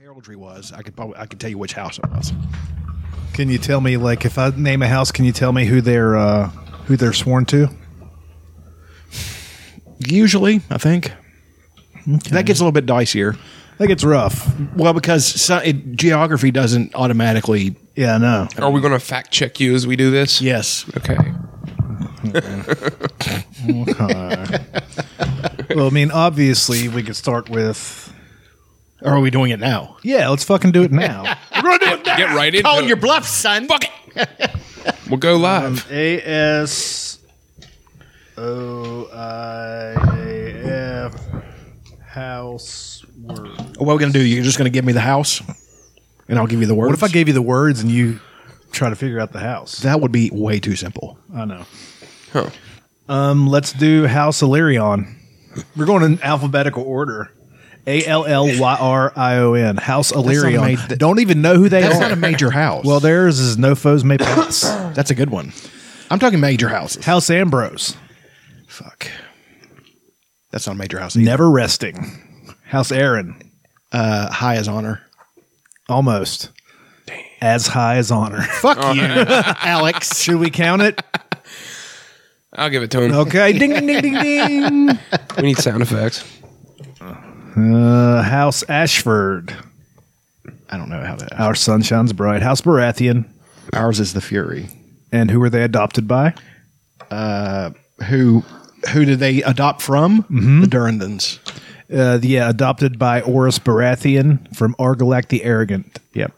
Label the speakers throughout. Speaker 1: heraldry was, I could probably I could tell you which house it was.
Speaker 2: Can you tell me, like, if I name a house, can you tell me who they're uh, who they're sworn to?
Speaker 1: Usually, I think that gets a little bit dicier.
Speaker 2: That gets rough.
Speaker 1: Well, because so, it, geography doesn't automatically.
Speaker 2: Yeah, I know.
Speaker 3: Are we going to fact check you as we do this?
Speaker 1: Yes.
Speaker 3: Okay.
Speaker 2: Well, I mean, obviously, we could start with.
Speaker 1: Or are we doing it now?
Speaker 2: Yeah, let's fucking do it now.
Speaker 3: Get right into
Speaker 4: Calling
Speaker 3: it.
Speaker 4: your bluff, son. Fuck it.
Speaker 3: We'll go live.
Speaker 2: A S O I A F house word.
Speaker 1: What are we going to do? You're just going to give me the house, and I'll give you the words.
Speaker 2: What if I gave you the words and you try to figure out the house?
Speaker 1: That would be way too simple.
Speaker 2: I know.
Speaker 3: Huh.
Speaker 2: Um, let's do House Illyrion. We're going in alphabetical order. A L L Y R I O N. House Illyrion.
Speaker 1: ma- that-
Speaker 2: Don't even know who they
Speaker 1: That's
Speaker 2: are.
Speaker 1: not a major house.
Speaker 2: well, theirs is No Foes May Pass.
Speaker 1: that's a good one. I'm talking major houses.
Speaker 2: House Ambrose.
Speaker 1: Fuck. That's not a major house.
Speaker 2: Never resting. House Aaron.
Speaker 1: Uh, high as honor.
Speaker 2: Almost. As high as honor.
Speaker 1: Fuck you, Alex.
Speaker 2: Should we count it?
Speaker 3: I'll give it to him.
Speaker 2: Okay. Ding ding ding ding ding.
Speaker 3: We need sound effects.
Speaker 2: Uh, House Ashford.
Speaker 1: I don't know how to.
Speaker 2: Our sun shines bright. House Baratheon.
Speaker 1: Ours is the Fury.
Speaker 2: And who were they adopted by?
Speaker 1: Who who did they adopt from? The Durandans.
Speaker 2: Uh, the- yeah, adopted by Oris Baratheon from Argalak the Arrogant. Yep.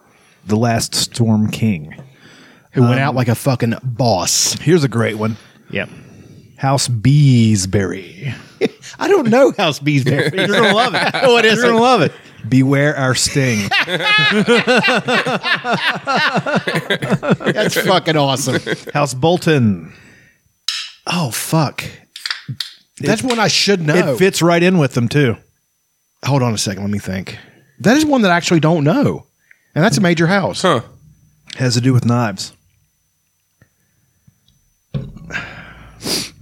Speaker 2: The last Storm King.
Speaker 1: Who went out like a fucking boss.
Speaker 2: Here's a great one.
Speaker 1: Yep.
Speaker 2: House Beesbury.
Speaker 1: I don't know House Beesbury. You're gonna love it. No, it
Speaker 2: You're gonna love it. Beware our sting.
Speaker 1: That's fucking awesome.
Speaker 2: House Bolton.
Speaker 1: Oh fuck. That's one I should know.
Speaker 2: It fits right in with them too.
Speaker 1: Oh. Hold on a second. Let me think. That is one that I actually don't know, and that's a major house.
Speaker 3: Huh.
Speaker 2: Has to do with knives.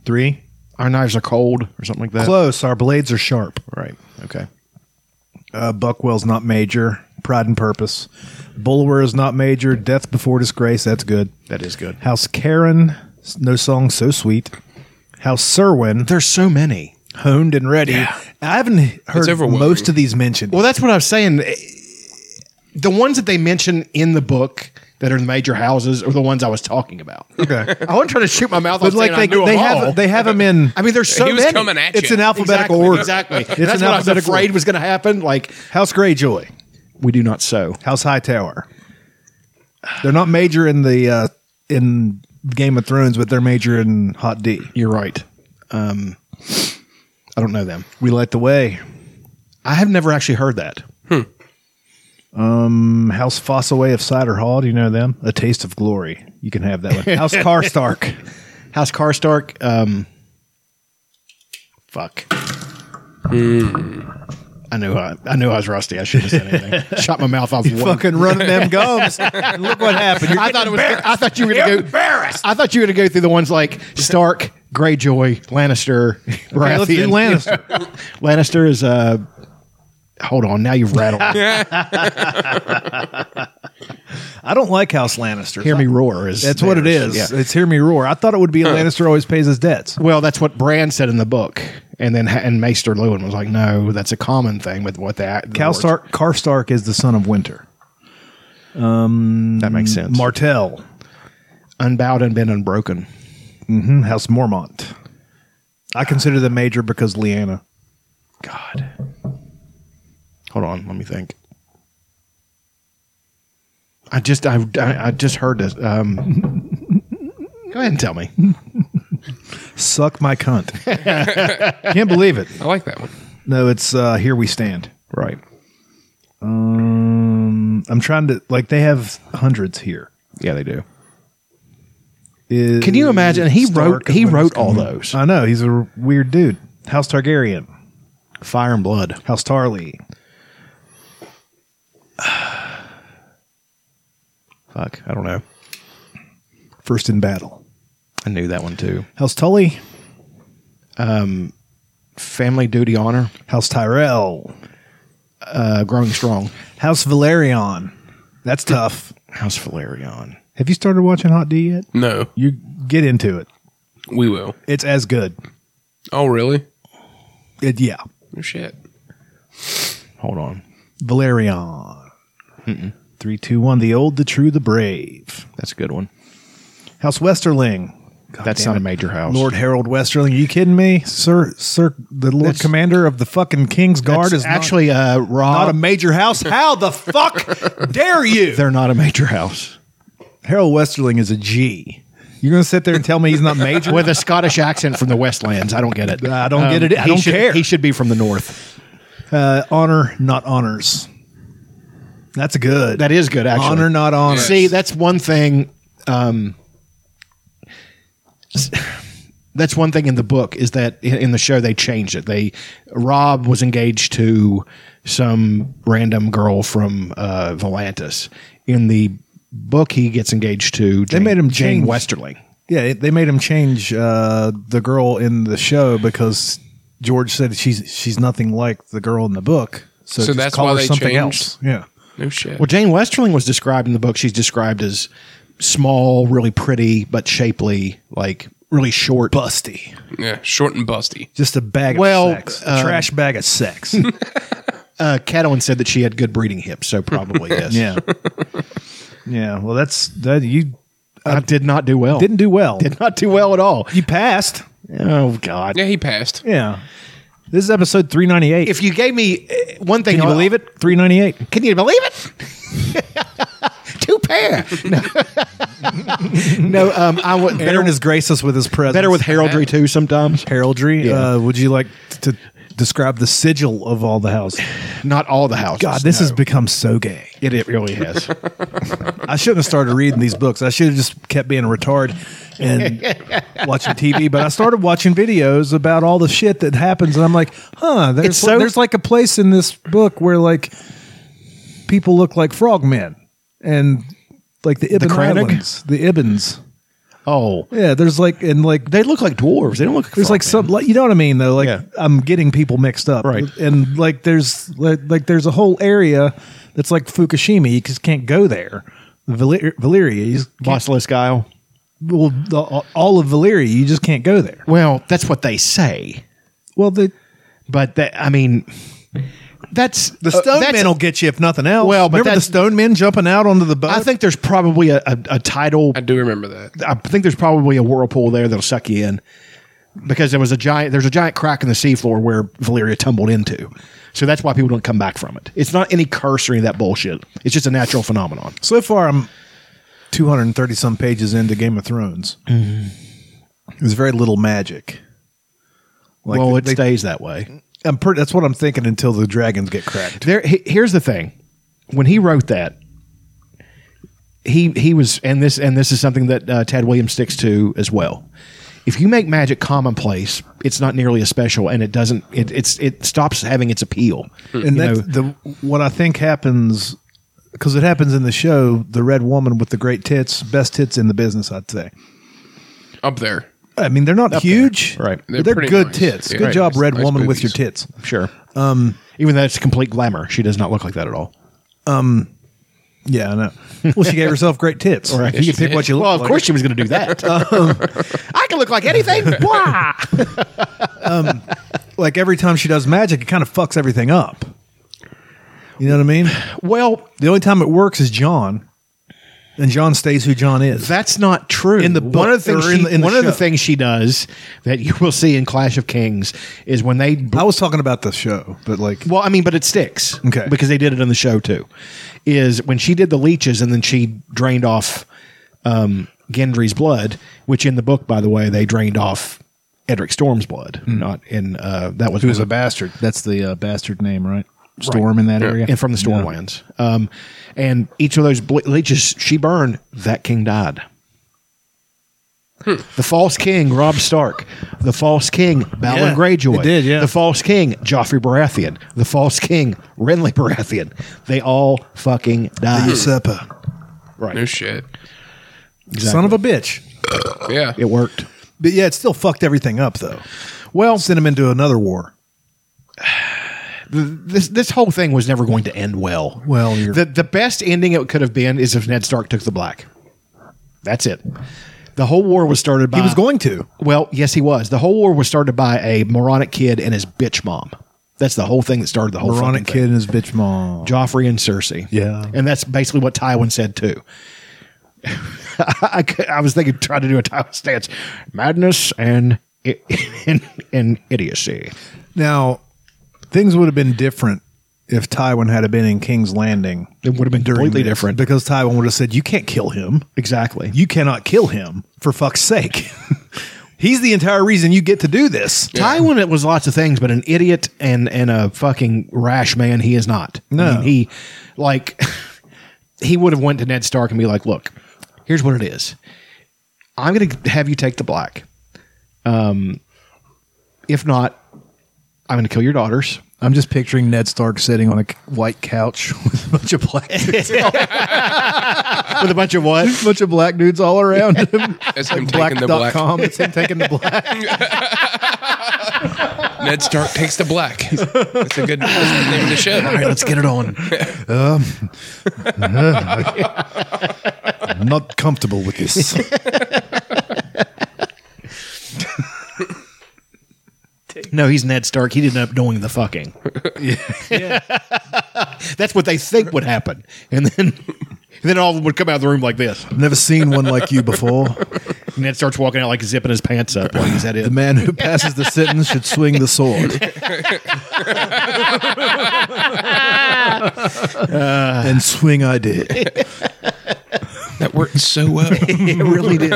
Speaker 2: Three.
Speaker 1: Our knives are cold or something like that.
Speaker 2: Close. Our blades are sharp.
Speaker 1: Right. Okay.
Speaker 2: Uh, Buckwell's not major. Pride and Purpose. Bulwer is not major. Death Before Disgrace. That's good.
Speaker 1: That is good.
Speaker 2: House Karen. s- No song so sweet. House Serwin.
Speaker 1: There's so many.
Speaker 2: Honed and ready. I haven't heard
Speaker 3: overwhelming.
Speaker 2: most of these mentioned.
Speaker 1: Well, that's what I was saying. The ones that they mention in the book that are the major houses are the ones I was talking about.
Speaker 2: okay.
Speaker 1: I wasn't trying to shoot my mouth off.
Speaker 2: But like they,
Speaker 1: I knew
Speaker 2: they
Speaker 1: them all.
Speaker 2: have they have them in.
Speaker 1: I mean, there's so
Speaker 3: He was
Speaker 1: many.
Speaker 3: coming at
Speaker 2: it's
Speaker 3: you.
Speaker 2: an alphabetical
Speaker 1: exactly,
Speaker 2: order.
Speaker 1: Exactly.
Speaker 2: It's
Speaker 1: that's
Speaker 2: an
Speaker 1: what I was
Speaker 2: alphabetical
Speaker 1: afraid
Speaker 2: order.
Speaker 1: was going to happen. Like
Speaker 2: House Greyjoy.
Speaker 1: we do not sow.
Speaker 2: House Hightower. They're not major in the uh, in Game of Thrones, but they're major in Hot D.
Speaker 1: You're right. Um, I don't know them.
Speaker 2: We light the way.
Speaker 1: I have never actually heard that.
Speaker 2: House Fossaway of Cider Hall. Do you know them? A Taste of Glory. You can have that one. House Karstark.
Speaker 1: House Karstark. Um, fuck. I knew I, I knew I was rusty. I shouldn't have said anything. Shot my mouth off. one-
Speaker 2: Fucking running them gums. And look what happened. You're
Speaker 1: I thought it was. I thought you were going to go. Embarrassed. I thought you were going to go through the ones like Stark, Greyjoy, Lannister,
Speaker 2: Okay, let's do
Speaker 1: Baratheon.
Speaker 2: Lannister.
Speaker 1: Lannister is. Uh, hold on. Now you've rattled. me.
Speaker 2: I don't like House Lannister.
Speaker 1: Hear me roar. Is
Speaker 2: That's what it
Speaker 1: theirs.
Speaker 2: is.
Speaker 1: Yeah.
Speaker 2: It's hear me roar. I thought it would be a Lannister always pays his debts.
Speaker 1: Well, that's what Bran said in the book, and then and Maester Lewin was like, "No, that's a common thing with what that
Speaker 2: Cal Stark, Karstark is the son of Winter.
Speaker 1: that makes sense."
Speaker 2: Martell,
Speaker 1: unbowed and been unbroken.
Speaker 2: hmm, House Mormont. I consider them major because Lyanna.
Speaker 1: God, hold on, let me think. I just I I, I just heard this. Um, go ahead and tell me.
Speaker 2: Suck my cunt. Can't believe it.
Speaker 3: I like that one.
Speaker 2: No, it's uh, Here We Stand.
Speaker 1: Right.
Speaker 2: Um, I'm trying to like they have hundreds here.
Speaker 1: Yeah, they do.
Speaker 2: Is
Speaker 1: Can you imagine? He wrote- he
Speaker 2: and
Speaker 1: wrote
Speaker 2: Winter's
Speaker 1: all
Speaker 2: Coming.
Speaker 1: those.
Speaker 2: I know he's a weird dude. House Targaryen,
Speaker 1: Fire and blood.
Speaker 2: House Tarly,
Speaker 1: Fuck, I don't know.
Speaker 2: First in Battle,
Speaker 1: I knew that one too.
Speaker 2: House Tully,
Speaker 1: Family duty honor.
Speaker 2: House Tyrell,
Speaker 1: uh, growing strong.
Speaker 2: House Valerion. That's tough.
Speaker 1: House Valerion.
Speaker 2: Have you started watching Hot D yet?
Speaker 3: No,
Speaker 2: You get into it.
Speaker 3: we will.
Speaker 2: It's as good.
Speaker 3: Oh, really?
Speaker 2: It, yeah.
Speaker 3: Oh, shit.
Speaker 1: Hold on.
Speaker 2: Valerion. Three, two, one. The old, the true, the brave.
Speaker 1: That's a good one.
Speaker 2: House Westerling. God
Speaker 1: That's
Speaker 2: damn
Speaker 1: not
Speaker 2: it.
Speaker 1: a major house.
Speaker 2: Lord Harold Westerling. Are you kidding me? Sir, sir, the Lord
Speaker 1: That's-
Speaker 2: Commander of the fucking King's Guard
Speaker 1: That's
Speaker 2: is actually
Speaker 1: actually uh, Rob.
Speaker 2: not, a major house. How the fuck dare you?
Speaker 1: they're not a major house.
Speaker 2: Harold Westerling is a G. You're going to sit there and tell me he's not major?
Speaker 1: With a Scottish accent from the Westlands. I don't get it. Um,
Speaker 2: I don't get it. I
Speaker 1: he
Speaker 2: don't
Speaker 1: should-
Speaker 2: care.
Speaker 1: He should be from the North.
Speaker 2: Uh, honor, not honors. That's good.
Speaker 1: That is good, actually.
Speaker 2: honor, not honor.
Speaker 3: Yeah.
Speaker 1: See, that's one thing. Um, s- that's one thing in the book is that in, in the show they changed it. They Rob was engaged to some random girl from uh, Volantis. In the book, he gets engaged to Jane,
Speaker 2: made him
Speaker 1: Jane
Speaker 2: change-
Speaker 1: Westerling.
Speaker 2: Yeah, they made him change uh, the girl in the show because George said she's she's nothing like the girl in the book. So,
Speaker 3: So
Speaker 2: just
Speaker 3: that's
Speaker 2: call
Speaker 3: why
Speaker 2: her
Speaker 3: they
Speaker 2: something
Speaker 3: changed?
Speaker 2: else. Yeah.
Speaker 3: No shit.
Speaker 1: Well, Jane Westerling was described in the book. She's described as small, really pretty, but shapely, like really short.
Speaker 2: Busty.
Speaker 3: yeah, short and busty.
Speaker 2: Just a bag
Speaker 1: Well,
Speaker 2: of sex. A
Speaker 1: um,
Speaker 2: trash bag of sex.
Speaker 1: Uh, Catelyn said that she had good breeding hips, so probably yes.
Speaker 2: yeah. Yeah. Well that's that you
Speaker 1: I did not do well.
Speaker 2: didn't do well.
Speaker 1: did not do well at all.
Speaker 2: you passed.
Speaker 1: Oh God!
Speaker 3: Yeah, he passed.
Speaker 2: Yeah. This is episode three ninety eight.
Speaker 1: If you gave me uh, one thing,
Speaker 2: Can you
Speaker 1: I'll-
Speaker 2: believe it? Three ninety eight.
Speaker 1: Can you believe it? Two pair. No, no um, I would better,
Speaker 2: Aaron has graced us with his presence.
Speaker 1: better with heraldry too. Sometimes
Speaker 2: heraldry.
Speaker 1: Yeah.
Speaker 2: Uh, would you like to describe the sigil of all the houses?
Speaker 1: not all the houses.
Speaker 2: God, this has become so gay.
Speaker 1: it, it really has.
Speaker 2: I shouldn't have started reading these books. I should have just kept being a retard and watching TV. But I started watching videos about all the shit that happens, and I'm like, huh, there's,
Speaker 1: It's so-
Speaker 2: there's like a place in this book where like people look like frogmen and like the Ibn
Speaker 1: Kranag?
Speaker 2: Islands, the Ibans.
Speaker 1: oh,
Speaker 2: Yeah, there's like and like
Speaker 1: they look like dwarves. They don't look.
Speaker 2: there's like some like, you know what I mean though like
Speaker 1: Yeah.
Speaker 2: I'm getting people mixed up
Speaker 1: Right.
Speaker 2: and like there's like, like there's a whole area that's like Fukushima you just can't go there Valer- Valeria you just can't-
Speaker 1: Bossless guile.
Speaker 2: well the, all of Valeria you just can't go there
Speaker 1: Well, that's what they say,
Speaker 2: well the
Speaker 1: but that I mean, that's
Speaker 2: the
Speaker 1: uh,
Speaker 2: stone
Speaker 1: that's-
Speaker 2: men will get you if nothing else
Speaker 1: Well, but
Speaker 2: remember the
Speaker 1: that's-
Speaker 2: stone men jumping out onto the boat
Speaker 1: I think there's probably a, a, a title
Speaker 3: I do remember that.
Speaker 1: I think there's probably a whirlpool there that'll suck you in because there was a giant there's a giant crack in the seafloor where Valeria tumbled into. So that's why people don't come back from it. It's not any curse or any of that bullshit. It's just a natural phenomenon.
Speaker 2: so far I'm 230 some pages into Game of Thrones there's very little magic like
Speaker 1: well, it
Speaker 2: they-
Speaker 1: stays that way.
Speaker 2: I'm pretty, that's what I'm thinking until the dragons get cracked.
Speaker 1: There he- here's the thing. When he wrote that he he was and this and this is something that uh, Tad Williams sticks to as well. If you make magic commonplace, it's not nearly as special and it doesn't it it's it stops having its appeal.
Speaker 2: and
Speaker 1: You
Speaker 2: that's
Speaker 1: know,
Speaker 2: the what I think happens because it happens in the show. The red woman with the great tits, best tits in the business, I'd say.
Speaker 3: Up there.
Speaker 2: I mean, they're not huge,
Speaker 1: right.
Speaker 2: but
Speaker 3: They're
Speaker 2: They're,
Speaker 3: pretty
Speaker 2: good
Speaker 3: nice.
Speaker 2: tits.
Speaker 3: Yeah.
Speaker 2: good
Speaker 3: Right.
Speaker 2: job,
Speaker 3: Nice-
Speaker 2: red
Speaker 3: nice
Speaker 2: woman, with your
Speaker 3: boobies.
Speaker 2: tits.
Speaker 1: Sure. Um, Even though it's complete glamour, she does not look like that at all.
Speaker 2: Yeah, I know. Well, she gave herself great tits. All
Speaker 1: right.
Speaker 2: You can pick what you look.
Speaker 1: Well, of
Speaker 2: like. Um,
Speaker 1: course she was going to do that. I can look like anything. Blah.
Speaker 2: Like every time she does magic, it kind of fucks everything up. You know what I mean?
Speaker 1: Well,
Speaker 2: The only time it works is John, and John stays who John is.
Speaker 1: that's not true.
Speaker 2: In the
Speaker 1: one of the
Speaker 2: book,
Speaker 1: things
Speaker 2: or in
Speaker 1: she,
Speaker 2: the- in the
Speaker 1: one of the
Speaker 2: show.
Speaker 1: things she does that you will see in Clash of Kings is when they
Speaker 2: I was talking about the show, but like
Speaker 1: Well, I mean, but it sticks.
Speaker 2: Okay.
Speaker 1: Because they did it on the show too. Is when she did the leeches and then she drained off um, Gendry's blood, which in the book, by the way, they drained off Edric Storm's blood.
Speaker 2: Hmm.
Speaker 1: Not in uh, that was
Speaker 2: Who's a bastard? That's the uh, bastard name, right? Storm in that area.
Speaker 1: and from the Stormlands. Um, and each of those ble- leeches she burned, that king died.
Speaker 2: Hmm.
Speaker 1: The false king, Rob Stark. The false king, Balin
Speaker 2: Yeah,
Speaker 1: Greyjoy.
Speaker 2: it did, yeah.
Speaker 1: The false king, Joffrey Baratheon. The false king, Renly Baratheon. They all fucking died. Right.
Speaker 3: No shit.
Speaker 2: Son of a bitch.
Speaker 3: Yeah.
Speaker 1: It worked.
Speaker 2: But yeah, it still fucked everything up though.
Speaker 1: Well,
Speaker 2: Sent him into another war.
Speaker 1: th- this this whole thing was never going to end well.
Speaker 2: Well, you're-
Speaker 1: the the best ending it could have been is if Ned Stark took the black. That's it. The whole war was started by
Speaker 2: He was going to.
Speaker 1: Well, yes, he was. The whole war was started by a moronic kid and his bitch mom. That's the whole thing that started the whole
Speaker 2: Moronic
Speaker 1: fucking thing.
Speaker 2: kid and his bitch mom.
Speaker 1: Joffrey and Cersei.
Speaker 2: Yeah.
Speaker 1: And that's basically what Tywin said too. I, cou- I was thinking, trying to do a Tywin stance, madness and i- and, and idiocy.
Speaker 2: Now, things would have been different if Tywin had been in King's Landing.
Speaker 1: It would have been
Speaker 2: during
Speaker 1: completely
Speaker 2: this,
Speaker 1: different.
Speaker 2: because Tywin would have said, "You can't kill him.
Speaker 1: Exactly.
Speaker 2: You cannot kill him. For fuck's sake, he's the entire reason you get to do this."
Speaker 1: Tywin it was lots of things, but an idiot and and a fucking rash man he is not.
Speaker 2: No.
Speaker 1: I mean, he like he would have went to Ned Stark and be like, "Look, here's what it is. I'm going to have you take the black. Um, if not, I'm going to kill your daughters.
Speaker 2: I'm just picturing Ned Stark sitting on a c- white couch with a bunch of black, dudes,
Speaker 1: With a bunch of what?
Speaker 2: bunch of black dudes all around him.
Speaker 3: That's him taking the black.
Speaker 2: com. It's him taking the black.
Speaker 3: Ned Stark takes the black. That's a good that's the name of the show.
Speaker 2: right, let's get it on. Um, I'm uh, not comfortable with this.
Speaker 1: No, he's Ned Stark. He ended up doing the fucking. That's what they think would happen, and then and then all of them would come out of the room like this.
Speaker 2: I've never seen one like you before.
Speaker 1: Ned starts walking out like zipping his pants up. Like, is that it?
Speaker 2: The man who passes the sentence should swing the sword. and swing I did.
Speaker 3: That worked so well.
Speaker 1: it really did.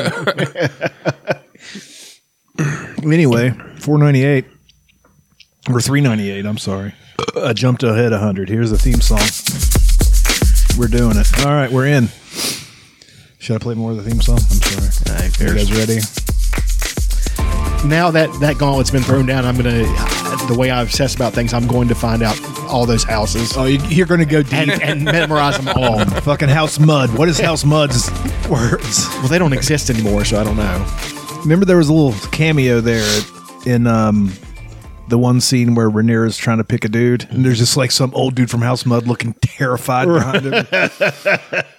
Speaker 2: Anyway, 498 or 398, I'm sorry. I jumped ahead 100. Here's the theme song. We're doing it. All right, we're in. Should I play more of the theme song? I'm sorry. you guys ready?
Speaker 1: Now that that gauntlet's been thrown down, I'm gonna. The way I obsess about things, I'm going to find out all those houses
Speaker 2: Oh, you- you're going to go deep.
Speaker 1: and, and memorize them all. Well,
Speaker 2: Fucking House Mud. What is House Mud's words?
Speaker 1: they don't exist anymore, so I don't know.
Speaker 2: Remember, there was a little cameo there in um, the one scene where Rhaenyra is trying to pick a dude, and there's just like some old dude from House Mud looking terrified behind him,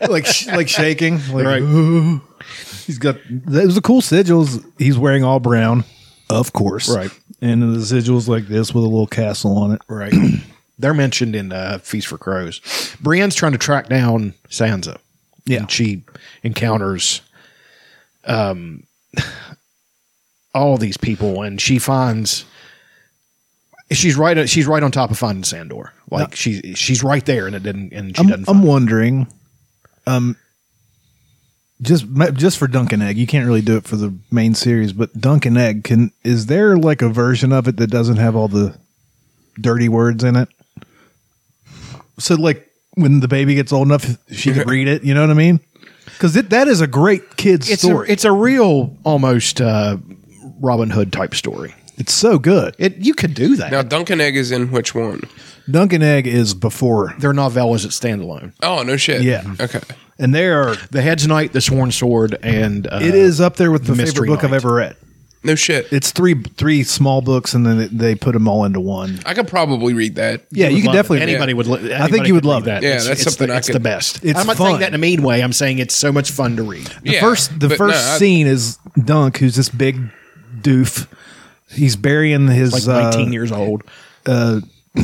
Speaker 2: like sh- like shaking. Like,
Speaker 1: Right.
Speaker 2: He's got. It was a cool sigils. He's wearing all brown, of course.
Speaker 1: Right.
Speaker 2: And the sigils like this with a little castle on it.
Speaker 1: Right. They're mentioned in uh, Feast for Crows. Brienne's trying to track down Sansa.
Speaker 2: Yeah.
Speaker 1: And she encounters um, all these people, and she finds she's right. She's right on top of finding Sandor. Like she's she's right there, and it didn't. And she
Speaker 2: I'm,
Speaker 1: doesn't.
Speaker 2: I'm
Speaker 1: find
Speaker 2: wondering, um, just ma- just for Dunkin' Egg, you can't really do it for the main series, but Dunkin' Egg can is there like a version of it that doesn't have all the dirty words in it? So like when the baby gets old enough, she can read it. You know what I mean? Because that is a great kid's
Speaker 1: it's a,
Speaker 2: story.
Speaker 1: it's a real almost uh, Robin Hood type story.
Speaker 2: it's so good.
Speaker 1: It you could do that.
Speaker 3: Now Duncan Egg is in which one?
Speaker 2: Dunkin' Egg is before,
Speaker 1: They're novellas that stand alone.
Speaker 3: Oh no shit.
Speaker 2: Yeah.
Speaker 3: Okay.
Speaker 2: and they are.
Speaker 1: The Head's Knight, The Sworn Sword, and uh,
Speaker 2: It is up there with the
Speaker 1: Mystery
Speaker 2: favorite book I've
Speaker 1: Knight.
Speaker 2: ever read.
Speaker 3: No shit.
Speaker 2: It's three three small books, and then they- they put them all into one.
Speaker 3: I could probably read that.
Speaker 2: Yeah, you,
Speaker 1: would
Speaker 2: can
Speaker 1: love
Speaker 2: definitely.
Speaker 1: it. anybody would. Li-
Speaker 2: I think you would love
Speaker 1: that.
Speaker 2: it.
Speaker 3: Yeah,
Speaker 1: it's,
Speaker 3: that's
Speaker 1: it's
Speaker 3: something
Speaker 1: the,
Speaker 3: I
Speaker 1: it's
Speaker 3: could-
Speaker 1: the best.
Speaker 2: It's
Speaker 1: I'm not
Speaker 2: fun.
Speaker 1: saying that in a mean way. I'm saying it's so much fun to read.
Speaker 2: The
Speaker 3: Yeah,
Speaker 2: first, the
Speaker 3: but
Speaker 2: first
Speaker 3: no, I-
Speaker 2: scene is Dunk, who's this big doof. He's burying his.
Speaker 1: Like
Speaker 2: uh,
Speaker 1: 19 years old.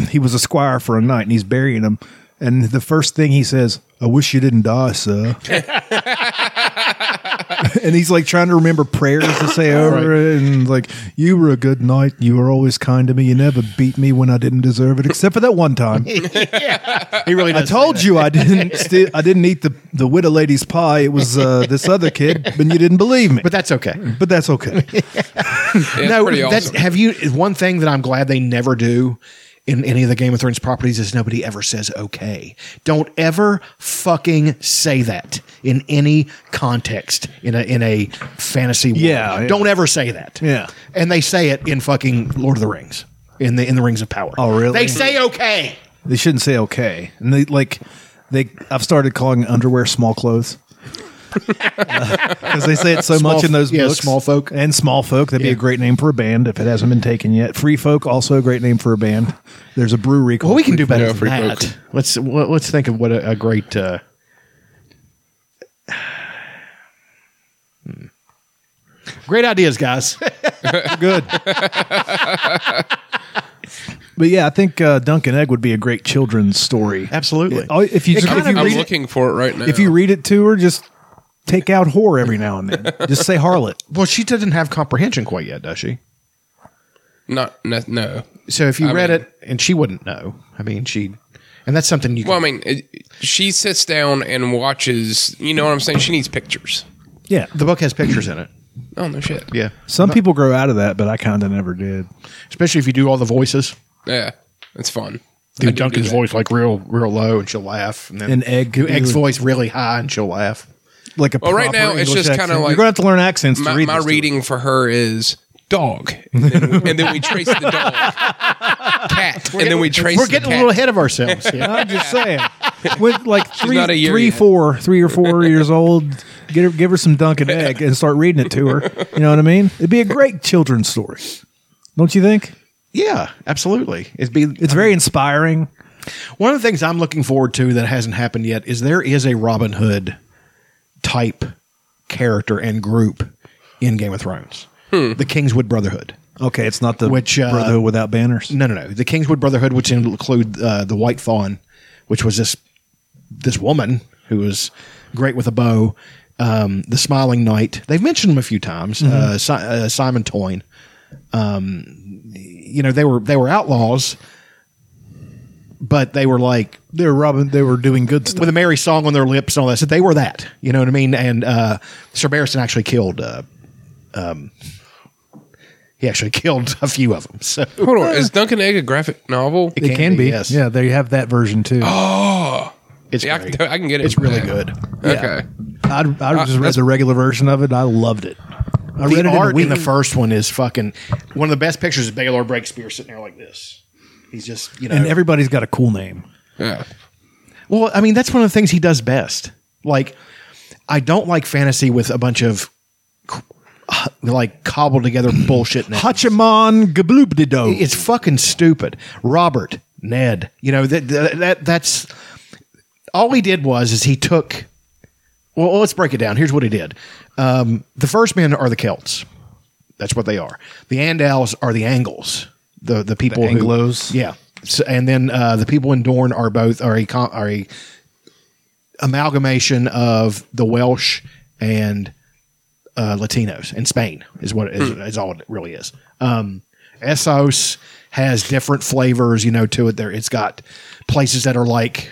Speaker 2: he was a squire for a night, and he's burying him. And the first thing he says, "I wish you didn't die, sir." and he's like trying to remember prayers to say over it, and like, "You were a good knight. You were always kind to me. You never beat me when I didn't deserve it, except for that one time."
Speaker 1: He really.
Speaker 2: I
Speaker 1: Does
Speaker 2: told you I didn't. Sti- I didn't eat the the widow lady's pie. It was uh, this other kid, but you didn't believe me.
Speaker 1: but that's okay.
Speaker 2: But that's okay.
Speaker 3: Yeah, it's pretty awesome.
Speaker 1: have you? One thing that I'm glad they never do in any of the Game of Thrones properties is nobody ever says okay. Don't ever fucking say that in any context in a in a fantasy world.
Speaker 2: Yeah, yeah.
Speaker 1: Don't ever say that.
Speaker 2: Yeah.
Speaker 1: And they say it in fucking Lord of the Rings. In the in the Rings of Power.
Speaker 2: Oh, really?
Speaker 1: They say okay.
Speaker 2: They shouldn't say okay. And they like they. I've started calling underwear small clothes. because they say it so
Speaker 1: Small-
Speaker 2: much in those
Speaker 1: yeah,
Speaker 2: books.
Speaker 1: small folk.
Speaker 2: and small folk. That'd be
Speaker 1: Yeah.
Speaker 2: a great name for a band if it hasn't been taken yet. Free folk also a great name for a band. There's a brewery called.
Speaker 1: Well, we can do better
Speaker 3: Yeah,
Speaker 1: than
Speaker 3: free
Speaker 1: that.
Speaker 3: folk.
Speaker 1: Let's well, let's think of what a, a great. Uh, hmm. Great ideas, guys.
Speaker 2: good. but yeah, I think uh, Dunkin' Egg would be a great children's story.
Speaker 1: Absolutely.
Speaker 2: Oh, if you,
Speaker 1: It
Speaker 2: if
Speaker 1: kind
Speaker 2: you
Speaker 1: of
Speaker 3: I'm
Speaker 2: read it,
Speaker 3: looking for it right now.
Speaker 2: if
Speaker 1: uh,
Speaker 2: you read it to her, just take out whore every now and then. just say harlot.
Speaker 1: well, she doesn't have comprehension quite yet, does she?
Speaker 3: not no, no.
Speaker 1: So if you
Speaker 3: I
Speaker 1: read
Speaker 3: mean-
Speaker 1: it, and she wouldn't know. I mean, she, and that's something you.
Speaker 3: Well, I
Speaker 1: Can,
Speaker 3: mean, it, she sits down and watches. You know what I'm saying? She needs pictures.
Speaker 2: Yeah.
Speaker 1: the book has pictures in it.
Speaker 3: Oh no shit.
Speaker 1: Yeah,
Speaker 2: Some people grow out of that, but I kind of never did.
Speaker 1: especially if you do all the voices.
Speaker 3: Yeah, that's fun. I
Speaker 1: Do
Speaker 3: do
Speaker 1: Duncan's
Speaker 3: do that.
Speaker 1: voice like real, real low, and she'll laugh. And then
Speaker 2: And Egg
Speaker 1: do
Speaker 2: could
Speaker 1: Egg's
Speaker 2: do-
Speaker 1: voice really high, and she'll laugh.
Speaker 2: Like a
Speaker 3: Well, right
Speaker 2: proper
Speaker 3: now, it's
Speaker 2: English
Speaker 3: just kinda
Speaker 2: accent.
Speaker 3: like-
Speaker 2: you're gonna have to learn accents to
Speaker 3: My,
Speaker 2: read.
Speaker 3: my
Speaker 2: this to her.
Speaker 3: reading for her is dog, and then, we- and then we trace the dog, cat, and then we trace.
Speaker 1: We're
Speaker 3: the
Speaker 1: getting a
Speaker 3: cat.
Speaker 1: little ahead of ourselves. Yeah.
Speaker 2: I'm just saying, with like three,
Speaker 3: not a year
Speaker 2: three,
Speaker 3: yet.
Speaker 2: four, three or four years old, get her, give her some Dunkin' Egg and start reading it to her. You know what I mean? It'd be a great children's story, don't you think?
Speaker 1: Yeah, absolutely. It'd be
Speaker 2: It's very inspiring.
Speaker 1: one of the things I'm looking forward to that hasn't happened yet is there is a Robin Hood type character and group in Game of Thrones, the Kingswood Brotherhood.
Speaker 2: Okay, it's not the
Speaker 1: Which, uh,
Speaker 2: Brotherhood without banners.
Speaker 1: No, no, no. The Kingswood Brotherhood, which include uh, the White Fawn, which was this this woman who was great with a bow. Um, the Smiling Knight. They've mentioned him a few times.
Speaker 2: Mm-hmm.
Speaker 1: Uh, si- uh, Simon Toyne. Um, you know they were they were outlaws, but they were like
Speaker 2: They were robbing. They were doing good stuff.
Speaker 1: with a merry song on their lips and all that. So they were that. You know what I mean? And uh, Sir Barristan actually killed. Uh, um, he actually killed a few of them. So
Speaker 3: Hold on, is Duncan Egg a graphic novel?
Speaker 2: It can, be.
Speaker 1: yes.
Speaker 2: Yeah, they have that version too.
Speaker 1: It's
Speaker 3: Yeah, I
Speaker 1: great.
Speaker 3: can- I can get it.
Speaker 1: It's really good.
Speaker 3: Okay.
Speaker 2: I, I just read
Speaker 3: Uh, that's-
Speaker 2: the regular version of it. I loved it. I
Speaker 1: The
Speaker 2: read it in a
Speaker 1: art in,
Speaker 2: week.
Speaker 1: the first one is fucking one of the best pictures of Baylor Breakspear sitting there like this. He's just you know.
Speaker 2: and everybody's got a cool name.
Speaker 3: Yeah.
Speaker 1: well, I mean that's one of the things he does best. Like, I don't like fantasy with a bunch of uh, like cobbled together bullshit. names.
Speaker 2: Hachiman Gabloobdido.
Speaker 1: It's fucking stupid. Robert, Ned, you know that that, that that's all he did was is he took. Well, let's break it down. Here's what he did. Um, the first men are the Celts. That's what they are. The Andals are the Angles. The the people who-
Speaker 2: Anglos?
Speaker 1: yeah. So, and then uh, the people in Dorne are both are a com- are a amalgamation of the Welsh and uh, Latinos in Spain is what is, is all it really is. Um, Essos has different flavors, you know, to it. There, it's got places that are like,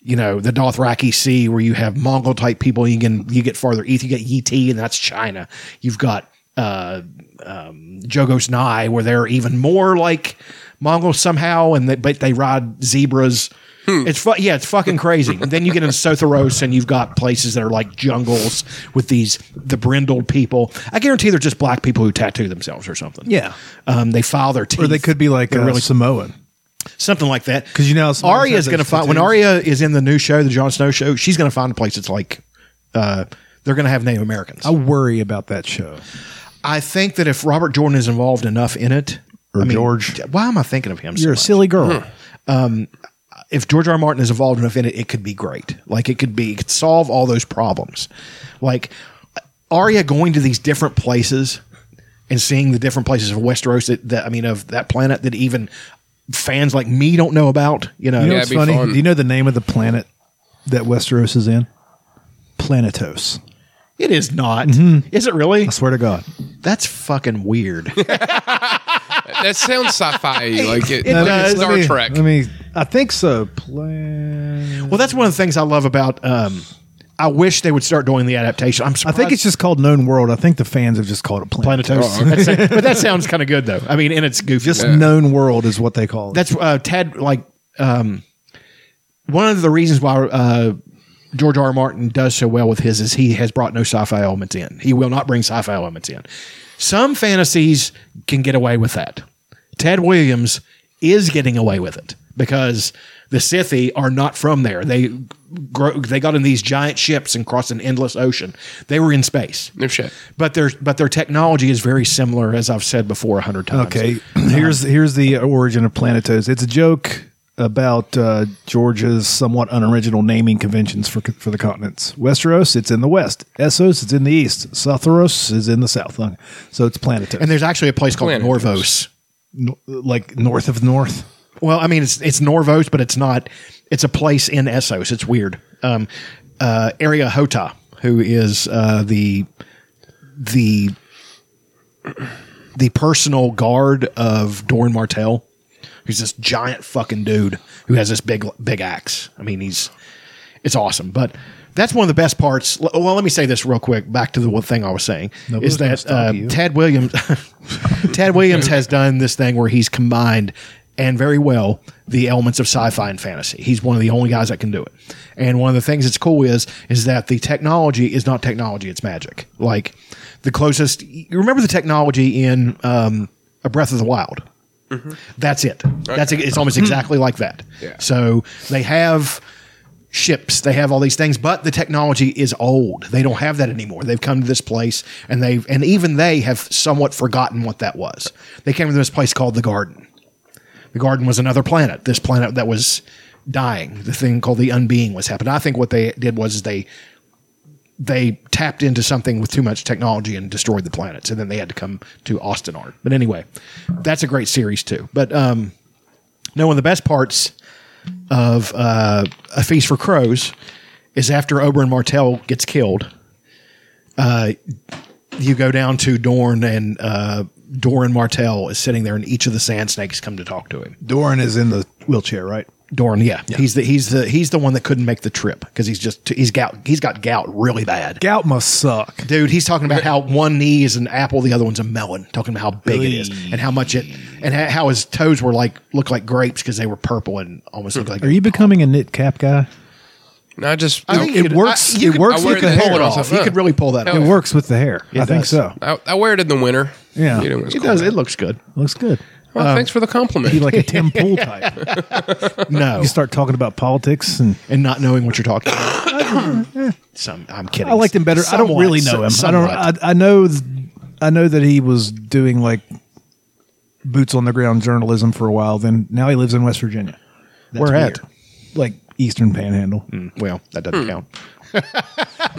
Speaker 1: you know, the Dothraki Sea, where you have Mongol type people. You can you get farther east, you get Yeti, and that's China. You've got uh, um, Jogos Nai, where they're even more like Mongols somehow, and they, but they ride zebras.
Speaker 2: Hmm.
Speaker 1: It's fu- yeah, it's fucking crazy. and then you get in Sotheros, and you've got places that are like jungles with these the brindled people. I guarantee they're just black people who tattoo themselves or something.
Speaker 2: Yeah.
Speaker 1: um, they file their teeth,
Speaker 2: Or they could be like
Speaker 1: They're
Speaker 2: uh,
Speaker 1: really-
Speaker 2: Samoan.
Speaker 1: something like that.
Speaker 2: 'Cause you know some of them
Speaker 1: Arya's
Speaker 2: have
Speaker 1: going to
Speaker 2: those
Speaker 1: find when
Speaker 2: tattoos.
Speaker 1: Arya is in the new show, the Jon Snow show. She's going to find a place that's like uh, they're going to have Native Americans.
Speaker 2: I worry about that show.
Speaker 1: I think that if Robert Jordan is involved enough in it,
Speaker 2: Or
Speaker 1: I mean,
Speaker 2: George.
Speaker 1: why am I thinking of him? so
Speaker 2: You're a
Speaker 1: much?
Speaker 2: silly girl.
Speaker 1: if George R. R. Martin is involved enough in it, it could be great. Like it could be, it could solve all those problems. Like Arya going to these different places and seeing the different places of Westeros that, that I mean of that planet that even fans like me don't know about. You know,
Speaker 2: You know
Speaker 3: Yeah,
Speaker 2: what's
Speaker 3: it'd be
Speaker 2: funny?
Speaker 3: fun.
Speaker 2: Do you know the name of the planet that Westeros is in? Planetos.
Speaker 1: it is not. Is it really?
Speaker 2: Mm-hmm. I swear to God.
Speaker 1: That's fucking weird.
Speaker 3: That sounds sci-fi. like it,
Speaker 1: It
Speaker 3: like
Speaker 1: does.
Speaker 3: Star
Speaker 2: let me,
Speaker 3: Trek.
Speaker 2: Let me. I think so. Plan.
Speaker 1: well, that's one of the things I love about. Um, I wish they would start doing the adaptation. I'm
Speaker 2: I
Speaker 1: surprised.
Speaker 2: think it's just called Known World. I think the fans have just called it Planet.
Speaker 1: Planetos,
Speaker 3: Oh,
Speaker 1: That's- but that sounds kind of good though. I mean, and it's goofy.
Speaker 2: Just Known World is what they call it.
Speaker 1: that's uh, Ted. Like um, one of the reasons why uh, George R. R. Martin does so well with his is he has brought no sci-fi elements in. He will not bring sci-fi elements in. Some fantasies can get away with that. Ted Williams is getting away with it because The Scythi are not from there. They gro- they got in these giant ships and crossed an endless ocean. They were in space.
Speaker 3: No shit.
Speaker 1: But their but their technology is very similar, as I've said before a hundred times.
Speaker 2: Okay, here's here's the uh, origin of Planetos. It's a joke about uh, Georgia's somewhat unoriginal naming conventions for for the continents. Westeros, it's in the west. Essos, it's in the east. Southeros is in the south. Uh, So it's Planetos,
Speaker 1: And there's actually a place called
Speaker 3: Planetos.
Speaker 1: Norvos.
Speaker 2: No- like north of north.
Speaker 1: Well, I mean, it's it's Norvos, but it's not. It's a place in Essos. It's weird. Um, uh, Area Hota, who is uh, the the the personal guard of Doran Martell, who's this giant fucking dude who has this big big axe. I mean, he's it's awesome, but. That's one of the best parts. L- Well, let me say this real quick. Back to the one thing I was saying is
Speaker 2: gonna
Speaker 1: that
Speaker 2: stop
Speaker 1: uh,
Speaker 2: you.
Speaker 1: Tad Williams, Tad Williams has done this thing where he's combined and very well the elements of sci-fi and fantasy. He's one of the only guys that can do it. And one of the things that's cool is is that the technology is not technology; it's magic. Like the closest, you remember the technology in um, A Breath of the Wild. That's it. That's it. it's almost exactly like that.
Speaker 3: Yeah.
Speaker 1: So they have ships. They have all these things, but the technology is old. They don't have that anymore. They've come to this place and they've and even they have somewhat forgotten what that was. They came to this place called the Garden. The Garden was another planet. This planet that was dying. The thing called the unbeing was happening. I think what they did was is they they tapped into something with too much technology and destroyed the planets, and then they had to come to Austinard. But anyway, that's a great series too. But um, no, one of the best parts of uh, A Feast for Crows is after Oberyn Martell gets killed. Uh, you go down to Dorn, and uh, Doran Martell is sitting there, and each of the sand snakes come to talk to him.
Speaker 2: Doran is in the wheelchair, right?
Speaker 1: Dorn, yeah, he's the he's the he's the one that couldn't make the trip because he's just he's gout he's got gout really bad.
Speaker 2: Gout must suck.
Speaker 1: Dude, he's talking about how one knee is an apple, the other one's a melon. Talking about how big it is and how much it and ha- how his toes were like look like grapes because they were purple and almost looked like.
Speaker 2: Are you becoming a knit cap guy?
Speaker 3: No, I just
Speaker 1: I
Speaker 3: I,
Speaker 1: think
Speaker 2: it
Speaker 1: you could-
Speaker 2: works-
Speaker 1: I- you
Speaker 2: it
Speaker 1: could,
Speaker 2: works
Speaker 1: I
Speaker 3: with
Speaker 1: could
Speaker 3: the
Speaker 1: pull
Speaker 3: hair
Speaker 1: it
Speaker 3: or
Speaker 1: off. You
Speaker 3: something.
Speaker 1: could really pull that.
Speaker 2: It
Speaker 1: off.
Speaker 2: works with the hair. I think
Speaker 1: does.
Speaker 2: so.
Speaker 3: I, wear it in the winter.
Speaker 2: Yeah.
Speaker 3: You know, it's
Speaker 1: It
Speaker 3: cold
Speaker 1: does. Uh, It
Speaker 3: out.
Speaker 1: looks good.
Speaker 2: Looks good.
Speaker 3: Well, thanks for the compliment.
Speaker 2: Be like a Tim Pool type.
Speaker 1: No,
Speaker 2: You start talking about politics and
Speaker 1: and not knowing what you're talking about. Some, I'm kidding.
Speaker 2: I liked him better. I don't
Speaker 1: Somewhat,
Speaker 2: really know him.
Speaker 1: so-
Speaker 2: I
Speaker 1: somewhat.
Speaker 2: don't. I, I know. th- I know that he was doing like boots on the ground journalism for a while. Then now he lives in West Virginia. That's
Speaker 1: Where
Speaker 2: weird.
Speaker 1: at? Mm.
Speaker 2: Like Eastern Panhandle.
Speaker 1: well, that doesn't count.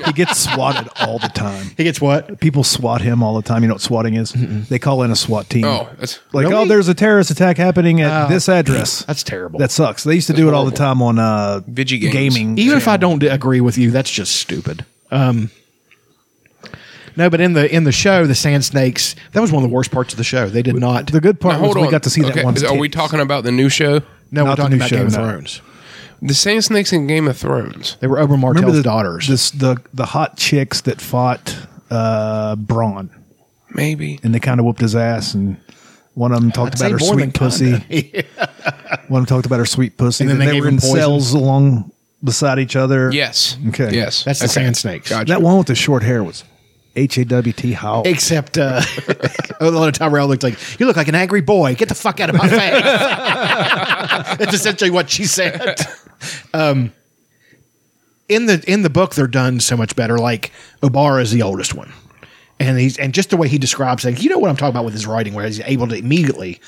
Speaker 2: He gets swatted all the time.
Speaker 1: He gets what?
Speaker 2: People swat him all the time. You know what swatting is? They call in a SWAT team.
Speaker 3: Oh, that's
Speaker 2: like oh,
Speaker 1: Really?
Speaker 2: there's a terrorist attack happening at this address.
Speaker 1: Ah, That's terrible.
Speaker 2: that sucks. They used to do it all the time on uh,
Speaker 3: Vigi games.
Speaker 2: gaming.
Speaker 1: even if I don't d- agree with you, that's just stupid. Um, no, but in the in the show, the sand snakes. That was one of the worst parts of the show. They did not.
Speaker 2: The good part
Speaker 3: Now,
Speaker 2: was we got to see
Speaker 3: Okay,
Speaker 2: that one.
Speaker 3: is- Are we talking about the new show?
Speaker 1: no, we're
Speaker 2: not the
Speaker 1: talking
Speaker 2: new
Speaker 1: about
Speaker 2: show,
Speaker 1: Game of
Speaker 2: no.
Speaker 1: Thrones.
Speaker 3: The Sand Snakes in Game of Thrones.
Speaker 1: They were Oberyn
Speaker 2: Remember
Speaker 1: Martell's
Speaker 2: the
Speaker 1: daughters.
Speaker 2: This, the the hot chicks that fought uh, Braun,
Speaker 3: Maybe.
Speaker 2: and they kind of whooped his ass. And one of them talked
Speaker 1: say
Speaker 2: about her
Speaker 1: more than kinda.
Speaker 2: sweet pussy. One of them talked about her sweet pussy.
Speaker 1: And then
Speaker 2: that
Speaker 1: they
Speaker 2: they,
Speaker 1: gave
Speaker 2: were
Speaker 1: him
Speaker 2: in
Speaker 1: poison.
Speaker 2: cells along beside each other.
Speaker 3: Yes.
Speaker 2: Okay.
Speaker 3: Yes.
Speaker 1: That's the
Speaker 3: Okay.
Speaker 1: sand snakes.
Speaker 3: Gotcha.
Speaker 2: That one with the short hair was H A W T Howl.
Speaker 1: Except uh, Lord Tyrell looked like you look like an angry boy. Get the fuck out of my face. That's essentially what she said. Um, in the in the book, they're done so much better. Like Obara is the oldest one, and he's and just the way he describes it, you know what I'm talking about with his writing, where he's able to immediately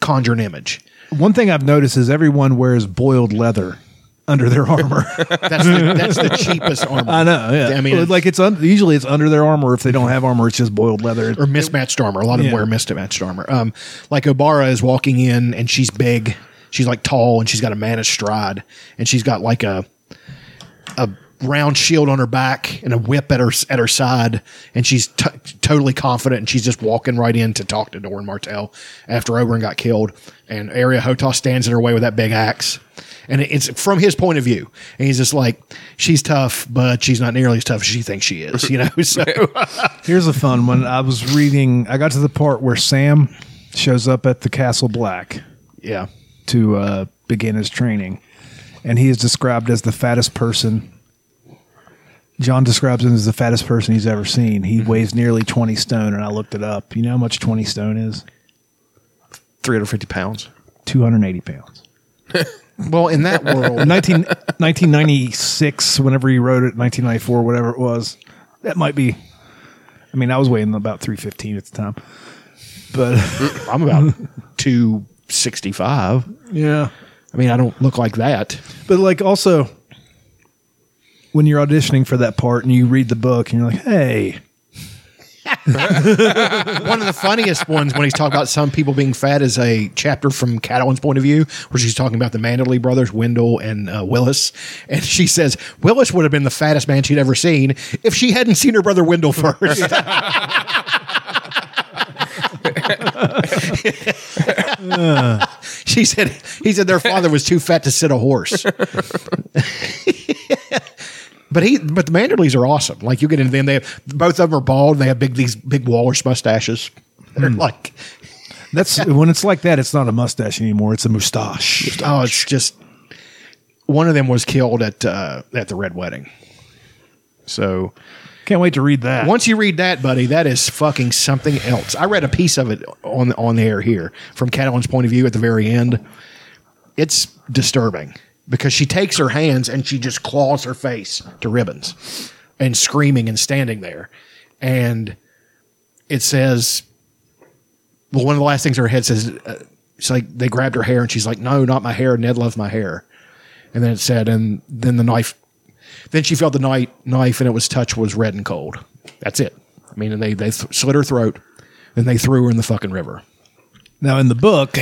Speaker 1: conjure an image.
Speaker 2: One thing I've noticed is everyone wears boiled leather under their armor.
Speaker 1: That's the, that's the cheapest armor.
Speaker 2: I know. Yeah.
Speaker 1: I mean,
Speaker 2: like it's un- usually it's under their armor. If they don't have armor, it's just boiled leather.
Speaker 1: or mismatched armor. A lot of
Speaker 2: Yeah.
Speaker 1: them wear mismatched armor. Um, like Obara is walking in and she's big. She's like tall and she's got a mannish stride and she's got like a a round shield on her back and a whip at her at her side and she's t- totally confident and she's just walking right in to talk to Doran Martell after Oberyn got killed and Arya Hotas stands in her way with that big axe and it- it's from his point of view and he's just like she's tough but she's not nearly as tough as she thinks she is you know so
Speaker 2: Here's a fun one. I was reading. I got to the part where Sam shows up at the Castle Black
Speaker 1: yeah
Speaker 2: to uh, begin his training, and he is described as the fattest person. John describes him as the fattest person he's ever seen. He weighs nearly 20 stone, and I looked it up. You know how much 20 stone is?
Speaker 1: 350 pounds
Speaker 2: 280 pounds.
Speaker 1: Well, in that world,
Speaker 2: 19, 1996, whenever he wrote it, 1994, whatever it was, that might be. I mean, I was weighing about 315 at the time. But
Speaker 1: I'm about 265.
Speaker 2: yeah.
Speaker 1: I mean, I don't look like that.
Speaker 2: But like also when you're auditioning for that part and you read the book and you're like, "Hey,
Speaker 1: One of the funniest ones when he's talking about some people being fat is a chapter from Catalan's point of view, where she's talking about the Manderley brothers, Wendell and uh, Willis. And she says, Willis would have been the fattest man she'd ever seen if she hadn't seen her brother Wendell first. she said, he said their father was too fat to sit a horse. But he, but the Manderleys are awesome. Like you get into them, they have, both of them are bald. They have big these big walrus mustaches. They're like,
Speaker 2: that's when it's like that, it's not a mustache anymore, it's a mustache."
Speaker 1: oh, it's just. One of them was killed at uh, at the red wedding. So
Speaker 2: Can't wait to read that.
Speaker 1: once you read that, buddy, that is fucking something else. I read a piece of it on on the air here from Catalan's point of view at the very end. It's disturbing because she takes her hands and she just claws her face to ribbons and screaming and standing there. And it says, well, one of the last things her head says, uh, it's like they grabbed her hair and she's like, no, not my hair. Ned loved my hair. And then it said, and then the knife, then she felt the knife, knife and it was touch was red and cold. That's it. I mean, and they, they th- slit her throat and they threw her in the fucking river.
Speaker 2: Now in the book,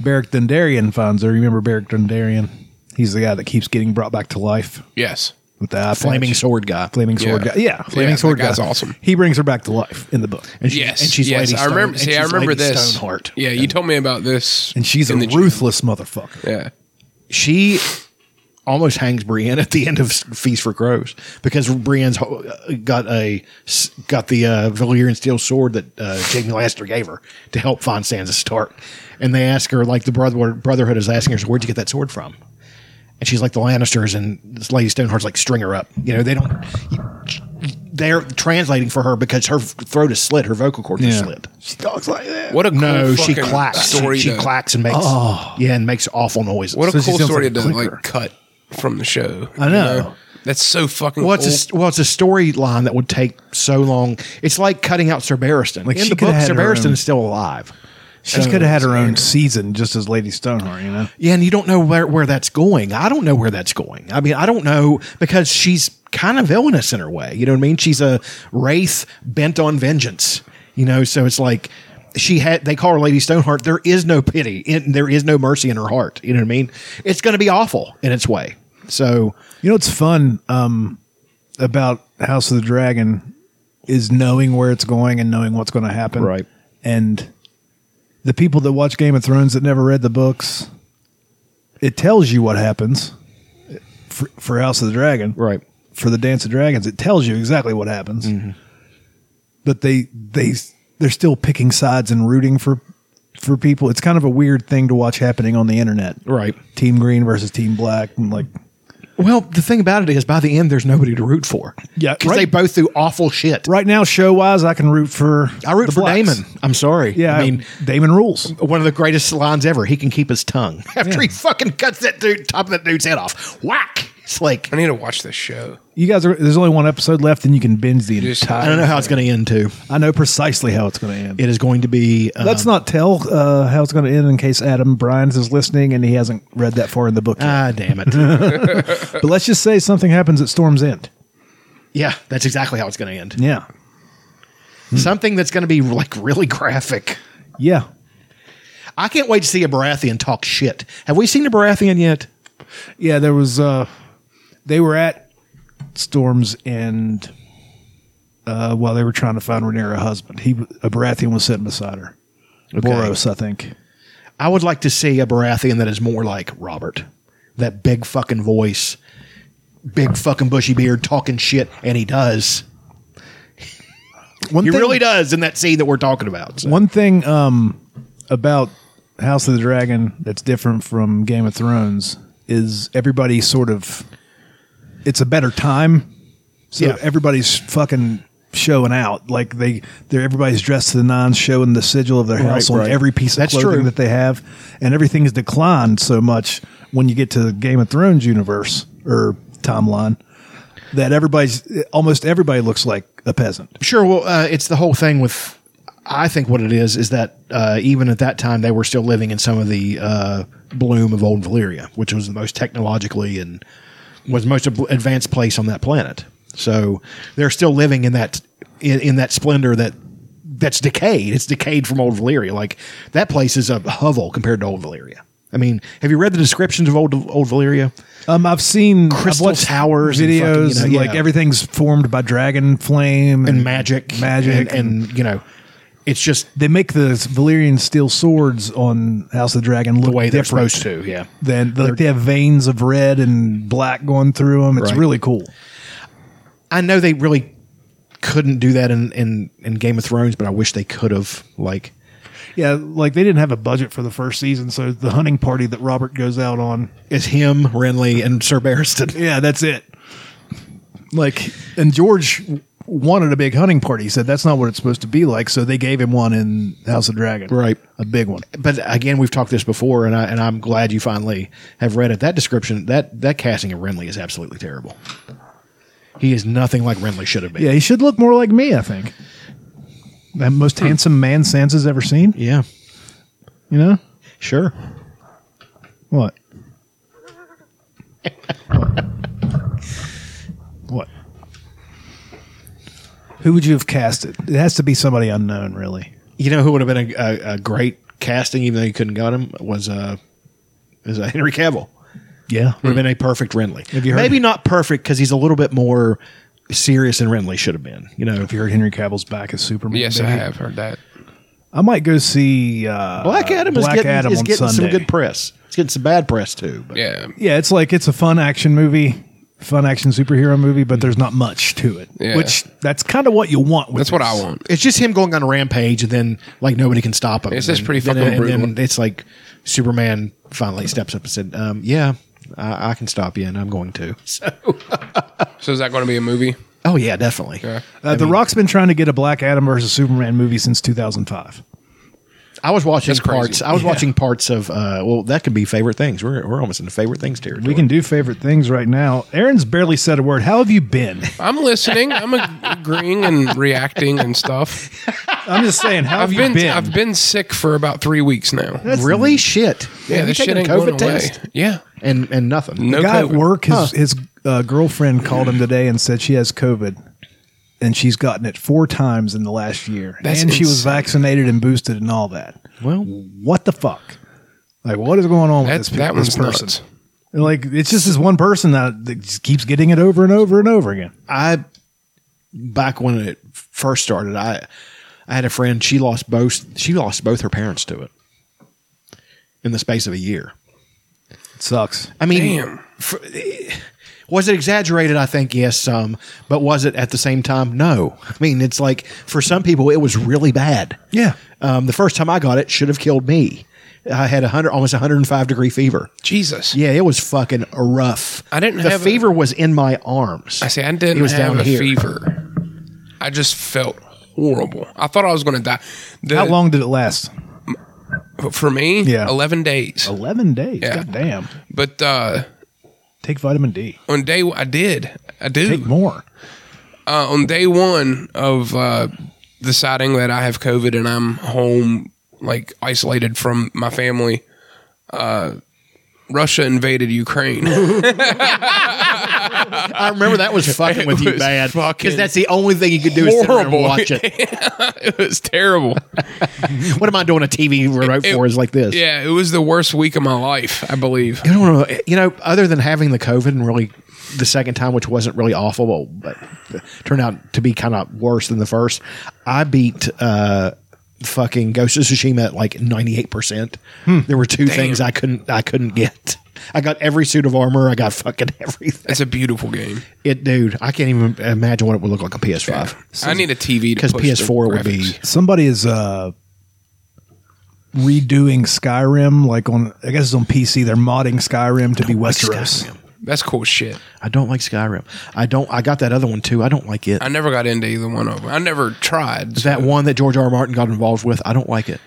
Speaker 2: Beric Dundarian finds her. Remember Beric Dundarian? He's the guy that keeps getting brought back to life
Speaker 3: Yes.
Speaker 2: with the eye
Speaker 1: Flaming
Speaker 2: patch.
Speaker 1: sword guy.
Speaker 2: flaming sword
Speaker 3: Yeah.
Speaker 2: guy. Yeah, flaming
Speaker 3: Yeah, that
Speaker 2: sword
Speaker 3: guy's
Speaker 2: guy.
Speaker 3: awesome.
Speaker 2: He brings her back to life in the book.
Speaker 1: And she-
Speaker 3: Yes.
Speaker 1: And she's
Speaker 3: yes.
Speaker 1: Lady
Speaker 3: I remember.
Speaker 1: Stone,
Speaker 3: see,
Speaker 1: and
Speaker 3: I
Speaker 1: she's
Speaker 3: remember
Speaker 1: Lady
Speaker 3: this.
Speaker 1: Stoneheart.
Speaker 3: Yeah, you told me about this.
Speaker 2: And she's a
Speaker 3: in the gym.
Speaker 2: ruthless motherfucker.
Speaker 3: Yeah.
Speaker 1: she almost hangs Brienne at the end of Feast for Crows because Brienne's ho- got a got the uh, Valyrian steel sword that uh, Jamie Lannister gave her to help find Sansa Stark, and they ask her like the brother, Brotherhood is asking her, so "Where'd you get that sword from?" And she's like, "The Lannisters," and this Lady Stoneheart's like, "String her up." You know, they don't. They're translating for her because her throat is slit, her vocal cords
Speaker 2: Yeah.
Speaker 1: are slit.
Speaker 2: She talks like that.
Speaker 3: What a cool
Speaker 1: No, she
Speaker 3: fucking
Speaker 1: clacks.
Speaker 3: Story
Speaker 1: she
Speaker 3: to-
Speaker 1: clacks and makes yeah, and makes awful noises.
Speaker 3: What a
Speaker 2: So she
Speaker 3: cool
Speaker 2: sounds
Speaker 3: story
Speaker 2: like a
Speaker 3: to
Speaker 2: clicker.
Speaker 3: like cut from the show.
Speaker 2: I
Speaker 3: you
Speaker 2: know.
Speaker 3: That's so fucking.
Speaker 1: Well,
Speaker 3: old.
Speaker 1: it's a, well, it's a storyline that would take so long. It's like cutting out Sir Barristan.
Speaker 2: Like,
Speaker 1: in
Speaker 2: she
Speaker 1: the
Speaker 2: coulda
Speaker 1: book,
Speaker 2: had
Speaker 1: Sir
Speaker 2: her
Speaker 1: Barristan
Speaker 2: own-
Speaker 1: is still alive.
Speaker 2: She could have had her own season just as Lady Stoneheart, you know?
Speaker 1: Yeah, and you don't know where, where that's going. I don't know where that's going. I mean, I don't know because she's kind of villainous in her way. You know what I mean? She's a wraith bent on vengeance. You know, so it's like she had they call her Lady Stoneheart. There is no pity and there is no mercy in her heart. You know what I mean? It's going to be awful in its way. So
Speaker 2: You know what's fun um, about House of the Dragon is knowing where it's going and knowing what's going to happen.
Speaker 1: Right.
Speaker 2: And the people that watch Game of Thrones that never read the books, it tells you what happens for, for House of the Dragon.
Speaker 1: Right. Mm-hmm.
Speaker 2: For the Dance of Dragons, it tells you exactly what happens. But they they they're still picking sides and rooting for for people. It's kind of a weird thing to watch happening on the internet.
Speaker 1: right.
Speaker 2: Team Green versus Team Black and like
Speaker 1: Well, the thing about it is, by the end, there's nobody to root for.
Speaker 2: Yeah,
Speaker 1: because
Speaker 2: right.
Speaker 1: they both do awful shit.
Speaker 2: right now, show wise, I can root for.
Speaker 1: I root
Speaker 2: the
Speaker 1: for
Speaker 2: Blacks.
Speaker 1: Damon. I'm sorry.
Speaker 2: Yeah,
Speaker 1: I mean,
Speaker 2: Damon rules.
Speaker 1: one of the greatest lines ever. He can keep his tongue after
Speaker 2: Yeah.
Speaker 1: he fucking cuts that dude, top of that dude's head off. Whack! It's like
Speaker 3: I need to watch this show.
Speaker 2: You guys are. There's only one episode left, and you can binge the
Speaker 3: Just-
Speaker 1: I
Speaker 2: entire.
Speaker 1: don't know how it's going to end. Too,
Speaker 2: I know precisely how it's going to end.
Speaker 1: it is going to be. Um,
Speaker 2: Let's not tell uh, how it's going to end in case Adam Bryans is listening and he hasn't read that far in the book. Yet.
Speaker 1: ah, damn it. Uh,
Speaker 2: But let's just say something happens at Storm's End.
Speaker 1: yeah, that's exactly how it's going to end.
Speaker 2: Yeah,
Speaker 1: Something that's going to be like really graphic.
Speaker 2: yeah.
Speaker 1: I can't wait to see a Baratheon talk shit. Have we seen a Baratheon yet?
Speaker 2: Yeah, there was uh they were at Storm's End uh while they were trying to find Rhaenyra a husband. He a Baratheon was sitting beside her. Boros, I think.
Speaker 1: I would like to see a Baratheon that is more like Robert, that big fucking voice, big fucking bushy beard, talking shit, and he does.
Speaker 2: One
Speaker 1: He
Speaker 2: thing,
Speaker 1: really does in that scene that we're talking about. So.
Speaker 2: One thing um about House of the Dragon that's different from Game of Thrones is everybody sort of it's a better time. So
Speaker 1: Yeah.
Speaker 2: everybody's fucking showing out like they they're everybody's dressed to the nines showing the sigil of their house on
Speaker 1: right.
Speaker 2: every piece of
Speaker 1: That's
Speaker 2: clothing
Speaker 1: true.
Speaker 2: that they have and everything's declined so much when you get to the Game of Thrones universe or timeline that everybody's almost everybody looks like a peasant.
Speaker 1: Sure. Well, uh, it's the whole thing with. I think what it is is that uh, even at that time they were still living in some of the uh, bloom of old Valyria, which was the most technologically and was the most ab- advanced place on that planet. So they're still living in that in, in that splendor that that's decayed. It's decayed from old Valyria. Like that place is a hovel compared to old Valyria. I mean, have you read the descriptions of old old Valyria?
Speaker 2: Um, I've seen I've
Speaker 1: Crystal
Speaker 2: watched
Speaker 1: towers and
Speaker 2: videos,
Speaker 1: fucking, you
Speaker 2: and,
Speaker 1: know,
Speaker 2: like
Speaker 1: yeah.
Speaker 2: everything's formed by dragon flame
Speaker 1: And magic,
Speaker 2: magic,
Speaker 1: and, and you know, it's just
Speaker 2: they make the Valyrian steel swords on House of the Dragon look
Speaker 1: the way they're
Speaker 2: different
Speaker 1: supposed to. Yeah.
Speaker 2: Than like they have veins of red and black going through them. It's
Speaker 1: Right.
Speaker 2: really cool.
Speaker 1: I know they really couldn't do that in, in, in Game of Thrones, but I wish they could have. Like,
Speaker 2: Yeah, like they didn't have a budget for the first season, so the hunting party that Robert goes out on.
Speaker 1: it's him, Renly, and Sir Barristan.
Speaker 2: Yeah, that's it. Like, and George w- wanted a big hunting party. He said that's not what it's supposed to be like, so they gave him one in House of Dragon,
Speaker 1: Right.
Speaker 2: A big one.
Speaker 1: But again, we've talked this before, and I and I'm glad you finally have read it. That description, that that casting of Renly is absolutely terrible. He is nothing like Renly should have been.
Speaker 2: Yeah, he should look more like me. I think. That most handsome man Sans has ever seen.
Speaker 1: Yeah,
Speaker 2: You know
Speaker 1: sure.
Speaker 2: what? what? Who would you have casted? It has to be somebody unknown, really.
Speaker 1: You know who would have been a, a, a great casting, even though you couldn't got him, was uh, is uh, Henry Cavill.
Speaker 2: Yeah.
Speaker 1: would have been a perfect Renly.
Speaker 2: Have you heard-
Speaker 1: Maybe not perfect because he's a little bit more serious than Renly should have been. You know,
Speaker 2: Have you heard Henry Cavill's back as Superman?
Speaker 3: Yes, I
Speaker 2: baby?
Speaker 3: have heard that.
Speaker 2: I might go see uh,
Speaker 1: Black Adam is
Speaker 2: Black
Speaker 1: getting,
Speaker 2: Adam
Speaker 1: is
Speaker 2: on
Speaker 1: getting some
Speaker 2: Sunday.
Speaker 1: good press. It's getting some bad press too. But
Speaker 3: Yeah,
Speaker 2: yeah, it's like it's a fun action movie, fun action superhero movie, but there's not much to it.
Speaker 3: Yeah.
Speaker 2: Which that's kind of what you want. With
Speaker 3: that's what I
Speaker 2: this.
Speaker 3: want.
Speaker 1: it's just him going on a rampage and then like nobody can stop him.
Speaker 3: It's
Speaker 1: And
Speaker 3: just
Speaker 1: then-
Speaker 3: pretty
Speaker 1: then-
Speaker 3: fucking
Speaker 1: and then
Speaker 3: brutal.
Speaker 1: it's like Superman finally steps up and said, um, "Yeah, I, I can stop you, and I'm going to." So,
Speaker 3: So is that going to be a movie?
Speaker 1: oh yeah, definitely.
Speaker 3: Yeah.
Speaker 2: Uh, the Rock's been trying to get a Black Adam versus Superman movie since 2005.
Speaker 1: I was watching
Speaker 3: That's crazy.
Speaker 1: parts. I was
Speaker 2: Yeah.
Speaker 1: watching parts of. Uh, well, that could be favorite things. We're we're almost in the favorite things territory.
Speaker 2: We can do favorite things right now. Aaron's barely said a word. How have you been?
Speaker 3: I'm listening. I'm ag- agreeing and reacting and stuff.
Speaker 2: I'm just saying. How
Speaker 3: I've
Speaker 2: have you
Speaker 3: been,
Speaker 2: been?
Speaker 3: I've been sick for about three weeks now.
Speaker 1: really shit.
Speaker 3: yeah,
Speaker 1: Have you
Speaker 3: this shit
Speaker 1: taken a
Speaker 3: ain't
Speaker 1: COVID
Speaker 3: going away. Yeah,
Speaker 1: and and nothing.
Speaker 3: no
Speaker 2: the guy
Speaker 3: COVID.
Speaker 2: at work, his, his uh, girlfriend called him today and said she has COVID, and she's gotten it four times in the last year,
Speaker 3: That's
Speaker 2: and she was
Speaker 3: insane.
Speaker 2: vaccinated and boosted and all that.
Speaker 1: Well,
Speaker 2: What the fuck? Like, what is going on
Speaker 3: That-
Speaker 2: with this, pe-
Speaker 3: that
Speaker 2: this
Speaker 3: one's
Speaker 2: person?
Speaker 3: nuts.
Speaker 2: And, Like, it's just this one person that, that just keeps getting it over and over and over again.
Speaker 1: I back when it first started, I I had a friend. She lost both. She lost both her parents to it in the space of a year.
Speaker 2: It sucks.
Speaker 1: I mean,
Speaker 3: Damn.
Speaker 1: f- was it exaggerated? I think yes, some. But was it at the same time? No. I mean, it's like for some people, it was really bad.
Speaker 2: Yeah.
Speaker 1: Um, the first time I got it, should have killed me. I had a hundred, almost 105 degree fever.
Speaker 3: Jesus.
Speaker 1: Yeah, it was fucking rough.
Speaker 3: I didn't
Speaker 1: The
Speaker 3: have a-
Speaker 1: fever was in my arms.
Speaker 3: I see. I didn't
Speaker 1: It was
Speaker 3: have
Speaker 1: down
Speaker 3: a
Speaker 1: here.
Speaker 3: fever. I just felt horrible. I thought I was going to die. The-
Speaker 2: How long did it last?
Speaker 3: for me?
Speaker 2: Yeah.
Speaker 3: eleven days.
Speaker 1: Oh.
Speaker 2: Eleven days.
Speaker 3: Yeah.
Speaker 2: God damn.
Speaker 3: But uh,
Speaker 2: Take vitamin D.
Speaker 3: on day I did. I
Speaker 2: Take
Speaker 3: do.
Speaker 2: more.
Speaker 3: Uh, on day one of uh, deciding that I have COVID and I'm home, like isolated from my family. Uh, Russia invaded Ukraine.
Speaker 1: I remember that was fucking with you
Speaker 3: was
Speaker 1: bad because
Speaker 3: fucking
Speaker 1: that's the only thing you could do is sit around and
Speaker 3: horrible.
Speaker 1: watch it.
Speaker 3: it was terrible.
Speaker 1: What am I doing a TV remote for? Is like this.
Speaker 3: Yeah, it was the worst week of my life, I believe.
Speaker 1: I don't know. You know, other than having the COVID and really the second time, which wasn't really awful, but, but turned out to be kind of worse than the first. I beat uh, fucking Ghost of Tsushima at like ninety eight percent.
Speaker 3: Hmm.
Speaker 1: There were two things I couldn't I couldn't get. I got every suit of armor. I got fucking everything.
Speaker 3: It's a beautiful game.
Speaker 1: It, dude. I can't even imagine what it would look like on PS Five
Speaker 3: I need a TV to
Speaker 1: because
Speaker 3: push
Speaker 1: PS4
Speaker 3: the
Speaker 1: would be.
Speaker 3: graphics.
Speaker 2: Somebody is uh redoing Skyrim, like on I guess it's on PC. They're modding Skyrim to be Westeros.
Speaker 3: That's cool shit.
Speaker 1: I don't like Skyrim. I don't. I got that other one too. I don't like it.
Speaker 3: I never got into either one of them. I never tried.
Speaker 1: that one that George R. R. Martin got involved with. I don't like it.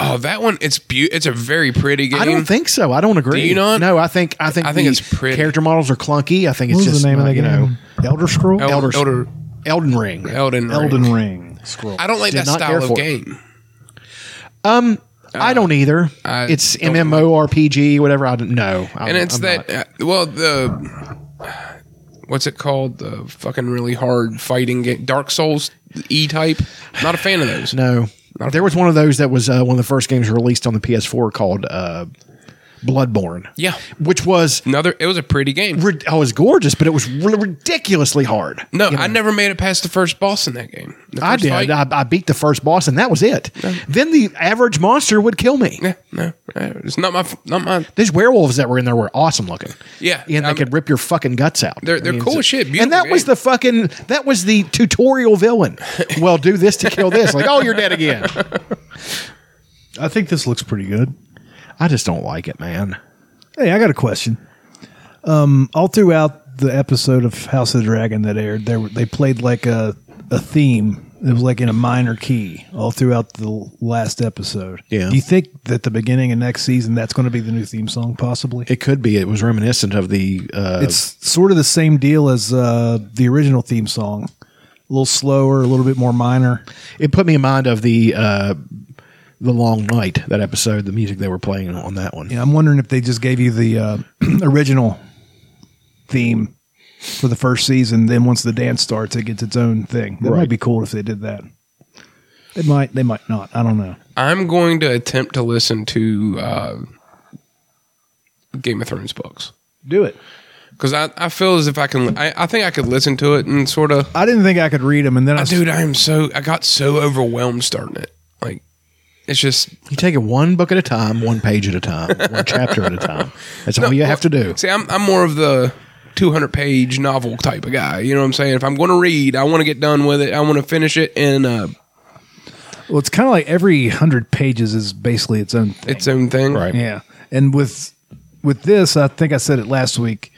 Speaker 3: Oh, that one. It's beau- It's a very pretty game.
Speaker 1: I don't think so. I don't agree.
Speaker 3: Do you not?
Speaker 1: No, I think I think
Speaker 3: I think
Speaker 1: the
Speaker 3: it's pretty.
Speaker 1: Character models are clunky. I think it's
Speaker 2: What was
Speaker 1: just
Speaker 2: the name of
Speaker 1: not,
Speaker 2: that
Speaker 1: you
Speaker 2: game?
Speaker 1: know
Speaker 2: Elder Scroll?
Speaker 3: El-
Speaker 1: Elder-
Speaker 3: Elder-
Speaker 1: Elden Ring.
Speaker 3: Elden Ring.
Speaker 2: Elden Ring. Scroll.
Speaker 3: I don't like
Speaker 1: Did
Speaker 3: that
Speaker 1: not care
Speaker 3: style
Speaker 1: for
Speaker 3: of
Speaker 1: it.
Speaker 3: game.
Speaker 1: I don't either.
Speaker 3: uh, I
Speaker 1: it's
Speaker 3: don't
Speaker 1: MMORPG, whatever. I don't know.
Speaker 3: And it's that. Uh, well, the what's it called? The fucking really hard fighting game. Dark Souls E type. Not a fan of those.
Speaker 1: No. There was one of those that was uh, one of the first games released on the PS4 called uh, Bloodborne.
Speaker 3: Yeah.
Speaker 1: Which was,
Speaker 3: Another. It was a pretty game.
Speaker 1: rid- oh, it was gorgeous, but it was ri- ridiculously hard.
Speaker 3: No, I never made it past the first boss in that game. The
Speaker 1: I
Speaker 3: first
Speaker 1: did.
Speaker 3: fight.
Speaker 1: I, I beat the first boss, and that was it. Then the average monster would kill me.
Speaker 3: yeah, no, uh, it's not my, f- not mine.
Speaker 1: These werewolves that were in there were awesome looking.
Speaker 3: Yeah,
Speaker 1: and they
Speaker 3: I'm-
Speaker 1: could rip your fucking guts out.
Speaker 3: They're- they're cool
Speaker 1: it's-
Speaker 3: as shit.
Speaker 1: And that
Speaker 3: Beautiful
Speaker 1: was
Speaker 3: game.
Speaker 1: the fucking that was the tutorial villain. well, do this to kill this. Like, oh, you're dead again.
Speaker 2: I think this looks pretty good.
Speaker 1: I just don't like it, man.
Speaker 2: Hey, I got a question. Um, all throughout the episode of House of the Dragon that aired, they were, they played like a a theme. It was like in a minor key all throughout the l- last episode.
Speaker 1: Yeah.
Speaker 2: Do you think that the beginning of next season that's going to be the new theme song? Possibly.
Speaker 1: It could be. It was reminiscent of the. Uh,
Speaker 2: it's sort of the same deal as uh, the original theme song. A little slower, a little bit more minor.
Speaker 1: it put me in mind of the uh, the long night that episode. The music they were playing on that one.
Speaker 2: Yeah, I'm wondering if they just gave you the uh, original theme for the first season. Then once the dance starts, it gets its own thing. That
Speaker 1: Right.
Speaker 2: might be cool if they did that. They might. They might not. I don't know.
Speaker 3: I'm going to attempt to listen to uh, Game of Thrones books
Speaker 2: Do it.
Speaker 3: because I, I feel as if I can. I, I think I could listen to it and sort of.
Speaker 2: I didn't think I could read them, and then I, s-
Speaker 3: Dude, I am so. I got so overwhelmed starting it. Like, it's just.
Speaker 1: You take it one book at a time, one page at a time, one chapter at a time. That's all you have to do.
Speaker 3: See, I'm I'm more of the 200 page novel type of guy. You know what I'm saying? If I'm going to read, I want to get done with it. I want to finish it in uh,
Speaker 2: well, it's kind of like every hundred pages is basically its own thing.
Speaker 3: its own thing.
Speaker 1: Right.
Speaker 2: Yeah, and with with this, I think I said it last week.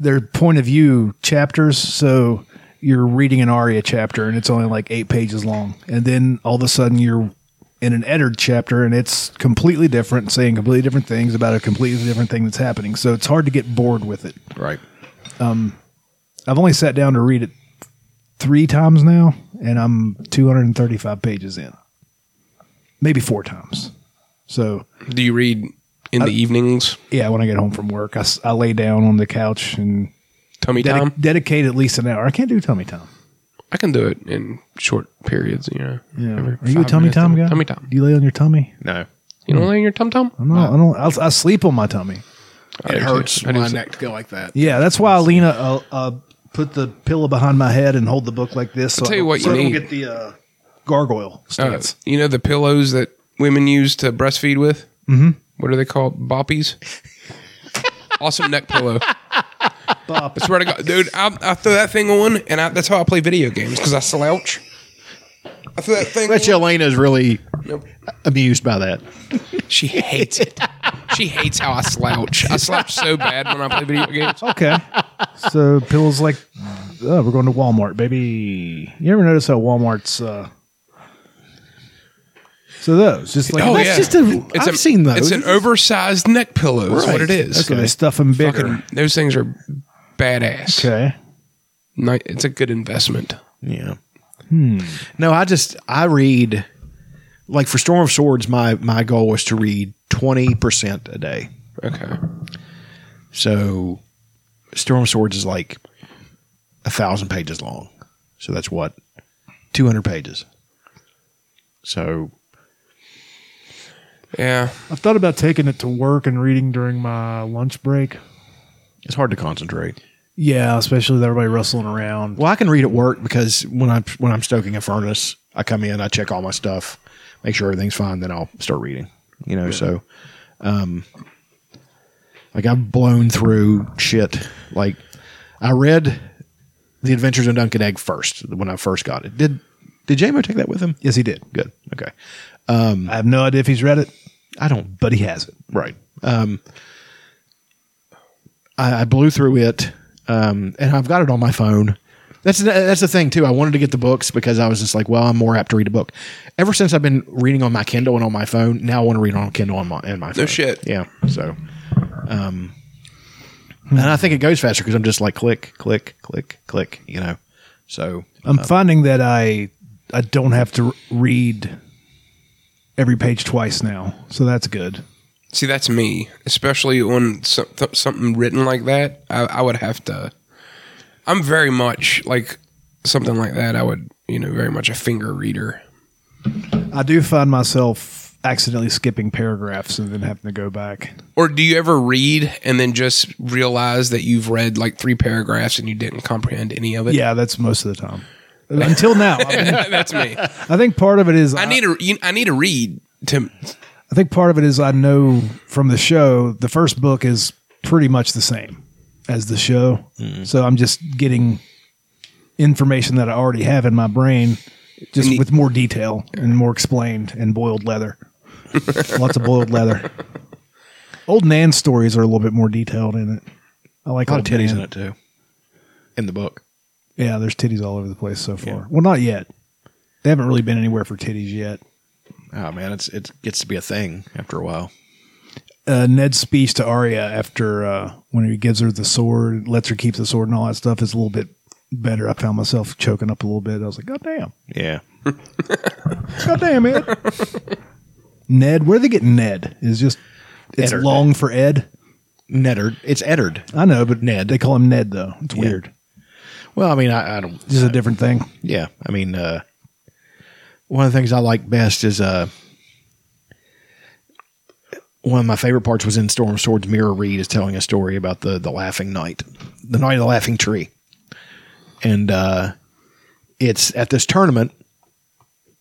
Speaker 2: They're point of view chapters, so you're reading an aria chapter, and it's only like eight pages long, and then all of a sudden you're in an Eddard chapter, and it's completely different, saying completely different things about a completely different thing that's happening. So it's hard to get bored with it.
Speaker 1: Right.
Speaker 2: I've only sat down to read it three times now, and I'm 235 pages in, maybe four times. So
Speaker 3: Do you read in the evenings,
Speaker 2: yeah, when I get home from work, I, s- I lay down on the couch and
Speaker 3: tummy
Speaker 2: dedi-
Speaker 3: time?
Speaker 2: dedicate at least an hour. I can't do tummy time.
Speaker 3: I can do it in short periods. You know. every
Speaker 2: Are you a
Speaker 3: five
Speaker 2: tummy
Speaker 3: minutes.
Speaker 2: time guy? Mm.
Speaker 3: Tummy time.
Speaker 2: Do you lay on your tummy?
Speaker 1: No.
Speaker 3: You don't lay in your tum tum.
Speaker 2: I'm not. I don't. I'll, I sleep on my tummy.
Speaker 1: It hurts
Speaker 3: I do
Speaker 1: my
Speaker 3: so.
Speaker 1: neck to go like that.
Speaker 2: Yeah, that's why I lean. a- I'll, I'll put the pillow behind my head and hold the book like this. So
Speaker 3: I'll tell you
Speaker 2: I don't-
Speaker 3: what
Speaker 2: so
Speaker 3: you
Speaker 2: I don't
Speaker 3: need.
Speaker 2: get the uh, gargoyle
Speaker 3: Uh,
Speaker 2: stance.
Speaker 3: you know the pillows that women use to breastfeed with? Mm-hmm. What are they called? Boppies? awesome neck pillow.
Speaker 2: Bop.
Speaker 3: I swear to God, dude, I, I throw that thing on, and I, that's how I play video games because I slouch. I throw that thing.
Speaker 1: Bet
Speaker 3: on.
Speaker 1: you Elena's really
Speaker 3: Nope.
Speaker 1: amused by that.
Speaker 3: She hates it. She hates how I slouch. I slouch so bad when I play video games.
Speaker 2: Okay. so pillows like. Oh, we're going to Walmart, baby. You ever notice how Walmart's? Uh, so those just like
Speaker 3: Oh,
Speaker 1: That's just a-
Speaker 3: It's
Speaker 1: I've
Speaker 3: a-
Speaker 1: seen those.
Speaker 3: It's an er- oversized neck pillow. Is what it is.
Speaker 2: That's where they stuff them bigger.
Speaker 3: Fucking- those things are badass.
Speaker 2: Okay.
Speaker 3: Ni- It's a good investment.
Speaker 1: Yeah. Hmm. No, I just I read like for Storm of Swords, my my goal was to read twenty percent a day.
Speaker 3: Okay.
Speaker 1: So Storm of Swords is like a thousand pages long. So that's what? Two hundred pages. So
Speaker 3: Yeah.
Speaker 4: I've thought about taking it to work and reading during my lunch break.
Speaker 1: it's hard to concentrate.
Speaker 2: Yeah, especially with everybody rustling around.
Speaker 1: Um, Well, I can read at work because when I when I'm stoking a furnace, I come in, I check all my stuff, make sure everything's fine, then I'll start reading. You know, so um like I've blown through shit. Like I read The Adventures of Duncan Egg first when I first got it. Did did JMO take that with him?
Speaker 2: Yes, he did.
Speaker 1: Good. Okay.
Speaker 2: I have no idea if he's read it,
Speaker 1: I don't
Speaker 2: Mm. but he has it.
Speaker 1: Right. Um, I, I blew through it, um, and I've got it on my phone. That's that's the thing too. I wanted to get the books because I was just like, well, I'm more apt to read a book. Ever since I've been reading on my Kindle and on my phone, now I want to read on Kindle and my, and my phone.
Speaker 3: shit.
Speaker 1: Yeah. So, um, and I think it goes faster because I'm just like click, click, click, click. You know. So
Speaker 2: I'm finding that I I don't have to read every page twice now, so that's good.
Speaker 3: See, that's me, especially on some, th- something written like that. I, I would have to. I'm very much like something like that. I would, you know, very much a finger reader.
Speaker 2: I do find myself accidentally skipping paragraphs and then having to go back.
Speaker 3: Or do you ever read and then just realize that you've read like three paragraphs and you didn't comprehend any of it?
Speaker 2: Yeah, that's most of the time. Until now, I, mean,
Speaker 3: that's me.
Speaker 2: I think part of it is
Speaker 3: I need a you, I need a read to
Speaker 2: I think part of it is I know from the show the first book is pretty much the same as the show.
Speaker 1: Mm-hmm.
Speaker 2: So I'm just getting information that I already have in my brain just
Speaker 3: you-
Speaker 2: with more detail and more explained and boiled leather. Lots of boiled leather. Old Nan's stories are a little bit more detailed in it. I like
Speaker 1: a lot of
Speaker 2: old
Speaker 1: titties
Speaker 2: Nan.
Speaker 1: in it too. In the book.
Speaker 2: Yeah, there's titties all over the place so far. Well, not yet. They haven't really been anywhere for titties yet.
Speaker 1: Oh man, it's it gets to be a thing after a while.
Speaker 2: uh, Ned's speech to Arya after uh, when he gives her the sword, lets her keep the sword and all that stuff is a little bit better. I found myself choking up a little bit. I was like, God damn.
Speaker 1: Yeah.
Speaker 2: God damn it. Ned, where they get Ned is just, it's
Speaker 1: Eddard.
Speaker 2: long for Ed.
Speaker 1: Nettered. It's Eddard.
Speaker 2: I know, but
Speaker 1: Ned.
Speaker 2: they call him Ned though. It's
Speaker 1: Yeah.
Speaker 2: weird.
Speaker 1: Well, I mean, I, I don't.
Speaker 2: This is a different thing.
Speaker 1: Yeah, I mean, uh, one of the things I like best is uh, one of my favorite parts was in Storm Swords. Mira Reed is telling a story about the the Laughing Knight, the Knight of the Laughing Tree, and uh, it's at this tournament.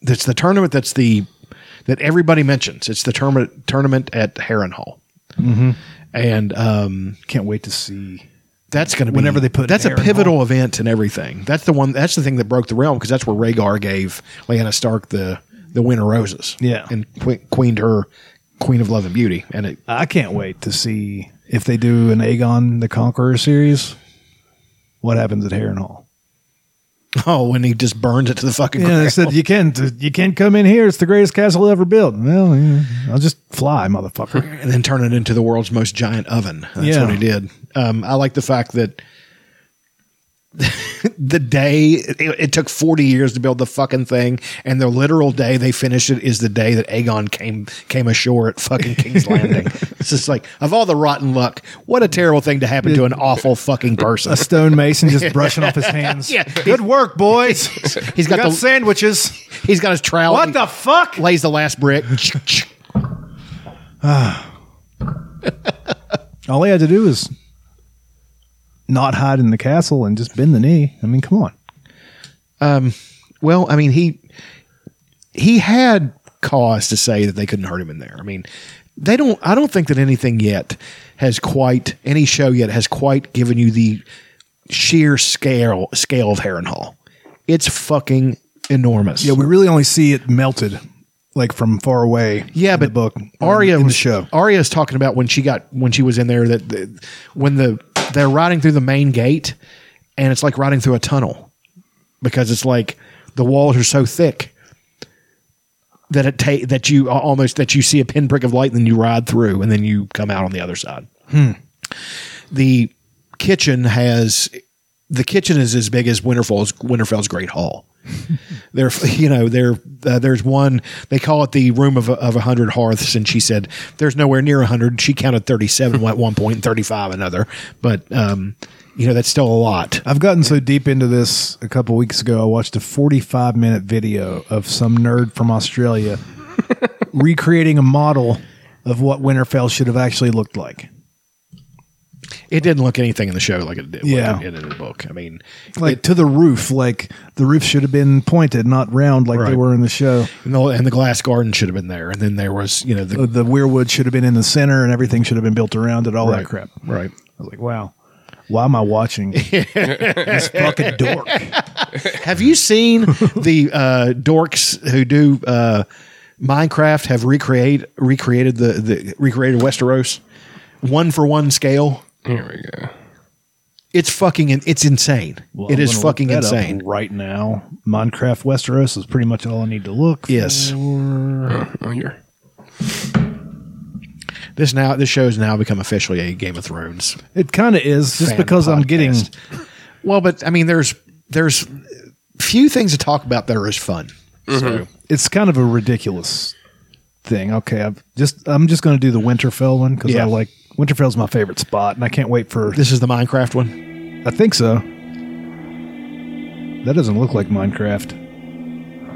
Speaker 1: That's the tournament. That's the that everybody mentions. It's the tournament tournament at Harrenhal, mm-hmm. and um,
Speaker 2: Can't wait to see.
Speaker 1: that's going to be
Speaker 2: Whenever they put
Speaker 1: that's a
Speaker 2: Aaron Hall.
Speaker 1: pivotal event and everything. That's the one. That's the thing that broke the realm because that's where Rhaegar gave Lyanna Stark the the Winter Roses.
Speaker 2: Yeah.
Speaker 1: and que- queened her Queen of Love and Beauty. And it,
Speaker 2: I can't wait to see if they do an Aegon the Conqueror series. What happens at Harrenhal?
Speaker 1: oh, when he just burns it to the fucking
Speaker 2: Yeah,
Speaker 1: ground.
Speaker 2: they said you can't uh, you can't come in here. It's the greatest castle ever built. Well, yeah, I'll just fly, motherfucker.
Speaker 1: and then turn it into the world's most giant oven. That's
Speaker 2: Yeah.
Speaker 1: what he did. Um, I like the fact that the day it, it took 40 years to build the fucking thing, and the literal day they finished it is the day that Aegon came came ashore at fucking King's Landing. It's just like of all the rotten luck, what a terrible thing to happen to an awful fucking person.
Speaker 2: A stonemason just brushing off his hands.
Speaker 1: Yeah.
Speaker 2: good work, boys.
Speaker 1: He's
Speaker 2: We
Speaker 1: got,
Speaker 2: got
Speaker 1: the
Speaker 2: sandwiches.
Speaker 1: he's got his trowel.
Speaker 2: What
Speaker 1: He
Speaker 2: the fuck?
Speaker 1: lays the last brick.
Speaker 2: All he had to do was not hide in the castle and just bend the knee. I mean, come on.
Speaker 1: Well, I mean, he he had cause to say that they couldn't hurt him in there. I mean, they don't. I don't think that anything yet has quite any show yet has quite given you the sheer scale scale of Harrenhal. It's fucking enormous.
Speaker 2: Yeah, we really only see it melted, like from far away.
Speaker 1: Yeah,
Speaker 2: in
Speaker 1: but
Speaker 2: the book um,
Speaker 1: Arya
Speaker 2: in the
Speaker 1: was
Speaker 2: show.
Speaker 1: Arya's talking about when she got when she was in there that the, when the they're riding through the main gate and it's like riding through a tunnel because it's like the walls are so thick that it ta- that you a- almost that you see a pinprick of light and then you ride through and then you come out on the other side.
Speaker 2: Hmm.
Speaker 1: The kitchen has the kitchen is as big as Winterfell's Winterfell's Great Hall there you know there uh, there's one they call it the room of a- of a hundred hearths and she said there's nowhere near a hundred she counted 37 at one point and 35 another but um you know that's still a lot
Speaker 2: I've gotten so deep into this a couple weeks ago. I watched a 45 minute video of some nerd from Australia recreating a model of what Winterfell should have actually looked like.
Speaker 1: it didn't look anything in the show like it did
Speaker 2: Yeah.
Speaker 1: like it did in the book i mean
Speaker 2: Like to the roof, like the roof should have been pointed, not round like they
Speaker 1: Right.
Speaker 2: were in the show.
Speaker 1: and the, and the glass garden should have been there and then there was you know the
Speaker 2: The weirwood should have been in the center and everything should have been built around it, all that crap. I
Speaker 1: right
Speaker 2: was like, wow, why am I watching this fucking dork?
Speaker 1: Have you seen the uh, dorks who do uh, Minecraft have recreate recreated the, the recreated Westeros one for one scale?
Speaker 3: Here we go.
Speaker 1: It's fucking. in- It's insane.
Speaker 2: Well,
Speaker 1: it
Speaker 2: I'm
Speaker 1: is
Speaker 2: gonna look
Speaker 1: fucking
Speaker 2: that up
Speaker 1: insane.
Speaker 2: right now. Minecraft Westeros is pretty much all I need to look.
Speaker 1: Yes.
Speaker 2: for.
Speaker 3: Oh, you're
Speaker 1: This now. This show's now become officially a Game of Thrones.
Speaker 2: it kind of is just
Speaker 1: fan
Speaker 2: because I'm getting
Speaker 1: podcast. Well, but I mean, there's there's few things to talk about that are as fun. So
Speaker 2: it's kind of a ridiculous thing. Okay, I've just I'm just going to do the Winterfell one because
Speaker 1: Yeah.
Speaker 2: I like Winterfell's my favorite spot, and I can't wait for.
Speaker 1: this is the Minecraft one.
Speaker 2: I think so. That doesn't look like Minecraft.
Speaker 1: Well,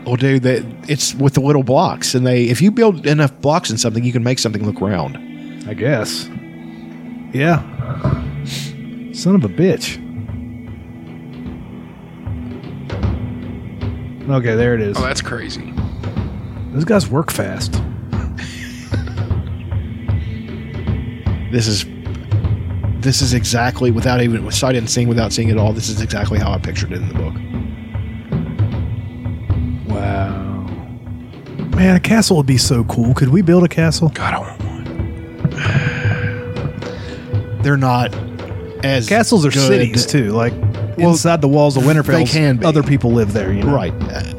Speaker 1: Oh, dude, that it's with the little blocks, and they if you build enough blocks in something, you can make something look round.
Speaker 2: I guess. Yeah. Son of a bitch. Okay, there it is.
Speaker 3: oh, that's crazy.
Speaker 2: Those guys work fast.
Speaker 1: This is this is exactly without even with sight and seeing without seeing it all. This is exactly how I pictured it in the book.
Speaker 2: Wow. Man, a castle would be so cool. Could we build a castle?
Speaker 3: God, I want one.
Speaker 1: They're not as
Speaker 2: Castles are
Speaker 1: good-
Speaker 2: cities too. Like inside the walls of Winterfell,
Speaker 1: they can be.
Speaker 2: other people live there. You know?
Speaker 1: right? Uh,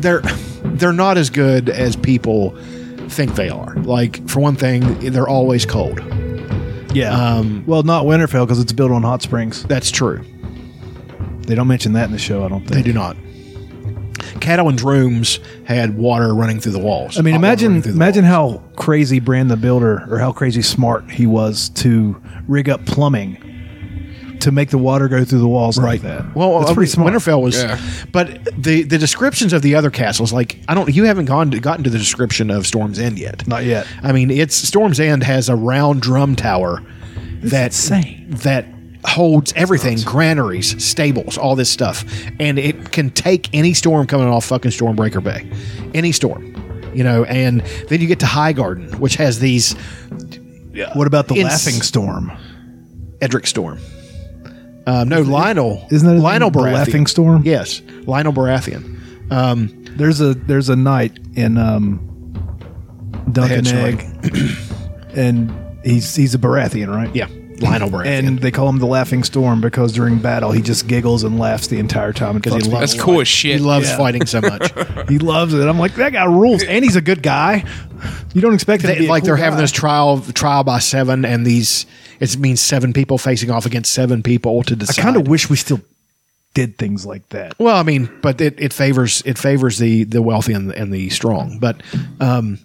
Speaker 1: They're they're not as good as people think they are. Like for one thing, they're always cold.
Speaker 2: Yeah.
Speaker 1: Um,
Speaker 2: well, not Winterfell because it's built on hot springs.
Speaker 1: That's true.
Speaker 2: They don't mention that in the show. I don't
Speaker 1: They
Speaker 2: think.
Speaker 1: do not. Catalan's rooms had water running through the walls.
Speaker 2: I mean,
Speaker 1: Hot water
Speaker 2: imagine
Speaker 1: running through the
Speaker 2: imagine
Speaker 1: walls.
Speaker 2: how crazy Brand the Builder or how crazy smart he was to rig up plumbing to make the water go through the walls like that.
Speaker 1: Well,
Speaker 2: that's
Speaker 1: I
Speaker 2: pretty
Speaker 1: mean,
Speaker 2: smart.
Speaker 1: Winterfell was,
Speaker 3: Yeah.
Speaker 1: but the the descriptions of the other castles, like I don't, you haven't gone to, gotten to the description of Storm's End yet.
Speaker 2: Not yet.
Speaker 1: I mean, it's Storm's End has a round drum tower that
Speaker 2: insane.
Speaker 1: that holds everything, granaries, stables, all this stuff, and it can take any storm coming off fucking Stormbreaker Bay, any storm, you know. And then you get to High Garden, which has these
Speaker 2: What about the
Speaker 1: Ins-
Speaker 2: Laughing Storm?
Speaker 1: Edric Storm. Um, no, Lionel.
Speaker 2: isn't that his
Speaker 1: Lionel
Speaker 2: name? The
Speaker 1: Baratheon?
Speaker 2: Laughing Storm?
Speaker 1: Yes, Lionel Baratheon. Um,
Speaker 2: There's a there's a knight in um Dunkin'
Speaker 1: Hedge
Speaker 2: Egg, and he's he's a Baratheon, right?
Speaker 1: yeah, Lionel Baratheon.
Speaker 2: And they call him the Laughing Storm because during battle he just giggles and laughs the entire time because
Speaker 1: he
Speaker 3: That's
Speaker 1: loves
Speaker 3: cool as shit.
Speaker 1: he loves
Speaker 2: Yeah.
Speaker 1: fighting so much.
Speaker 2: he loves it. I'm like that guy rules, and he's a good guy. You don't expect him to
Speaker 1: They-
Speaker 2: be a
Speaker 1: like
Speaker 2: cool
Speaker 1: they're having
Speaker 2: guy.
Speaker 1: this trial trial by seven, and these it means seven people facing off against seven people to
Speaker 2: I
Speaker 1: decide.
Speaker 2: kind of wish we still did things like that.
Speaker 1: Well, I mean, but it, it favors it favors the the wealthy and, and the strong. But um,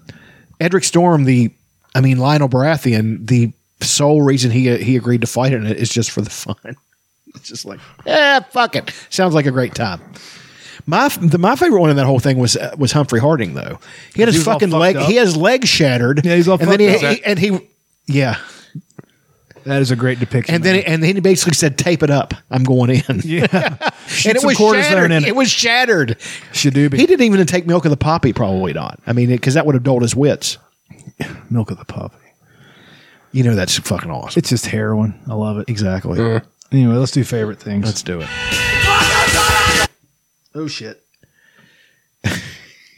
Speaker 1: Edric Storm, the I mean Lionel Baratheon, the sole reason he he agreed to fight in it is just for the fun. It's just like, eh, fuck it. Sounds like a great time. My the, my favorite one in that whole thing was uh, was Humphrey Harding though. He had his
Speaker 2: He was all
Speaker 1: fucking
Speaker 2: fucked
Speaker 1: leg.
Speaker 2: up.
Speaker 1: He had his leg shattered.
Speaker 2: Yeah, he's all
Speaker 1: and then
Speaker 2: fucked
Speaker 1: he,
Speaker 2: up.
Speaker 1: he- and he yeah.
Speaker 2: That is a great depiction.
Speaker 1: And then,
Speaker 2: man.
Speaker 1: and then he basically said, "Tape it up. I'm going in."
Speaker 2: yeah,
Speaker 1: and it
Speaker 2: some
Speaker 1: was
Speaker 2: cortisone
Speaker 1: shattered.
Speaker 2: in
Speaker 1: It.
Speaker 2: it.
Speaker 1: was shattered.
Speaker 2: Shadoobie.
Speaker 1: He didn't even take milk of the poppy. Probably not. I mean, because that would have dulled his wits.
Speaker 2: milk of the puppy.
Speaker 1: You know, that's fucking awesome.
Speaker 2: It's just heroin. I love it.
Speaker 1: exactly.
Speaker 2: Anyway, let's do favorite things.
Speaker 1: Let's do it.
Speaker 2: Oh shit. if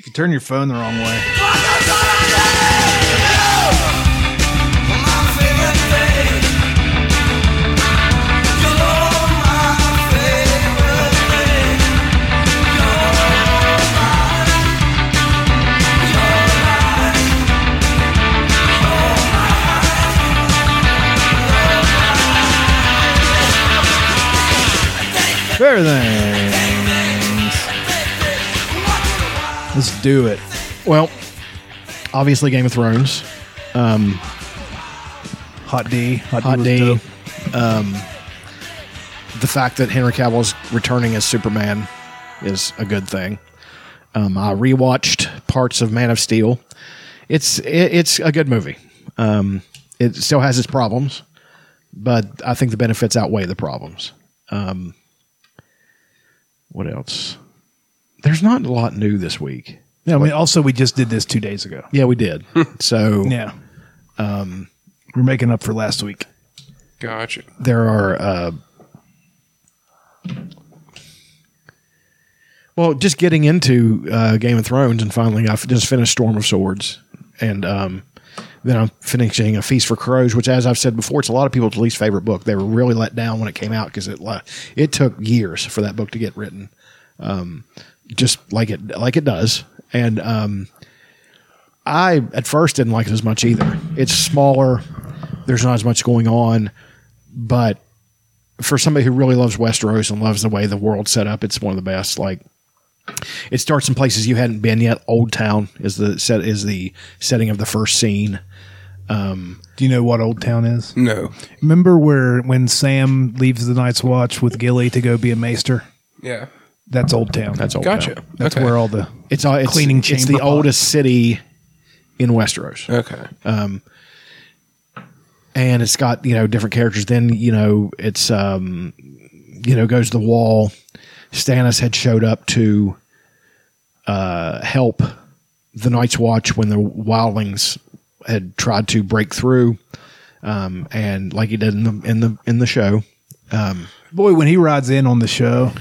Speaker 2: you turn your phone the wrong way. Favorite things. Let's do it.
Speaker 1: Well, obviously, Game of Thrones,
Speaker 2: Hot D. Hot,
Speaker 1: Hot
Speaker 2: was
Speaker 1: D, um,
Speaker 2: dope.
Speaker 1: the fact that Henry Cavill's returning as Superman is a good thing. Um, I rewatched parts of Man of Steel. It's it, it's a good movie. Um, it still has its problems, but I think the benefits outweigh the problems. Um, what else? There's not a lot new this week.
Speaker 2: Yeah, I mean, also we just did this two days ago.
Speaker 1: Yeah, we did. so
Speaker 2: Yeah. Um, We're making up for last week.
Speaker 3: Gotcha.
Speaker 1: there are uh, well just getting into uh, game of thrones and finally i f- just finished storm of swords and um, Then I'm finishing A Feast for Crows, which, as I've said before, it's a lot of people's least favorite book. They were really let down when it came out because it la- it took years for that book to get written, um, just like it like it does. And um, I at first didn't like it as much either. It's smaller. There's not as much going on, but for somebody who really loves Westeros and loves the way the world's set up, it's one of the best. Like it starts in places you hadn't been yet. Old Town is the set is the setting of the first scene.
Speaker 2: Do you know what Old Town is?
Speaker 3: No.
Speaker 2: Remember where when Sam leaves the Night's Watch with Gilly to go be a maester?
Speaker 3: Yeah.
Speaker 2: That's Old
Speaker 1: Old
Speaker 2: Town.
Speaker 3: Gotcha.
Speaker 1: Town.
Speaker 2: That's
Speaker 3: okay.
Speaker 2: where all the
Speaker 1: It's all it's,
Speaker 2: Cleaning
Speaker 1: It's
Speaker 2: chamber
Speaker 1: the
Speaker 2: plot.
Speaker 1: oldest city in Westeros.
Speaker 3: Okay.
Speaker 1: and it's got you know different characters. Then you know it's um, you know goes to the wall. Stannis had showed up to uh, help the Night's Watch when the Wildlings had tried to break through, um, and like he did in the in the in the show.
Speaker 2: boy when he rides in on the show.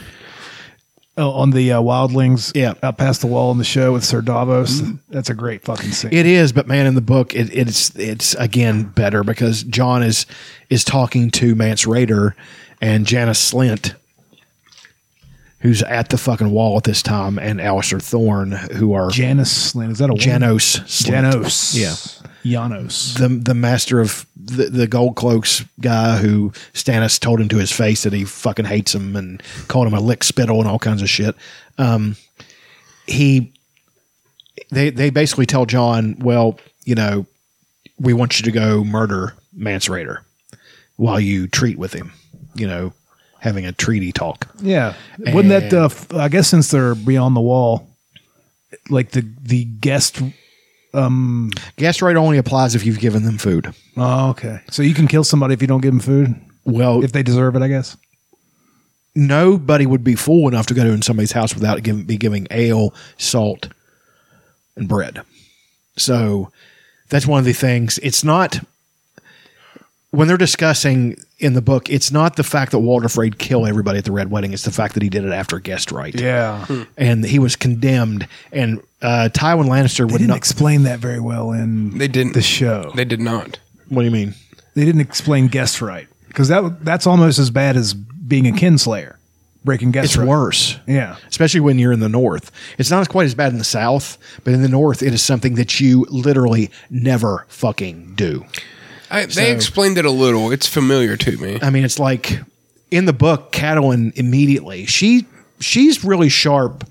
Speaker 2: uh, on the uh, Wildlings,
Speaker 1: Yeah.
Speaker 2: out past the wall on the show with Sir Davos. That's a great fucking scene.
Speaker 1: It is, but man, in the book, it, it's it's again better because John is is talking to Mance Raider and Janice Slint, who's at the fucking wall at this time, and Alistair Thorne, who are
Speaker 2: Janus Slint. Is that a woman?
Speaker 1: Janos Slint,
Speaker 2: Janos.
Speaker 1: Yeah.
Speaker 2: Janos.
Speaker 1: the the master of the, the gold cloaks guy who Stannis told him to his face that he fucking hates him and called him a lick spittle and all kinds of shit. Um, he they they basically tell John, well, you know, we want you to go murder Mance Raider while you treat with him, you know, having a treaty talk.
Speaker 2: Yeah. Wouldn't that,
Speaker 1: And-
Speaker 2: uh, f- I guess since they're beyond the wall, like the, the guest.
Speaker 1: Gas rate only applies if you've given them food.
Speaker 2: Oh, okay. So you can kill somebody if you don't give them food,
Speaker 1: Well,
Speaker 2: if they deserve it, I guess.
Speaker 1: nobody would be fool enough to go to in somebody's house without giving, be giving ale, salt, and bread. So that's one of the things. It's not when they're discussing in the book. It's not the fact that Walter Frayed killed everybody at the Red Wedding. It's the fact that he did it after a guest right,
Speaker 2: Yeah.
Speaker 1: and he was condemned. And uh, Tywin Lannister
Speaker 2: They
Speaker 1: would
Speaker 2: didn't
Speaker 1: not.
Speaker 2: explain that very well in
Speaker 3: They didn't.
Speaker 2: the show.
Speaker 3: They did not.
Speaker 1: what do you mean?
Speaker 2: They didn't explain guest right because that that's almost as bad as being a kinslayer, breaking guest
Speaker 1: It's
Speaker 2: right.
Speaker 1: worse.
Speaker 2: Yeah.
Speaker 1: especially when you're in the north. It's not as quite as bad in the south, but in the north, it is something that you literally never fucking do.
Speaker 3: I, they explained it a little. It's familiar to me.
Speaker 1: I mean, it's like in the book, Catalan immediately she she's really sharp.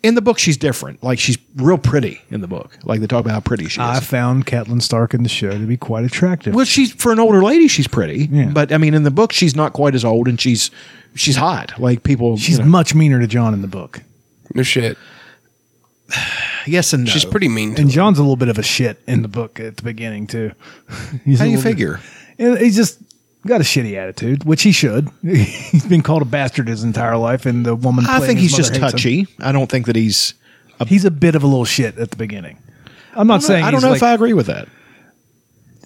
Speaker 1: In the book, she's different. Like she's real pretty in the book. Like they talk about how pretty she is.
Speaker 2: I found Catelyn Stark in the show to be quite attractive.
Speaker 1: well, she's for an older lady, she's pretty.
Speaker 2: Yeah.
Speaker 1: But I mean, in the book, she's not quite as old, and she's she's hot. Like people, you
Speaker 2: She's
Speaker 1: know-
Speaker 2: much meaner to John in the book.
Speaker 3: No shit.
Speaker 1: yes and no.
Speaker 3: She's pretty mean. To
Speaker 2: And John's a little bit of a shit in the book at the beginning too. He's
Speaker 1: How
Speaker 2: a
Speaker 1: do you
Speaker 2: little bit-
Speaker 1: figure?
Speaker 2: And he's just got a shitty attitude, which he should. he's been called a bastard his entire life, and the woman.
Speaker 1: I
Speaker 2: playing
Speaker 1: think he's
Speaker 2: his mother
Speaker 1: just
Speaker 2: hates him.
Speaker 1: touchy. I don't think that he's.
Speaker 2: He's a bit of a little shit at the beginning. I'm not saying
Speaker 1: I don't
Speaker 2: he's
Speaker 1: know
Speaker 2: like,
Speaker 1: if I agree with that.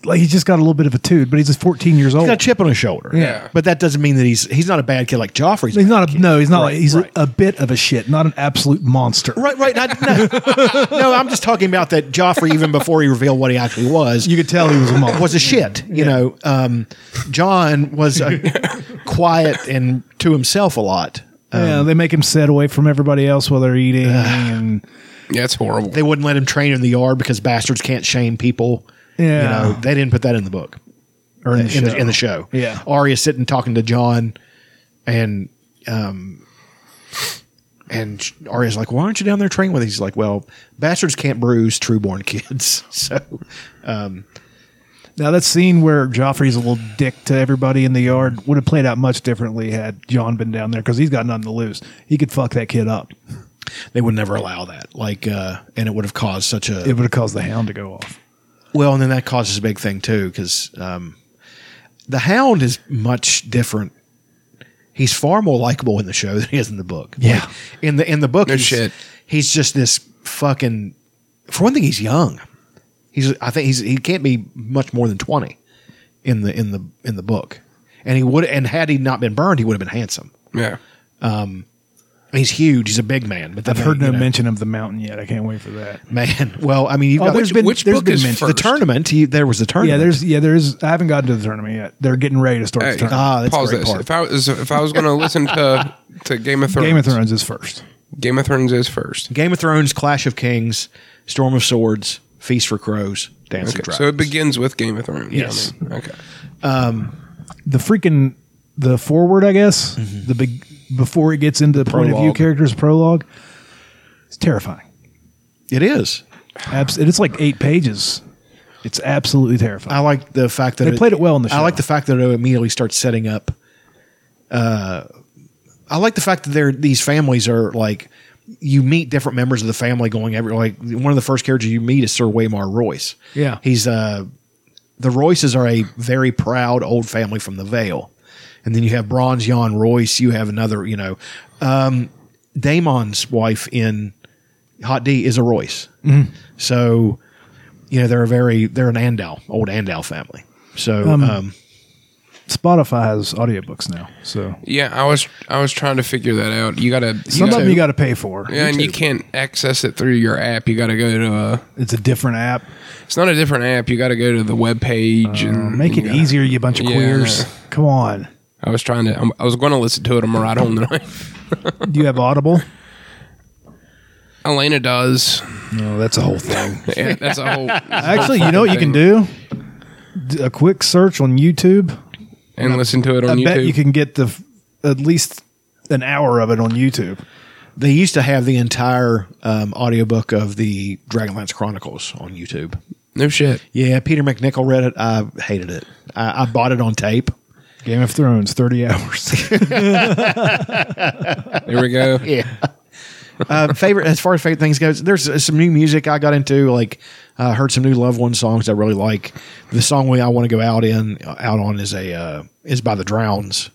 Speaker 2: like he's just got a little bit of a dude, but he's just 14 years old.
Speaker 1: He's got a chip on his shoulder.
Speaker 3: Yeah.
Speaker 1: But that doesn't mean that he's he's not a bad kid like Joffrey's.
Speaker 2: He's not a no. He's not. like, he's
Speaker 1: right.
Speaker 2: a, a bit of a shit, not an absolute monster.
Speaker 1: Right, right. Not, no. no, I'm just talking about that Joffrey, even before he revealed what he actually was,
Speaker 2: You could tell he was a monster.
Speaker 1: was a shit. You know, um, John was a quiet and to himself a lot.
Speaker 2: yeah, they make him sit away from everybody else while they're eating, and
Speaker 3: yeah, it's horrible.
Speaker 1: They wouldn't let him train in the yard because bastards can't shame people.
Speaker 2: Yeah.
Speaker 1: You know, they didn't put that in the book
Speaker 2: or in the,
Speaker 1: in,
Speaker 2: show.
Speaker 1: the, in the show.
Speaker 2: Yeah.
Speaker 1: Arya sitting talking to John, and um, and Arya's like, "Why aren't you down there training with?" us?" He's like, "Well, bastards can't bruise trueborn kids." So
Speaker 2: Now that scene where Joffrey's a little dick to everybody in the yard would have played out much differently had John been down there because he's got nothing to lose. He could fuck that kid up.
Speaker 1: they would never allow that. Like, uh, and it would have caused such a
Speaker 2: It would have caused the hound to go off.
Speaker 1: Well, and then that causes a big thing too, because um, the Hound is much different. He's far more likable in the show than he is in the book.
Speaker 2: Yeah.
Speaker 1: Like, in the in the book,
Speaker 3: No
Speaker 1: he's,
Speaker 3: shit.
Speaker 1: he's just this fucking. For one thing, he's young. He's I think he's he can't be much more than twenty in the in the in the book, and he would and had he not been burned, he would have been handsome
Speaker 3: yeah.
Speaker 1: He's huge. He's a big man. But then
Speaker 2: I've heard
Speaker 1: they,
Speaker 2: no
Speaker 1: you know,
Speaker 2: mention of the mountain yet. I can't wait for that.
Speaker 1: Man, well, I mean, you've got
Speaker 2: there's
Speaker 1: which-
Speaker 2: been-
Speaker 3: Oh, Which
Speaker 2: there's
Speaker 3: book
Speaker 2: been
Speaker 3: is
Speaker 2: mention-
Speaker 3: first?
Speaker 1: the tournament. He, there was the tournament.
Speaker 2: Yeah, there's yeah there is. I haven't gotten to the tournament yet. They're getting ready to start
Speaker 3: Hey,
Speaker 2: the tournament.
Speaker 1: ah, that's a
Speaker 3: pause
Speaker 1: great
Speaker 3: this.
Speaker 1: part.
Speaker 3: If I was if I was going to listen to to Game of Thrones,
Speaker 2: Game of Thrones is first.
Speaker 3: Game of Thrones is first.
Speaker 1: Game of Thrones, Clash of Kings, Storm of Swords, Feast for Crows, Dance of
Speaker 3: Okay,
Speaker 1: Dragons.
Speaker 3: so it begins with Game of Thrones.
Speaker 1: Yes.
Speaker 3: I mean, okay.
Speaker 2: The freaking the forward, I guess. The big before it gets into the point of view
Speaker 1: Prologue.
Speaker 2: characters prologue. It's terrifying.
Speaker 1: it is.
Speaker 2: Abs- it's like eight pages. It's absolutely terrifying.
Speaker 1: I like the fact that
Speaker 2: They played it well in the
Speaker 1: I
Speaker 2: show.
Speaker 1: like the fact that it immediately starts setting up. Uh, I like the fact that they're these families are like you meet different members of the family going every like one of the first characters you meet is Sir Waymar Royce.
Speaker 2: Yeah.
Speaker 1: he's uh the Royces are a very proud old family from the Vale, and then you have Bronze Jan Royce. You have another you know, um, Damon's wife in Hot D is a Royce. So you know they're a very they're an Andal old Andal family. So um,
Speaker 2: Spotify has audiobooks now, so
Speaker 3: Yeah, I was I was trying to figure that out. You got to
Speaker 2: some of them you got to pay for.
Speaker 3: Yeah, and you can't access it through your app. You got to go to a.
Speaker 2: It's a different app.
Speaker 3: It's not a different app. You got to go to the web page and
Speaker 2: Uh, Make it
Speaker 3: you gotta-
Speaker 2: easier, you bunch of
Speaker 3: Yeah.
Speaker 2: queers. Come on.
Speaker 3: I was trying to. I'm, I was going to listen to it on my ride home tonight.
Speaker 2: Do you have Audible?
Speaker 3: Elena does.
Speaker 2: No, that's a whole thing.
Speaker 3: Yeah, that's a whole.
Speaker 2: Actually, you know what you can do? D- A quick search on YouTube.
Speaker 3: and listen to it on
Speaker 2: I
Speaker 3: YouTube.
Speaker 2: bet you can get the f- at least an hour of it on YouTube.
Speaker 1: they used to have the entire um, audiobook of the Dragonlance Chronicles on YouTube.
Speaker 3: no shit.
Speaker 1: Yeah, Peter McNichol read it. I hated it. I, I bought it on tape.
Speaker 2: Game of Thrones, thirty hours.
Speaker 3: There we go.
Speaker 1: Yeah. uh, favorite as far as favorite things goes, there's uh, some new music I got into. Like, uh, heard some new Loved One songs I really like. The song we I want to go out in out on is a uh, is by the Drowns.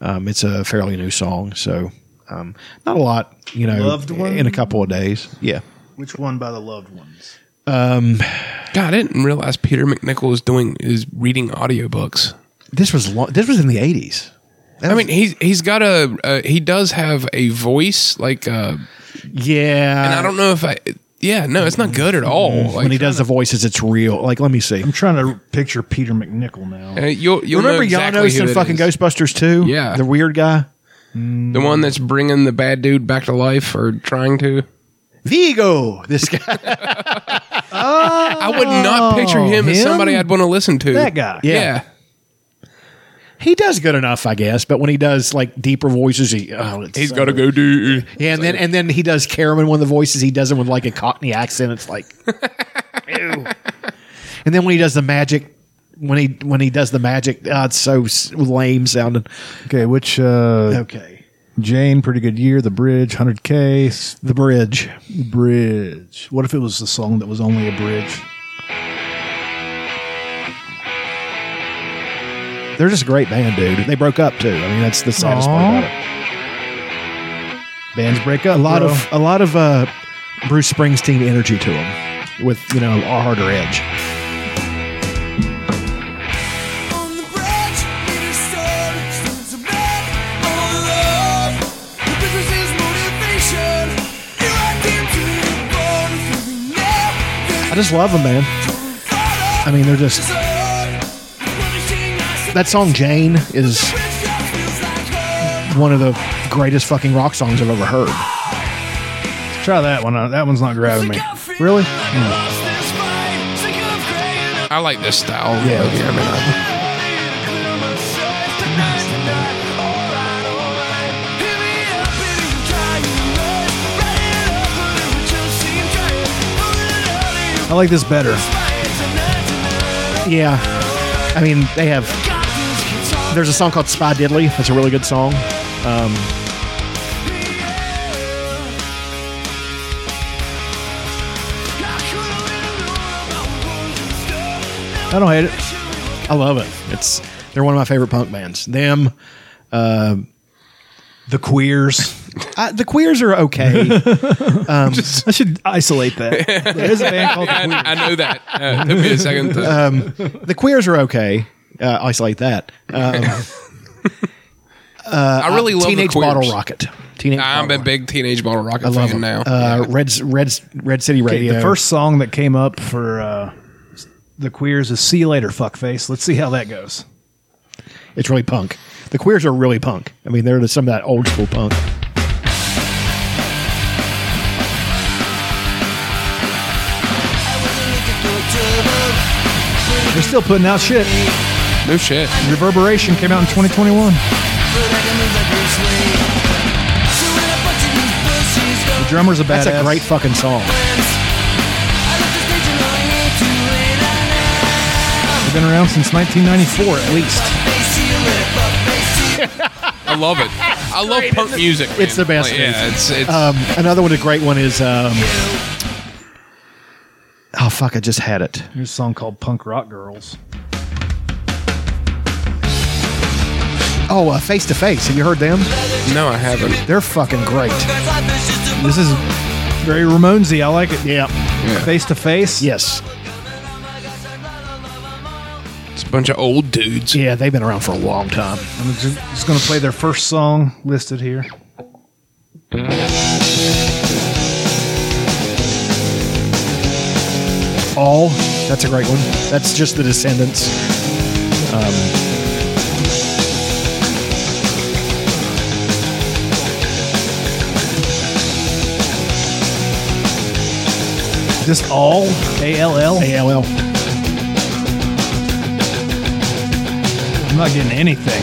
Speaker 1: Um, it's a fairly new song, so um, not a lot, you know,
Speaker 2: Loved One?
Speaker 1: in a couple of days. Yeah,
Speaker 2: Which one by the loved ones?
Speaker 3: God, I didn't realize Peter McNichol is doing is reading audiobooks.
Speaker 1: this was lo- this was in the eighties.
Speaker 3: I mean, he's he's got a uh, he does have a voice like, uh,
Speaker 1: Yeah,
Speaker 3: and I don't know if I. Yeah, no, it's not good at all. Like,
Speaker 1: when he does the voices, it's real. Like, let me see.
Speaker 2: I'm trying to picture Peter McNichol now.
Speaker 3: uh, you'll, you'll
Speaker 1: Remember
Speaker 3: know exactly
Speaker 1: Janos
Speaker 3: who
Speaker 1: in
Speaker 3: it
Speaker 1: fucking
Speaker 3: is.
Speaker 1: Ghostbusters too?
Speaker 3: Yeah.
Speaker 1: the weird guy.
Speaker 3: the one that's bringing the bad dude back to life or trying to.
Speaker 1: Vigo, this guy.
Speaker 3: I would
Speaker 1: Oh.
Speaker 3: not picture him, as
Speaker 2: him?
Speaker 3: somebody I'd want to listen to.
Speaker 2: That guy.
Speaker 3: Yeah.
Speaker 1: Yeah. he does good enough, I guess. But when he does like deeper voices, he oh, it's,
Speaker 3: He's got to go do.
Speaker 1: Yeah, and then and then he does Cameron one of the voices. He does it with like a Cockney accent. It's like, ew. And then when he does the magic, when he when he does the magic, uh, it's so s- lame sounding.
Speaker 2: Okay, which uh,
Speaker 1: Okay,
Speaker 2: Jane? Pretty good year. The Bridge, hundred K.
Speaker 1: the bridge.
Speaker 2: Bridge. What if it was the song that was only a bridge?
Speaker 1: They're just a great band, dude. They broke up too. I mean, that's the saddest
Speaker 2: Aw.
Speaker 1: part about it.
Speaker 2: Bands break up.
Speaker 1: A lot
Speaker 2: bro.
Speaker 1: of a lot of uh, Bruce Springsteen energy to him, with you know a harder edge.
Speaker 5: On the bridge, near sun, stands a man all alone. The difference is motivation. Here I came to the bone, feeling now
Speaker 1: I
Speaker 5: that
Speaker 1: just love them, man.
Speaker 5: it's all
Speaker 1: I mean, they're just
Speaker 5: absurd. Punishing myself.
Speaker 1: that song Jane is
Speaker 5: Bridge just feels like home.
Speaker 1: one of the greatest fucking rock songs I've ever heard.
Speaker 2: Try that one. out. That one's not grabbing me.
Speaker 5: Sick of feeling
Speaker 2: Really?
Speaker 5: like I lost this fight. Sick of crying out
Speaker 3: I like this style.
Speaker 1: Yeah.
Speaker 3: Okay, I mean, I-
Speaker 5: loud. Clear my sight tonight, tonight. All right, all right. Hit me up if you try your best. Write it up, but if it just seems right, moving it out of your
Speaker 2: I like this better.
Speaker 5: fight. Tonight, tonight,
Speaker 1: Yeah, I mean they have.
Speaker 5: got this guitar.
Speaker 1: There's a song called Spy Diddley. That's a really good song.
Speaker 2: I don't hate it.
Speaker 1: I love it. It's they're one of my favorite punk bands. Them,
Speaker 2: The Queers.
Speaker 1: I, the Queers are okay. Um,
Speaker 2: I should isolate that. There is a band called
Speaker 3: I, I know that. Uh, took me a second. To,
Speaker 1: Uh, the Queers are okay. Uh, isolate that. Um,
Speaker 3: I really love
Speaker 1: Teenage
Speaker 3: the queers.
Speaker 1: Bottle Rocket. Teenage
Speaker 3: I'm
Speaker 1: Bottle
Speaker 3: a big Teenage Bottle Rocket
Speaker 1: Rocket. I love
Speaker 3: fan
Speaker 1: them.
Speaker 3: now.
Speaker 1: Uh, Red, Red, Red City
Speaker 2: Okay,
Speaker 1: Radio.
Speaker 2: the first song that came up for uh, the Queers is "See You Later, Fuckface." Let's see how that goes.
Speaker 1: It's really punk. The queers are really punk. I mean, they're some of that old school punk.
Speaker 2: They're still putting out shit.
Speaker 3: no shit.
Speaker 2: Reverberation came out in 2021. The drummer's a badass.
Speaker 1: That's a great fucking song.
Speaker 2: They've been around since 1994 at least.
Speaker 3: I love it. I love punk music.
Speaker 1: It's
Speaker 3: man.
Speaker 1: the best
Speaker 3: Like,
Speaker 1: music.
Speaker 3: yeah, it's it's
Speaker 1: Um, another one, a great one is. Um, oh fuck! I just had it.
Speaker 2: Here's a song called "Punk Rock Girls."
Speaker 1: Oh, uh, face to face. Have you heard them?
Speaker 3: no, I haven't.
Speaker 1: They're fucking great.
Speaker 2: This is very Ramonesy. I like it.
Speaker 1: Yeah.
Speaker 2: Face to face.
Speaker 1: Yes.
Speaker 3: It's a bunch of old dudes.
Speaker 1: Yeah, they've been around for a long time.
Speaker 2: I'm ju- just going to play their first song listed here.
Speaker 1: All. That's a great one. That's just the Descendants.
Speaker 2: Just all A L L.
Speaker 1: ALL.
Speaker 2: I'm not getting anything.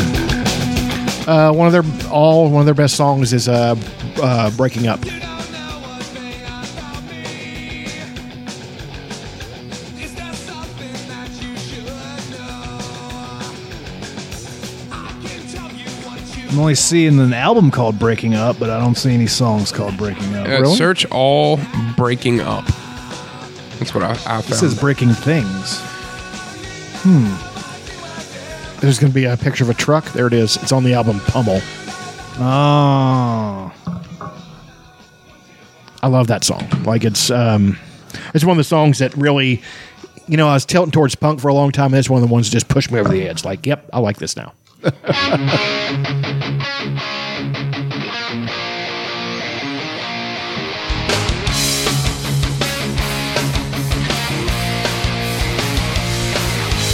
Speaker 1: Uh, one of their all one of their best songs is uh, uh, "Breaking Up."
Speaker 2: I'm only seeing an album called Breaking Up, but I don't see any songs called Breaking Up.
Speaker 3: Uh,
Speaker 2: really?
Speaker 3: Search all breaking up. That's what I, I found.
Speaker 2: this is Breaking Things.
Speaker 1: There's going to be a picture of a truck. There it is. It's on the album Pummel.
Speaker 2: Oh.
Speaker 1: I love that song. Like it's um, it's one of the songs that really, you know, I was tilting towards punk for a long time. And it's one of the ones that just pushed me over the edge. Like, yep, I like this now.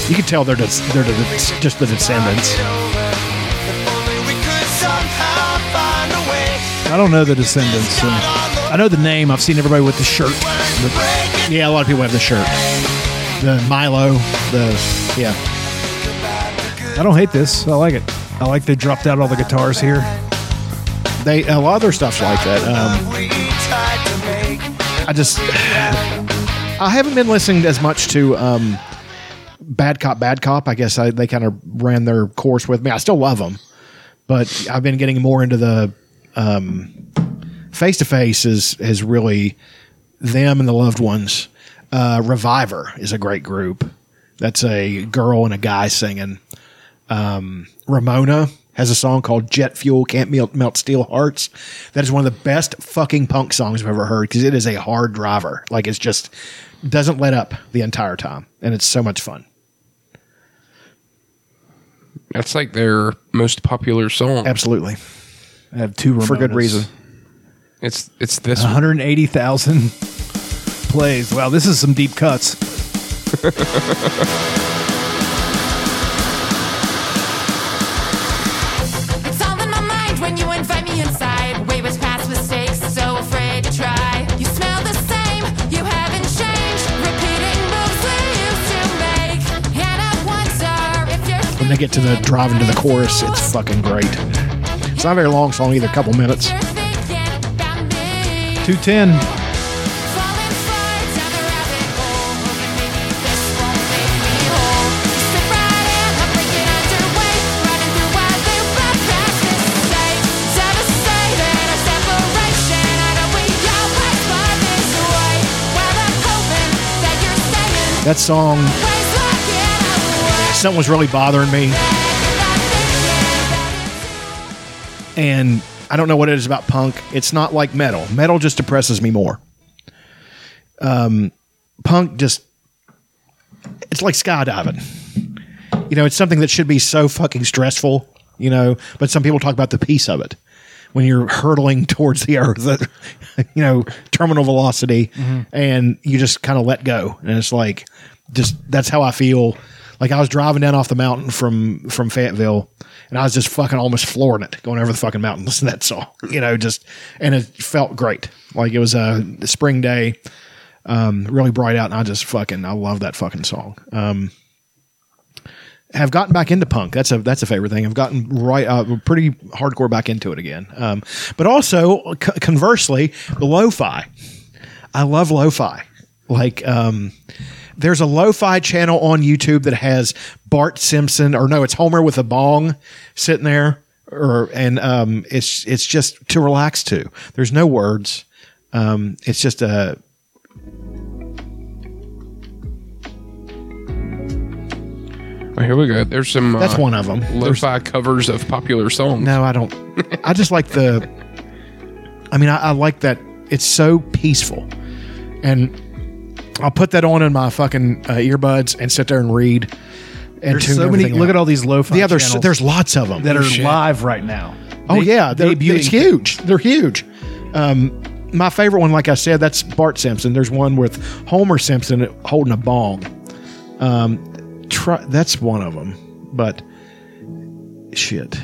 Speaker 1: You can tell they're just, they're just just the descendants.
Speaker 2: I don't know the Descendants. so- I know the name. I've seen everybody with the shirt.
Speaker 1: Yeah, a lot of people have the shirt, the Milo, the yeah.
Speaker 2: I don't hate this. I like it. I like they dropped out all the guitars here.
Speaker 1: They a lot of their stuff's like that. Um, I just I haven't been listening as much to um, Bad Cop Bad Cop. I guess I, they kind of ran their course with me. I still love them, but I've been getting more into the face to face is is really them and the loved ones. Uh, Reviver is a great group. That's a girl and a guy singing. Um, Ramona has a song called Jet Fuel Can't Melt, Melt Steel Hearts. That is one of the best fucking punk songs I've ever heard because it is a hard driver. Like it's just doesn't let up the entire time. And it's so much fun.
Speaker 3: That's like their most popular song.
Speaker 1: Absolutely.
Speaker 2: I have two Ramones.
Speaker 1: For good reason.
Speaker 3: It's it's this one.
Speaker 2: 180,000 plays. Wow, this is some deep cuts.
Speaker 6: It's all in my mind when you invite me inside. Way was past mistakes, so afraid to try. You smell the same, you haven't changed. Repeating moves we used to make. And I wonder if you're
Speaker 1: When they get to the drive into the chorus, it's fucking great. It's not a very long song either, a couple minutes.
Speaker 6: You're thinking about me.
Speaker 2: 210.
Speaker 6: Falling far down the rabbit hole. And maybe this won't make me whole. You slip right in, I bring it underway. Running through our loop, our past mistakes. Devastated, our separation. I know we always were this way. Well, I'm hoping that you're staying.
Speaker 1: That song,
Speaker 6: Ways looking away.
Speaker 1: something was really bothering me.
Speaker 6: Not thinking that it's you.
Speaker 1: and I don't know what it is about punk. It's not like metal. Metal just depresses me more. Um, punk just it's like skydiving. You know, it's something that should be so fucking stressful you know. But some people talk about the peace of it when you're hurtling towards the earth, at, you know, terminal velocity, and you just kind of let go, and it's like just that's how I feel. Like I was driving down off the mountain from from Fayetteville, and I was just fucking almost flooring it, going over the fucking mountains. And that's all, you know. Just and it felt great. Like it was a spring day, um, really bright out, and I just fucking I love that fucking song. Um, have gotten back into punk. That's a that's a favorite thing. I've gotten right uh, pretty hardcore back into it again. Um, but also c- conversely, the lo-fi. I love lo-fi. Like um, there's a lo-fi channel on YouTube that has Bart Simpson or no, it's Homer with a bong sitting there or and um, it's it's just to relax to. There's no words. Um, it's just a
Speaker 3: Well, here we go. There's some.
Speaker 1: that's
Speaker 3: uh,
Speaker 1: one of them.
Speaker 3: Lo-fi covers of popular songs.
Speaker 1: No, I don't. I just like the. I mean, I, I like that. It's so peaceful, and I'll put that on in my fucking uh, earbuds and sit there and read. And
Speaker 2: There's
Speaker 1: tune
Speaker 2: so many.
Speaker 1: everything
Speaker 2: Look
Speaker 1: out.
Speaker 2: at all these lo-fi.
Speaker 1: the other.
Speaker 2: channels
Speaker 1: There's lots of them
Speaker 2: that are live right now.
Speaker 1: Oh
Speaker 2: They-
Speaker 1: yeah, they're,
Speaker 2: debuting
Speaker 1: it's huge. They're huge. Um, my favorite one, like I said, that's Bart Simpson. There's one with Homer Simpson holding a bong. Um, try, that's one of them. But shit,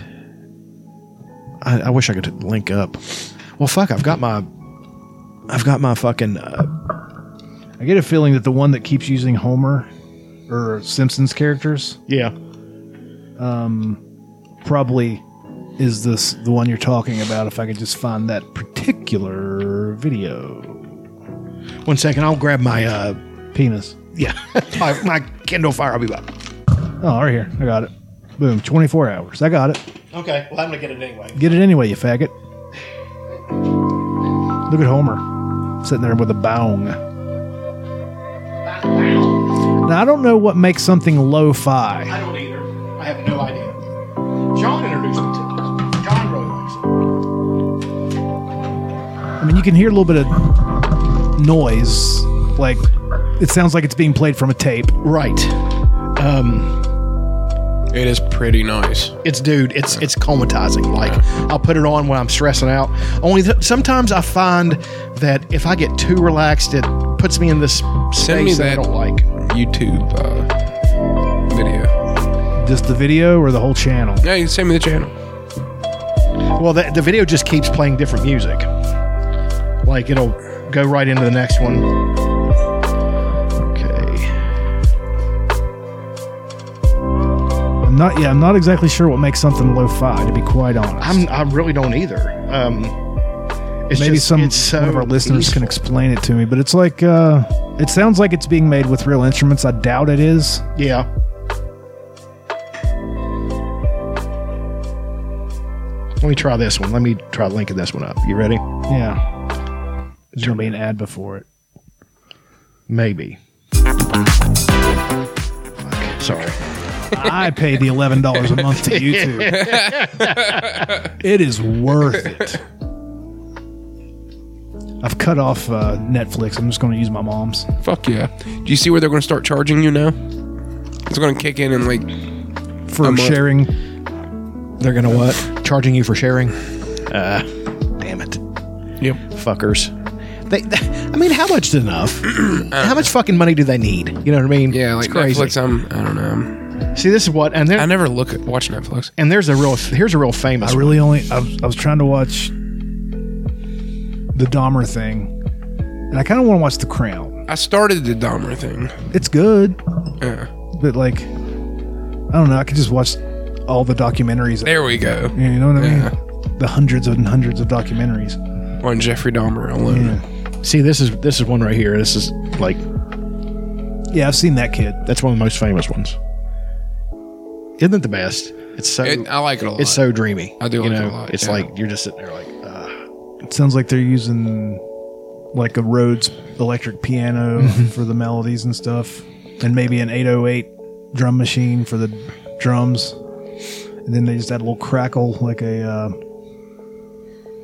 Speaker 1: I, I wish I could link up. Well, fuck, I've got my, I've got my fucking. Uh,
Speaker 2: I get a feeling that the one that keeps using Homer or Simpsons characters
Speaker 1: yeah,
Speaker 2: probably is this the one you're talking about. If I could just find that particular video,
Speaker 1: one second. I'll grab my. Uh,
Speaker 2: penis.
Speaker 1: yeah, my, my Kindle Fire. I'll be back.
Speaker 2: Oh, right here. I got it. Boom. 24 hours. I got it.
Speaker 1: Okay, well I'm gonna get it anyway.
Speaker 2: Get it anyway, you faggot. Look at Homer sitting there with a bong. Now, I don't know what makes something lo fi.
Speaker 1: I don't either. I have no idea. John introduced me to this. John really likes it.
Speaker 2: I mean, you can hear a little bit of noise. Like, it sounds like it's being played from a tape.
Speaker 1: Right.
Speaker 3: It is pretty nice.
Speaker 1: It's dude. It's it's comatizing. Like I'll put it on when I'm stressing out. Only th- sometimes I find that if I get too relaxed, it puts me in this
Speaker 3: Send me
Speaker 1: space that I
Speaker 3: that.
Speaker 1: don't like.
Speaker 3: YouTube uh, video.
Speaker 2: Just the video or the whole channel?
Speaker 3: Yeah, you can send me the channel.
Speaker 1: Well, the, the video just keeps playing different music. Like it'll go right into the next one. Okay.
Speaker 2: I'm not, yeah, I'm not exactly sure what makes something lo fi, to be quite
Speaker 1: I'm
Speaker 2: honest.
Speaker 1: I really don't either. Um, it's
Speaker 2: Maybe
Speaker 1: just-
Speaker 2: some
Speaker 1: it's so
Speaker 2: one of our listeners can
Speaker 1: peaceful.
Speaker 2: explain it to me, but it's like, uh, it sounds like it's being made with real instruments. I doubt it is.
Speaker 1: Yeah. Let me try this one. Let me try linking this one up. You ready?
Speaker 2: Yeah. There's going to be an ad before it.
Speaker 1: Maybe. Fuck. Sorry.
Speaker 2: I pay the $11 a month to YouTube. it is worth it. I've cut off uh, Netflix. I'm just going to use my mom's.
Speaker 3: Fuck yeah. Do you see where they're going to start charging you now? It's going to kick in and like
Speaker 2: for
Speaker 3: I'm up.
Speaker 2: sharing.
Speaker 1: They're gonna what? Charging you for sharing? Uh, damn it,
Speaker 3: yep.
Speaker 1: fuckers. They, they- I mean, how much is enough? how much fucking money do they need? You know what I mean?
Speaker 3: Yeah,
Speaker 1: It's
Speaker 3: like Netflix. I'm. I don't know.
Speaker 1: See, this is what, and
Speaker 3: I
Speaker 1: there,
Speaker 3: never look at watch Netflix.
Speaker 1: and there's a real, here's a real famous.
Speaker 2: I really only I was, I was trying to watch the Dahmer thing, and I kind of want to watch The Crown.
Speaker 3: I started the Dahmer thing.
Speaker 2: It's good,
Speaker 3: Yeah.
Speaker 2: but like I don't know. I could just watch all the documentaries.
Speaker 3: There we go.
Speaker 2: You know what I mean?
Speaker 3: Yeah.
Speaker 2: The hundreds and hundreds of documentaries.
Speaker 3: On Jeffrey Dahmer alone.
Speaker 2: Yeah,
Speaker 1: one. See, this is this is one right here. This is like
Speaker 2: yeah. I've seen that kid.
Speaker 1: That's one of the most famous ones. Isn't it the best? It's so
Speaker 3: It, I like it a lot.
Speaker 1: it's so dreamy.
Speaker 3: I do
Speaker 1: you
Speaker 3: like it
Speaker 1: know,
Speaker 3: a lot,
Speaker 1: It's
Speaker 3: yeah.
Speaker 1: like you're just sitting there like uh,
Speaker 2: It sounds like they're using like a Rhodes electric piano for the melodies and stuff, and maybe an 808 drum machine for the drums, and then they just add a little crackle like a uh,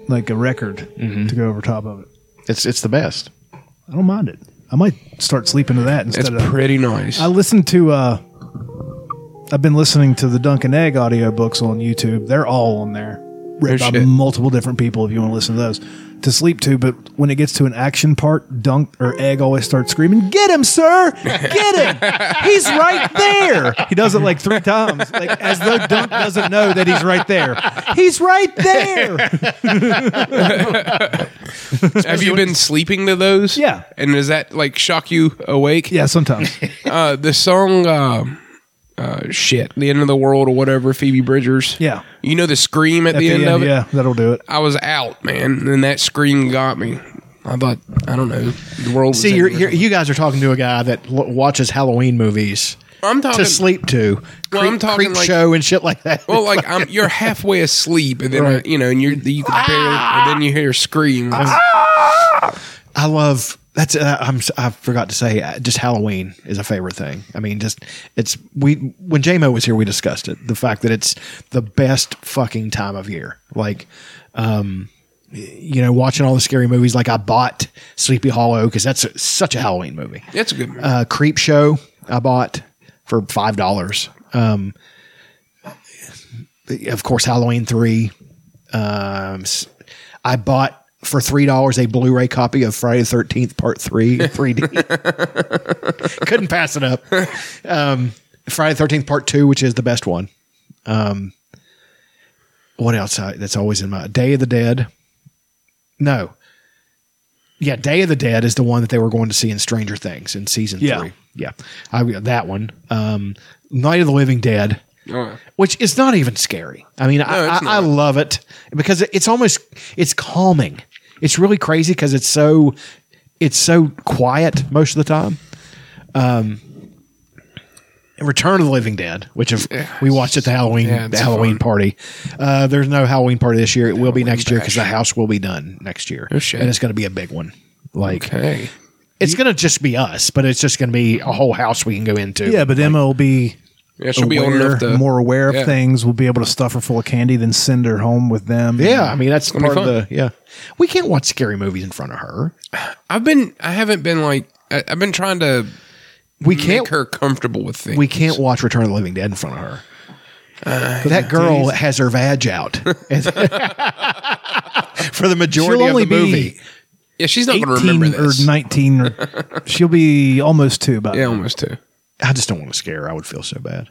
Speaker 2: like a record to go over top of it.
Speaker 1: it's it's the best.
Speaker 2: I don't mind it. I might start sleeping to that
Speaker 3: it's
Speaker 2: instead of.
Speaker 3: pretty nice.
Speaker 2: I listened to uh, I've been listening to the Duncan Egg audiobooks on YouTube. They're all on there. Read by
Speaker 3: shit.
Speaker 2: multiple different people if you want to listen to those. To sleep to, but when it gets to an action part, Dunk or Egg always starts screaming, Get him, sir! Get him! He's right there! He does it like three times, like as though Dunk doesn't know that he's right there. He's right there!
Speaker 3: Have you been sleeping to those?
Speaker 2: Yeah.
Speaker 3: And does that like shock you awake?
Speaker 2: Yeah, sometimes.
Speaker 3: Uh, the song, um uh, shit, the end of the world or whatever, Phoebe Bridgers.
Speaker 2: Yeah.
Speaker 3: You know the scream at,
Speaker 2: At
Speaker 3: the, end, of it.
Speaker 2: yeah, that'll do it.
Speaker 3: I was out, man, and that scream got me. I thought, I don't know, the world. Was
Speaker 1: See, you're,
Speaker 3: ending or
Speaker 1: you're, you guys are talking to a guy that l- watches Halloween movies
Speaker 3: something. I'm talking
Speaker 1: to sleep to.
Speaker 3: Well, I'm talking
Speaker 1: creep
Speaker 3: like-
Speaker 1: show and shit like that.
Speaker 3: Well, like I'm, you're halfway asleep, and then uh, you know, and you're you can barely, and then you hear a scream.
Speaker 1: I love that's uh, I'm s- I forgot to say uh, just Halloween is a favorite thing. I mean, just it's we when JMO was here, we discussed it the fact that it's the best fucking time of year. Like, um, you know, watching all the scary movies. Like I bought Sleepy Hollow because that's such a Halloween movie.
Speaker 3: That's a good movie.
Speaker 1: Uh, Creep Show I bought for five dollars. Um, of course, Halloween three. Um, s- I bought for three dollars a Blu-ray copy of Friday the Thirteenth Part Three in 3D. Couldn't pass it up. Um, Friday the Thirteenth Part Two, which is the best one. Um, what else? I, that's always in my Day of the Dead. No. Yeah, Day of the Dead is the one that they were going to see in Stranger Things in season
Speaker 2: Yeah.
Speaker 1: three. Yeah, I, that one. Um, Night of the Living Dead
Speaker 3: Oh.
Speaker 1: which is not even scary. I mean, I,
Speaker 3: it's
Speaker 1: I, I love it because it- it's almost it's calming. It's really crazy because it's so it's so quiet most of the time. Um, Return of the Living Dead, which if we watched at the Halloween
Speaker 3: Yeah,
Speaker 1: the
Speaker 3: it's
Speaker 1: Halloween
Speaker 3: fun.
Speaker 1: party. Uh, there's no Halloween party this year. It will be next year because the house will be done next year,
Speaker 3: Oh, shit.
Speaker 1: and it's going to be a big one. Like
Speaker 3: Okay.
Speaker 1: it's going to just be us, but it's just going to be a whole house we can go into.
Speaker 2: Yeah, but Emma will be
Speaker 3: Yeah, she'll be old
Speaker 2: aware,
Speaker 3: enough to
Speaker 2: more aware of
Speaker 3: yeah.
Speaker 2: things. We'll be able to stuff her full of candy, then send her home with them.
Speaker 1: Yeah, I mean that's
Speaker 3: Mm. be
Speaker 1: part of
Speaker 3: fun.
Speaker 1: the yeah. We can't watch scary movies in front of her.
Speaker 3: I've been, I haven't been like, I, I've been trying to
Speaker 1: We
Speaker 3: make
Speaker 1: can't
Speaker 3: her comfortable with things.
Speaker 1: we can't watch Return of the Living Dead in front of her.
Speaker 3: Uh,
Speaker 1: that girl has her vag out for the majority
Speaker 2: She'll
Speaker 1: of
Speaker 2: only
Speaker 1: the
Speaker 2: be
Speaker 1: movie.
Speaker 3: yeah, she's not going to
Speaker 2: eighteen
Speaker 3: remember
Speaker 2: or
Speaker 3: this.
Speaker 2: nineteen, or she'll be almost two. But
Speaker 3: yeah, almost too.
Speaker 1: I just don't want to scare her. I would feel so bad.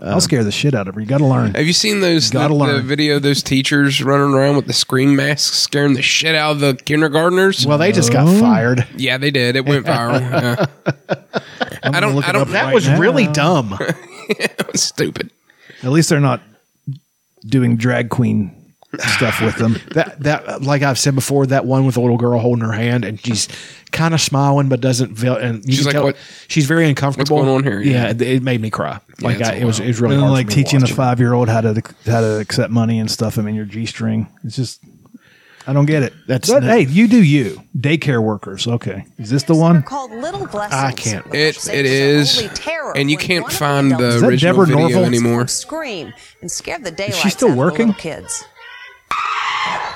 Speaker 2: I'll scare the shit out of her. You got to learn.
Speaker 3: Have you seen those the,
Speaker 2: Gotta
Speaker 3: the
Speaker 2: learn.
Speaker 3: video? of Those teachers running around with the scream masks, scaring the shit out of the kindergartners.
Speaker 1: Well, they just got fired.
Speaker 3: yeah, they did. It went viral. Yeah. I
Speaker 2: gonna
Speaker 3: don't.
Speaker 2: look
Speaker 3: I
Speaker 2: it
Speaker 3: don't.
Speaker 2: up
Speaker 1: That
Speaker 2: Right
Speaker 1: was
Speaker 2: now.
Speaker 1: really dumb.
Speaker 3: stupid.
Speaker 2: At least they're not doing drag queen stuff with them.
Speaker 1: that that like I've said before, that one with the little girl holding her hand and she's kind of smiling but doesn't feel and you
Speaker 3: She's
Speaker 1: can
Speaker 3: like,
Speaker 1: tell
Speaker 3: "What-
Speaker 1: she's very uncomfortable.
Speaker 3: going on here?"
Speaker 1: Yeah,
Speaker 3: Yeah.
Speaker 1: it, it made me cry. Like
Speaker 3: it's
Speaker 1: I, it was it was really
Speaker 2: And then,
Speaker 1: hard
Speaker 2: like
Speaker 1: for me to
Speaker 2: teaching a
Speaker 1: watch it.
Speaker 2: five year old how to how to accept money and stuff. I mean, your g string. It's just I don't get it.
Speaker 1: That's
Speaker 2: but,
Speaker 1: not-
Speaker 2: hey, you do you. Daycare workers. Okay, is this the one?
Speaker 7: Called Little Blessings.
Speaker 1: I can't watch
Speaker 3: It it is, and you can't find the
Speaker 2: that
Speaker 3: original
Speaker 2: Deborah
Speaker 3: video
Speaker 2: Norville?
Speaker 3: anymore.
Speaker 7: Scream and scare the daylights
Speaker 2: still
Speaker 7: out of the
Speaker 2: working?
Speaker 7: little Kids.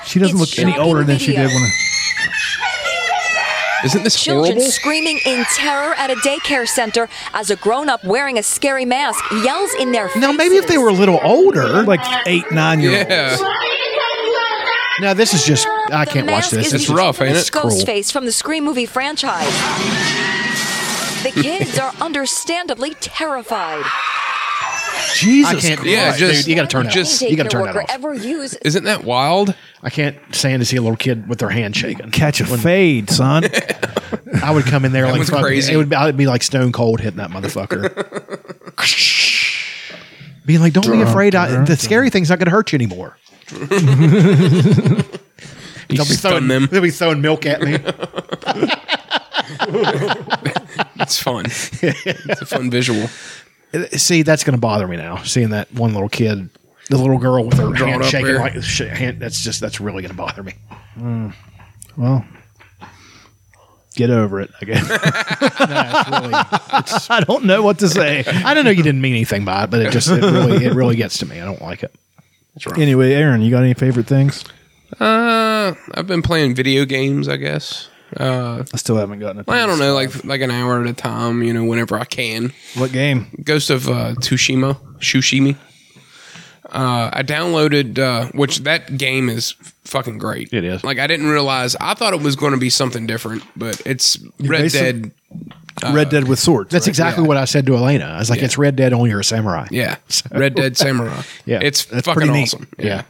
Speaker 2: She doesn't
Speaker 7: It's
Speaker 2: look any
Speaker 7: shocking
Speaker 2: older than she
Speaker 7: video.
Speaker 2: did when.
Speaker 3: Isn't this
Speaker 8: Children
Speaker 3: horrible?
Speaker 8: screaming in terror at a daycare center as a grown up wearing a scary mask yells in their faces.
Speaker 1: Now maybe if they were a little older, like
Speaker 2: like eight, nine year olds.
Speaker 3: Yeah.
Speaker 1: now this is just I
Speaker 8: The
Speaker 1: can't watch
Speaker 8: mask
Speaker 1: this.
Speaker 8: is
Speaker 3: It's
Speaker 8: the
Speaker 3: rough, ain't
Speaker 8: infamous
Speaker 3: it? Cruel.
Speaker 8: Ghostface from the Scream movie franchise. The kids are understandably terrified.
Speaker 1: Jesus, I can't.
Speaker 3: Yeah,
Speaker 1: Christ.
Speaker 3: just-
Speaker 1: Dude, you got to turn that
Speaker 3: just-
Speaker 1: off. You got to turn
Speaker 8: Daycare
Speaker 1: that
Speaker 8: worker
Speaker 1: off.
Speaker 8: Ever use
Speaker 3: Isn't that wild?
Speaker 1: I can't stand to see a little kid with their hand shaking.
Speaker 2: Catch a fade, son.
Speaker 1: I would come in there like
Speaker 3: one's
Speaker 1: fucking,
Speaker 3: crazy.
Speaker 1: It would be, I would be like stone cold hitting that motherfucker. Being like, don't be afraid. I, the scary thing's not going to hurt you anymore.
Speaker 3: You
Speaker 1: They'll be
Speaker 3: stun
Speaker 1: throwing
Speaker 3: them.
Speaker 1: They'll be throwing milk at me.
Speaker 3: It's fun. it's a fun visual.
Speaker 1: See, that's going to bother me now. Seeing that one little kid, the little girl with her
Speaker 3: Drawn
Speaker 1: hand
Speaker 3: up
Speaker 1: shaking
Speaker 3: there.
Speaker 1: like sh- hand. That's just that's really going to bother me.
Speaker 2: Hmm. well, get over it. I guess I don't know what to say.
Speaker 1: I don't know. You didn't mean anything by it, but it just it really it really gets to me. I don't like it.
Speaker 2: Anyway, Aaron, you got any favorite things?
Speaker 3: Uh, I've been playing video games, I guess.
Speaker 2: I still haven't gotten it.
Speaker 3: I don't know, like like an hour at a time, you know, whenever I can.
Speaker 2: What game?
Speaker 3: Ghost of uh, Tsushima, Shushimi. Uh, I downloaded, uh, which that game is fucking great.
Speaker 1: It is.
Speaker 3: Like I didn't realize. I thought it was going to be something different, but it's Red
Speaker 2: basic-
Speaker 3: Dead. Uh,
Speaker 2: Red Dead with swords.
Speaker 1: That's
Speaker 2: right?
Speaker 1: exactly
Speaker 3: yeah.
Speaker 1: what I said to Elena. I was like, "It's Red Dead only you're a samurai."
Speaker 3: Yeah, Red Dead Samurai.
Speaker 1: Yeah,
Speaker 3: it's
Speaker 2: that's
Speaker 3: fucking
Speaker 2: pretty neat.
Speaker 3: awesome. Yeah.
Speaker 1: yeah.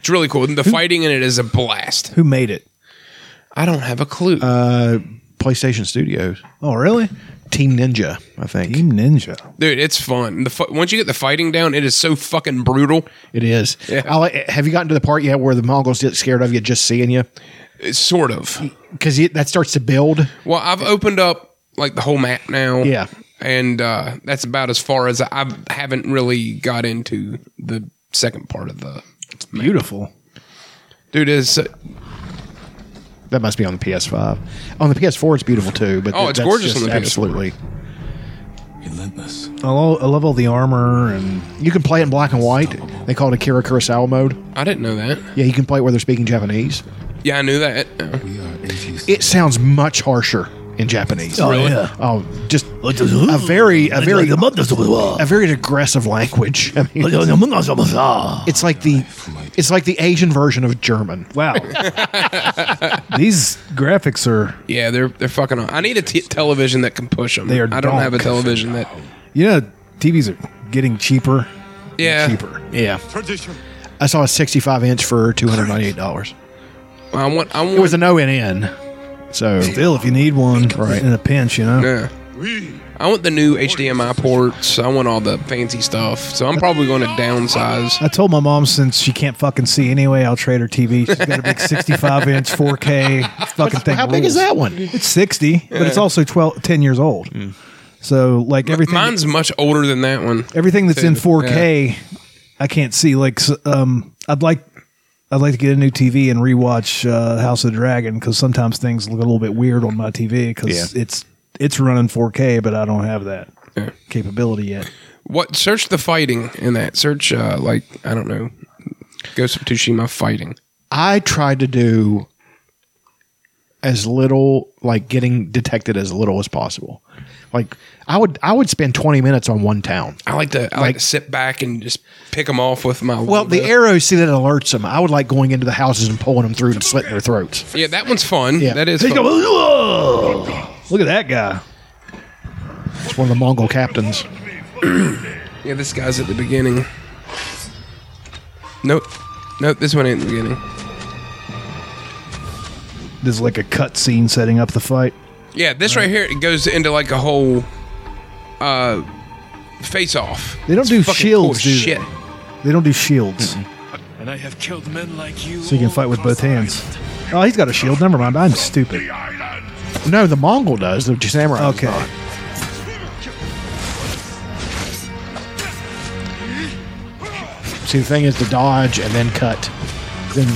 Speaker 3: it's really cool. The fighting in it is a blast.
Speaker 2: Who made it?
Speaker 3: I don't have a clue.
Speaker 1: PlayStation Studios,
Speaker 2: Oh, really?
Speaker 1: Team Ninja, I think
Speaker 2: Team Ninja.
Speaker 3: Dude, it's fun. The fu- once you get the fighting down, it is so fucking brutal.
Speaker 1: it is.
Speaker 3: Yeah.
Speaker 1: I like, have you gotten to the part yet where the Mongols get scared of you just seeing you?
Speaker 3: It's sort of.
Speaker 1: Because that starts to build.
Speaker 3: Well, I've opened up like the whole map now.
Speaker 1: Yeah.
Speaker 3: And uh, that's about as far as I, I haven't really got into the second part of the
Speaker 2: Beautiful.
Speaker 3: dude is
Speaker 1: That must be on the PS5. On the PS4, it's beautiful too. But
Speaker 3: Oh,
Speaker 1: th-
Speaker 3: it's
Speaker 1: that's
Speaker 3: gorgeous on
Speaker 1: just
Speaker 3: the PS4.
Speaker 1: Absolutely.
Speaker 9: Relentless.
Speaker 2: I love, I love all the armor and
Speaker 1: You can play it in black and white. They call it Akira Kurosawa mode.
Speaker 3: I didn't know that.
Speaker 1: Yeah, you can play it where they're speaking Japanese.
Speaker 3: Yeah, I knew that. Uh,
Speaker 9: We are atheists.
Speaker 1: It sounds much harsher in Japanese.
Speaker 2: Oh,
Speaker 3: Really?
Speaker 2: yeah.
Speaker 1: Oh, just a very, a very, a
Speaker 2: Very.
Speaker 1: very aggressive language. I mean, it's like the, it's like the Asian version of German.
Speaker 2: Wow. These graphics are.
Speaker 3: Yeah, they're they're fucking. I need a t- television that can push them.
Speaker 2: They are
Speaker 3: I don't have a
Speaker 2: donk.
Speaker 3: television that.
Speaker 2: You know, TVs are getting cheaper.
Speaker 3: Yeah,
Speaker 2: Cheaper.
Speaker 1: Yeah. I saw a 65 inch for $298.
Speaker 3: I want. I want.
Speaker 1: It was an ONN. So,
Speaker 2: Still, if you need one
Speaker 1: Right.
Speaker 2: in a pinch, you know.
Speaker 3: yeah. I want the new HDMI ports. I want all the fancy stuff. So I'm probably going to downsize.
Speaker 2: I told my mom since she can't fucking see anyway, I'll trade her TV. She's got a big 65 inch 4K fucking thing.
Speaker 1: how big is
Speaker 2: rules.
Speaker 1: that one? Hmm.
Speaker 2: It's 60, but it's also 12, 10 years old. So, like everything.
Speaker 3: Mine's much older than that one.
Speaker 2: everything that's in
Speaker 3: too.
Speaker 2: 4K, I can't see. Like, s- um, I'd like, I'd like to get a new TV and rewatch uh, House of the Dragon because sometimes things look a little bit weird on my TV because
Speaker 1: Yeah.
Speaker 2: it's it's running 4K, but I don't have that capability yet.
Speaker 3: What? Search the fighting in that. Search uh, like I don't know. Ghost of Tsushima fighting.
Speaker 1: I tried to do as little like getting detected as little as possible. Like I would I would spend 20 minutes on one town.
Speaker 3: I like to. I like, to sit back and just pick them off with my.
Speaker 1: Well, the
Speaker 3: little-
Speaker 1: arrows see that it alerts them. I would like going into the houses and pulling them through and slitting their throats.
Speaker 3: Yeah, that one's fun.
Speaker 1: Yeah.
Speaker 3: That is.
Speaker 2: There you
Speaker 3: Fun.
Speaker 2: go. Look at that guy.
Speaker 1: It's one of the Mongol captains.
Speaker 3: Yeah, this guy's at the beginning. Nope. Nope. This one ain't the beginning.
Speaker 2: There's like a cutscene setting up the fight.
Speaker 3: Yeah, this right here it goes into like a whole uh face off.
Speaker 2: They don't do shields, do they?
Speaker 3: shit.
Speaker 2: They don't do shields,
Speaker 9: And I have killed men like you.
Speaker 2: so you can fight with both hands. Oh, he's got a shield. Never mind. I'm stupid.
Speaker 1: No, the Mongol does. The samurai. does
Speaker 2: Okay.
Speaker 1: not. See, the thing is to dodge and then cut, then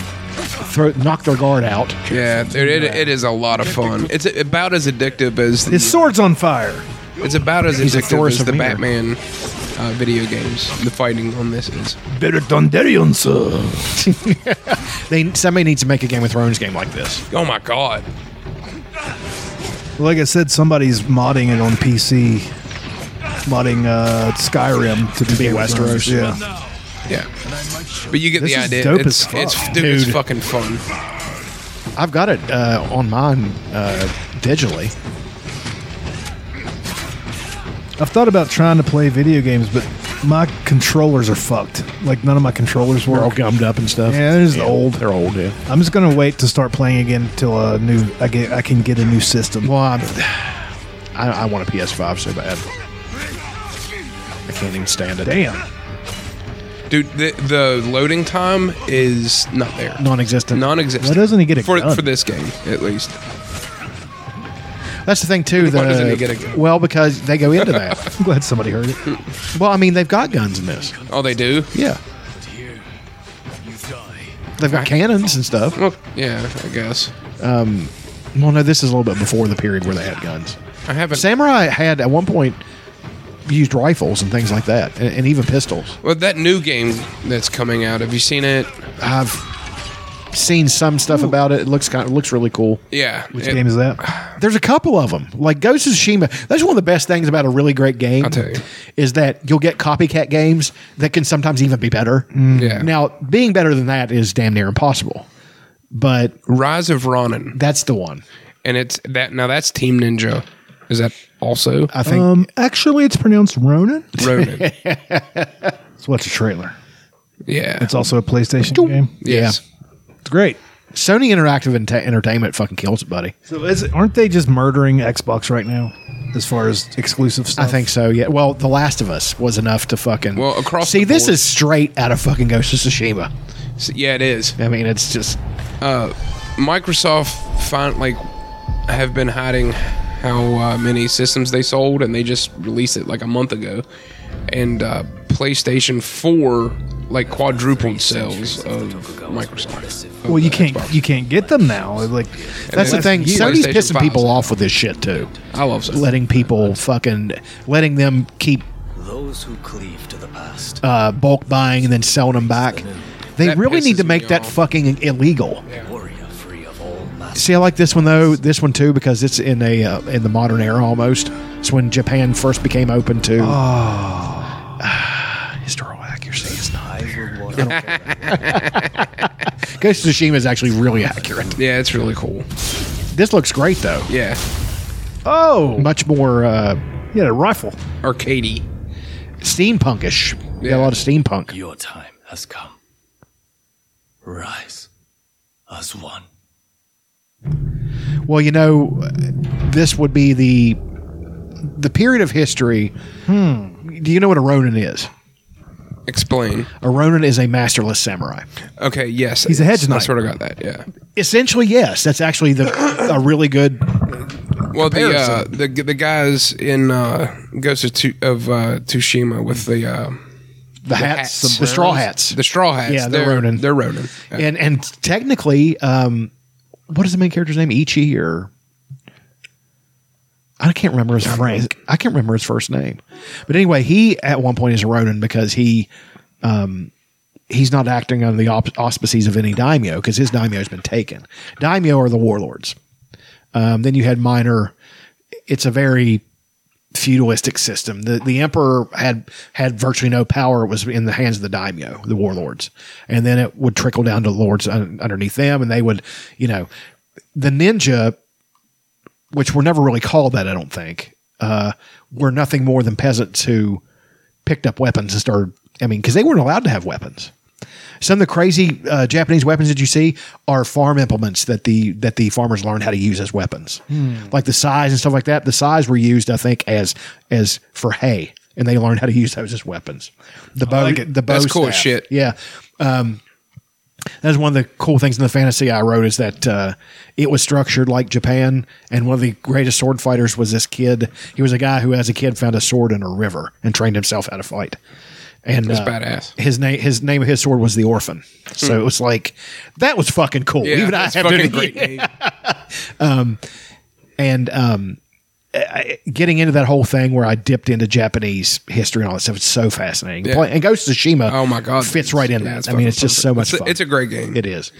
Speaker 1: throw knock their guard out.
Speaker 3: Yeah, dude, it, it is a lot of fun. It's about as addictive as the,
Speaker 2: His sword's on fire.
Speaker 3: it's about as
Speaker 1: He's a
Speaker 3: addictive
Speaker 1: Thoris
Speaker 3: as
Speaker 1: of
Speaker 3: the
Speaker 1: Mir.
Speaker 3: Batman uh, video games. The fighting on this is.
Speaker 2: Beretonderion, sir.
Speaker 1: They somebody needs to make a Game of Thrones game like this.
Speaker 3: Oh my god.
Speaker 2: Like I said, somebody's modding it on PC, modding uh, Skyrim to be,
Speaker 1: Westeros.
Speaker 2: Yeah,
Speaker 3: Yeah. But you get
Speaker 2: This
Speaker 3: the
Speaker 2: is
Speaker 3: idea.
Speaker 2: dope
Speaker 3: it's,
Speaker 2: as fuck,
Speaker 3: it's dude, it's
Speaker 1: dude.
Speaker 3: fucking fun.
Speaker 1: I've got it uh, on mine uh, digitally.
Speaker 2: I've thought about trying to play video games, but my controllers are fucked. Like none of my controllers
Speaker 1: We're all
Speaker 2: work.
Speaker 1: gummed up and stuff.
Speaker 2: Yeah, there's the old.
Speaker 1: They're old, yeah.
Speaker 2: I'm just gonna wait to start playing again until a new I get I can get a new system.
Speaker 1: Well, I'm, I, I want a PS5 so bad. I can't even stand it.
Speaker 2: Damn,
Speaker 3: Dude, the, the loading time is not there.
Speaker 1: Non-existent.
Speaker 3: Non-existent.
Speaker 2: Why doesn't he get it
Speaker 3: for
Speaker 2: done?
Speaker 3: for this game at least?
Speaker 1: That's the thing too.
Speaker 3: Why
Speaker 1: the-
Speaker 3: doesn't he get a gun?
Speaker 1: well, because they go into that.
Speaker 2: I'm glad somebody heard it.
Speaker 1: well, I mean, they've got guns in this.
Speaker 3: Oh, they do.
Speaker 1: Yeah, they've got cannons and stuff.
Speaker 3: Well, yeah, I guess.
Speaker 1: Well, no, this is a little bit before the period where they had guns.
Speaker 3: I haven't.
Speaker 1: Samurai had at one point used rifles and things like that, and, and even pistols.
Speaker 3: Well, that new game that's coming out. Have you seen it?
Speaker 1: I've seen some stuff about it. It looks kind of, looks really cool.
Speaker 3: Yeah.
Speaker 2: Which
Speaker 3: it-
Speaker 2: game is that?
Speaker 1: There's a couple of them, like Ghost of Tsushima. That's one of the best things about a really great game.
Speaker 3: I'll tell you.
Speaker 1: is that you'll get copycat games that can sometimes even be better.
Speaker 3: Mm, Yeah.
Speaker 1: Now, being better than that is damn near impossible, but
Speaker 3: Rise of Ronin,
Speaker 1: that's the one.
Speaker 3: and it's that now that's Team Ninja. Is that also
Speaker 1: I think
Speaker 2: Um, actually, it's pronounced Ronin.
Speaker 3: Ronin?
Speaker 2: Let's watch a trailer.
Speaker 3: Yeah.
Speaker 2: It's also a PlayStation game.
Speaker 3: yes.
Speaker 2: It's great.
Speaker 1: Sony Interactive Ent- Entertainment fucking kills it, buddy.
Speaker 2: So, is, aren't they just murdering Xbox right now as far as exclusive
Speaker 1: I
Speaker 2: stuff?
Speaker 1: think so. Yeah. Well, The Last of Us was enough to fucking.
Speaker 3: Well, across
Speaker 1: See,
Speaker 3: the
Speaker 1: this
Speaker 3: board-
Speaker 1: is straight out of fucking Ghost of Tsushima.
Speaker 3: S- Yeah, it is.
Speaker 1: I mean, it's just
Speaker 3: Microsoft find like have been hiding how uh, many systems they sold, and they just released it like a month ago. And uh, PlayStation Four like quadrupled sales of Microsoft. of
Speaker 2: Well, you
Speaker 3: the
Speaker 2: can't
Speaker 3: Xbox.
Speaker 2: you can't get them now. Like
Speaker 1: that's the
Speaker 3: that's
Speaker 1: thing.
Speaker 3: you.
Speaker 1: Sony's
Speaker 3: PlayStation
Speaker 1: pissing
Speaker 3: 5.
Speaker 1: people off with this shit too.
Speaker 3: I love Sony.
Speaker 1: letting people fucking letting them keep
Speaker 5: Those who cleave to the past.
Speaker 1: uh, bulk buying and then selling them back. They
Speaker 3: That
Speaker 1: really need to
Speaker 3: pisses
Speaker 1: make
Speaker 3: me
Speaker 1: that
Speaker 3: off.
Speaker 1: fucking illegal.
Speaker 5: Warrior free of all mass.
Speaker 1: See, I like this one though. This one too because it's in a uh, in the modern era almost. It's when Japan first became open to historical accuracy. Is not
Speaker 5: Oh. I will watch.
Speaker 1: Ghost of Tsushima is actually really accurate.
Speaker 3: Yeah, it's really cool.
Speaker 1: This looks great though.
Speaker 3: Yeah,
Speaker 2: oh,
Speaker 1: Much more uh,
Speaker 2: he had a rifle.
Speaker 3: arcadey.
Speaker 1: steampunkish. Yeah.
Speaker 3: Yeah.
Speaker 1: a lot of steampunk.
Speaker 5: Your time has come. Rise as one.
Speaker 1: Well, you know, uh, this would be the the period of history. Hmm. Do you know what a Ronin is?
Speaker 3: Explain.
Speaker 1: A Ronin is a masterless samurai.
Speaker 3: Okay. Yes.
Speaker 2: He's a hedge
Speaker 3: I
Speaker 2: knight.
Speaker 3: sort of got that. Yeah.
Speaker 1: Essentially, yes. That's actually the a really good.
Speaker 3: Well, the, uh, the the guys in uh, Ghost of, Tu- of uh, Tsushima with the uh,
Speaker 1: The hats, the straw hats,
Speaker 3: the straw hats.
Speaker 1: Yeah, they're Ronin.
Speaker 3: They're Ronin.
Speaker 1: and and technically, um, what is the main character's name? Ichi or I can't remember his friend. I can't remember his first name. But anyway, he at one point is a Ronin because he, um, he's not acting under the op- auspices of any daimyo because his daimyo has been taken. Daimyo are the warlords. Um, then you had minor. It's a very feudalistic system. The the emperor had had virtually no power. It was in the hands of the daimyo, the warlords, and then it would trickle down to lords un- underneath them, and they would, you know, the ninja, which were never really called that, I don't think, uh, were nothing more than peasants who picked up weapons and started. I mean, because they weren't allowed to have weapons. Some of the crazy uh, Japanese weapons that you see are farm implements that the that the farmers learned how to use as weapons,
Speaker 3: Hmm.
Speaker 1: like the size and stuff like that. The size were used, I think, as as for hay, and they learned how to use those as weapons. The bow, the bow
Speaker 3: That's cool as
Speaker 1: staff.
Speaker 3: shit.
Speaker 1: Yeah, that's one of the cool things in the fantasy I wrote is that uh, it was structured like Japan, and one of the greatest sword fighters was this kid. He was a guy who, as a kid, found a sword in a river and trained himself how to fight. And
Speaker 3: That's
Speaker 1: uh,
Speaker 3: badass. Hmm.
Speaker 1: His name, his name of his sword was the Orphan. So it was like that was fucking cool.
Speaker 3: Yeah,
Speaker 1: Even I
Speaker 3: that's
Speaker 1: have
Speaker 3: fucking
Speaker 1: to
Speaker 3: great. name.
Speaker 1: and um, I, I- getting into that whole thing where I dipped into Japanese history and all that stuff. It's so fascinating.
Speaker 3: Yeah.
Speaker 1: Play- and Ghost of Tsushima.
Speaker 3: Oh my god,
Speaker 1: fits right in
Speaker 3: Yeah,
Speaker 1: that.
Speaker 3: it's
Speaker 1: I mean,
Speaker 3: fucking
Speaker 1: it's just
Speaker 3: perfect.
Speaker 1: so much
Speaker 3: It's a,
Speaker 1: fun.
Speaker 3: it's a great game.
Speaker 1: It is.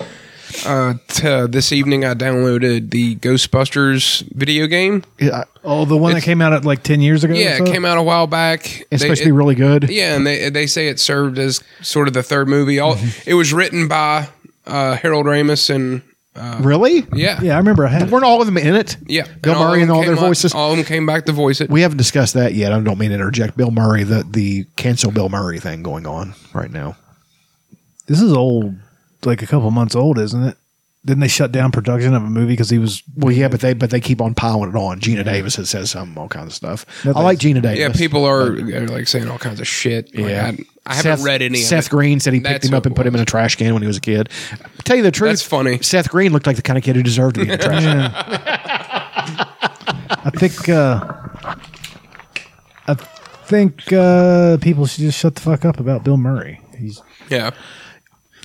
Speaker 3: Uh, t- uh, this evening, I downloaded the Ghostbusters video game.
Speaker 1: Yeah,
Speaker 2: Oh, the one that came out at like ten years ago.
Speaker 3: Yeah,
Speaker 2: or
Speaker 3: it
Speaker 2: so?
Speaker 3: came out a while back.
Speaker 1: it's
Speaker 3: They-
Speaker 1: supposed
Speaker 3: it-
Speaker 1: to be really good.
Speaker 3: Yeah, and they they say it served as sort of the third movie. All
Speaker 1: Mm-hmm.
Speaker 3: it was written by uh, Harold Ramis and
Speaker 1: Really?
Speaker 3: yeah,
Speaker 2: Yeah, I remember. I had. it.
Speaker 1: Weren't all of them in it?
Speaker 3: yeah.
Speaker 1: Bill
Speaker 3: all of
Speaker 1: Murray and
Speaker 3: them
Speaker 1: all their
Speaker 3: came up-
Speaker 1: voices.
Speaker 3: all of them came back to voice it.
Speaker 1: we haven't discussed that yet. I don't mean to interject. Bill Murray, the the cancel Bill Murray thing going on right now.
Speaker 2: This is old, like a couple months old, isn't it? Didn't they shut down production of a movie because he was?
Speaker 1: Well, yeah, but they but they keep on piling it on. Gina Davis has said some all kinds of stuff. I
Speaker 2: Nothing's-
Speaker 1: like Gina Davis.
Speaker 3: yeah, people are, are like saying all kinds of shit. Like,
Speaker 1: Yeah.
Speaker 3: I, I haven't
Speaker 1: Seth-
Speaker 3: read any.
Speaker 1: Seth
Speaker 3: of it.
Speaker 1: Green said he picked
Speaker 3: That's
Speaker 1: him
Speaker 3: who
Speaker 1: up and
Speaker 3: it
Speaker 1: put him in
Speaker 3: was.
Speaker 1: a trash can when he was a kid. Tell you the truth,
Speaker 3: That's funny.
Speaker 1: Seth Green looked like the kind of kid who deserved to be in a trash can.
Speaker 2: I think. uh I think uh people should just shut the fuck up about Bill Murray. He's.
Speaker 3: Yeah,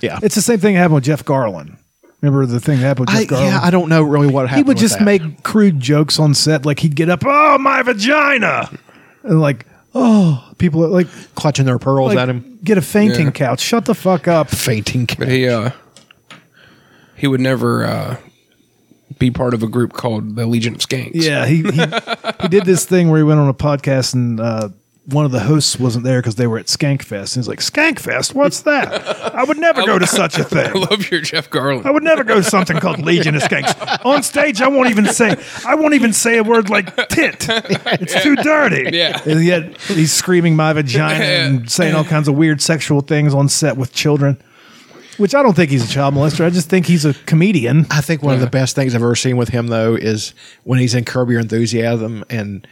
Speaker 1: Yeah,
Speaker 2: It's the same thing that happened with Jeff Garland. Remember the thing that happened with
Speaker 1: I,
Speaker 2: Jeff Garland?
Speaker 1: yeah. I don't know really what happened.
Speaker 2: he would
Speaker 1: with
Speaker 2: just
Speaker 1: that.
Speaker 2: make crude jokes on set. Like he'd get up, oh my vagina, and like oh people are like,
Speaker 1: clutching their pearls
Speaker 2: like
Speaker 1: at him,
Speaker 2: get a fainting
Speaker 3: Yeah.
Speaker 2: couch. Shut the fuck up.
Speaker 1: fainting.
Speaker 3: but he uh, He would never uh, be part of a group called the Legion of Skanks.
Speaker 2: Yeah, he, he he did this thing where he went on a podcast and uh, one of the hosts wasn't there because they were at Skankfest. And he's like, Skankfest, what's that? I would never go to such a
Speaker 3: I
Speaker 2: thing.
Speaker 3: love your Jeff Garland.
Speaker 2: I would never go to something called Legion of Skanks. On stage, I won't even say I won't even say a word like tit. It's too dirty.
Speaker 3: Yeah.
Speaker 2: And yet he's screaming my vagina and saying all kinds of weird sexual things on set with children. Which I don't think he's a child molester. I just think he's a comedian.
Speaker 1: I think one of the best things I've ever seen with him though is when he's in Curb Your Enthusiasm and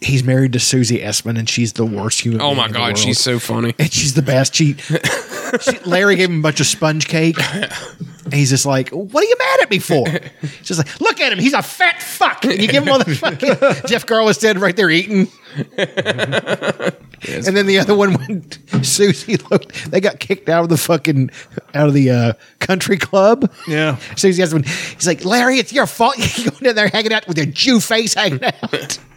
Speaker 1: he's married to Susie Essman and she's the worst human.
Speaker 3: oh
Speaker 1: being
Speaker 3: my
Speaker 1: in the
Speaker 3: God,
Speaker 1: world.
Speaker 3: she's so funny.
Speaker 1: and she's the best. She, she- Larry gave him a bunch of sponge cake. And he's just like, "What are you mad at me for?" She's like, "Look at him. He's a fat fuck." And you give him all the fucking Jeff Garland's dead right there eating. and then the other one when Susie looked, they got kicked out of the fucking out of the uh, country club.
Speaker 2: Yeah.
Speaker 1: Susie has one. He's like, "Larry, it's your fault. You're going in there hanging out with your Jew face hanging out."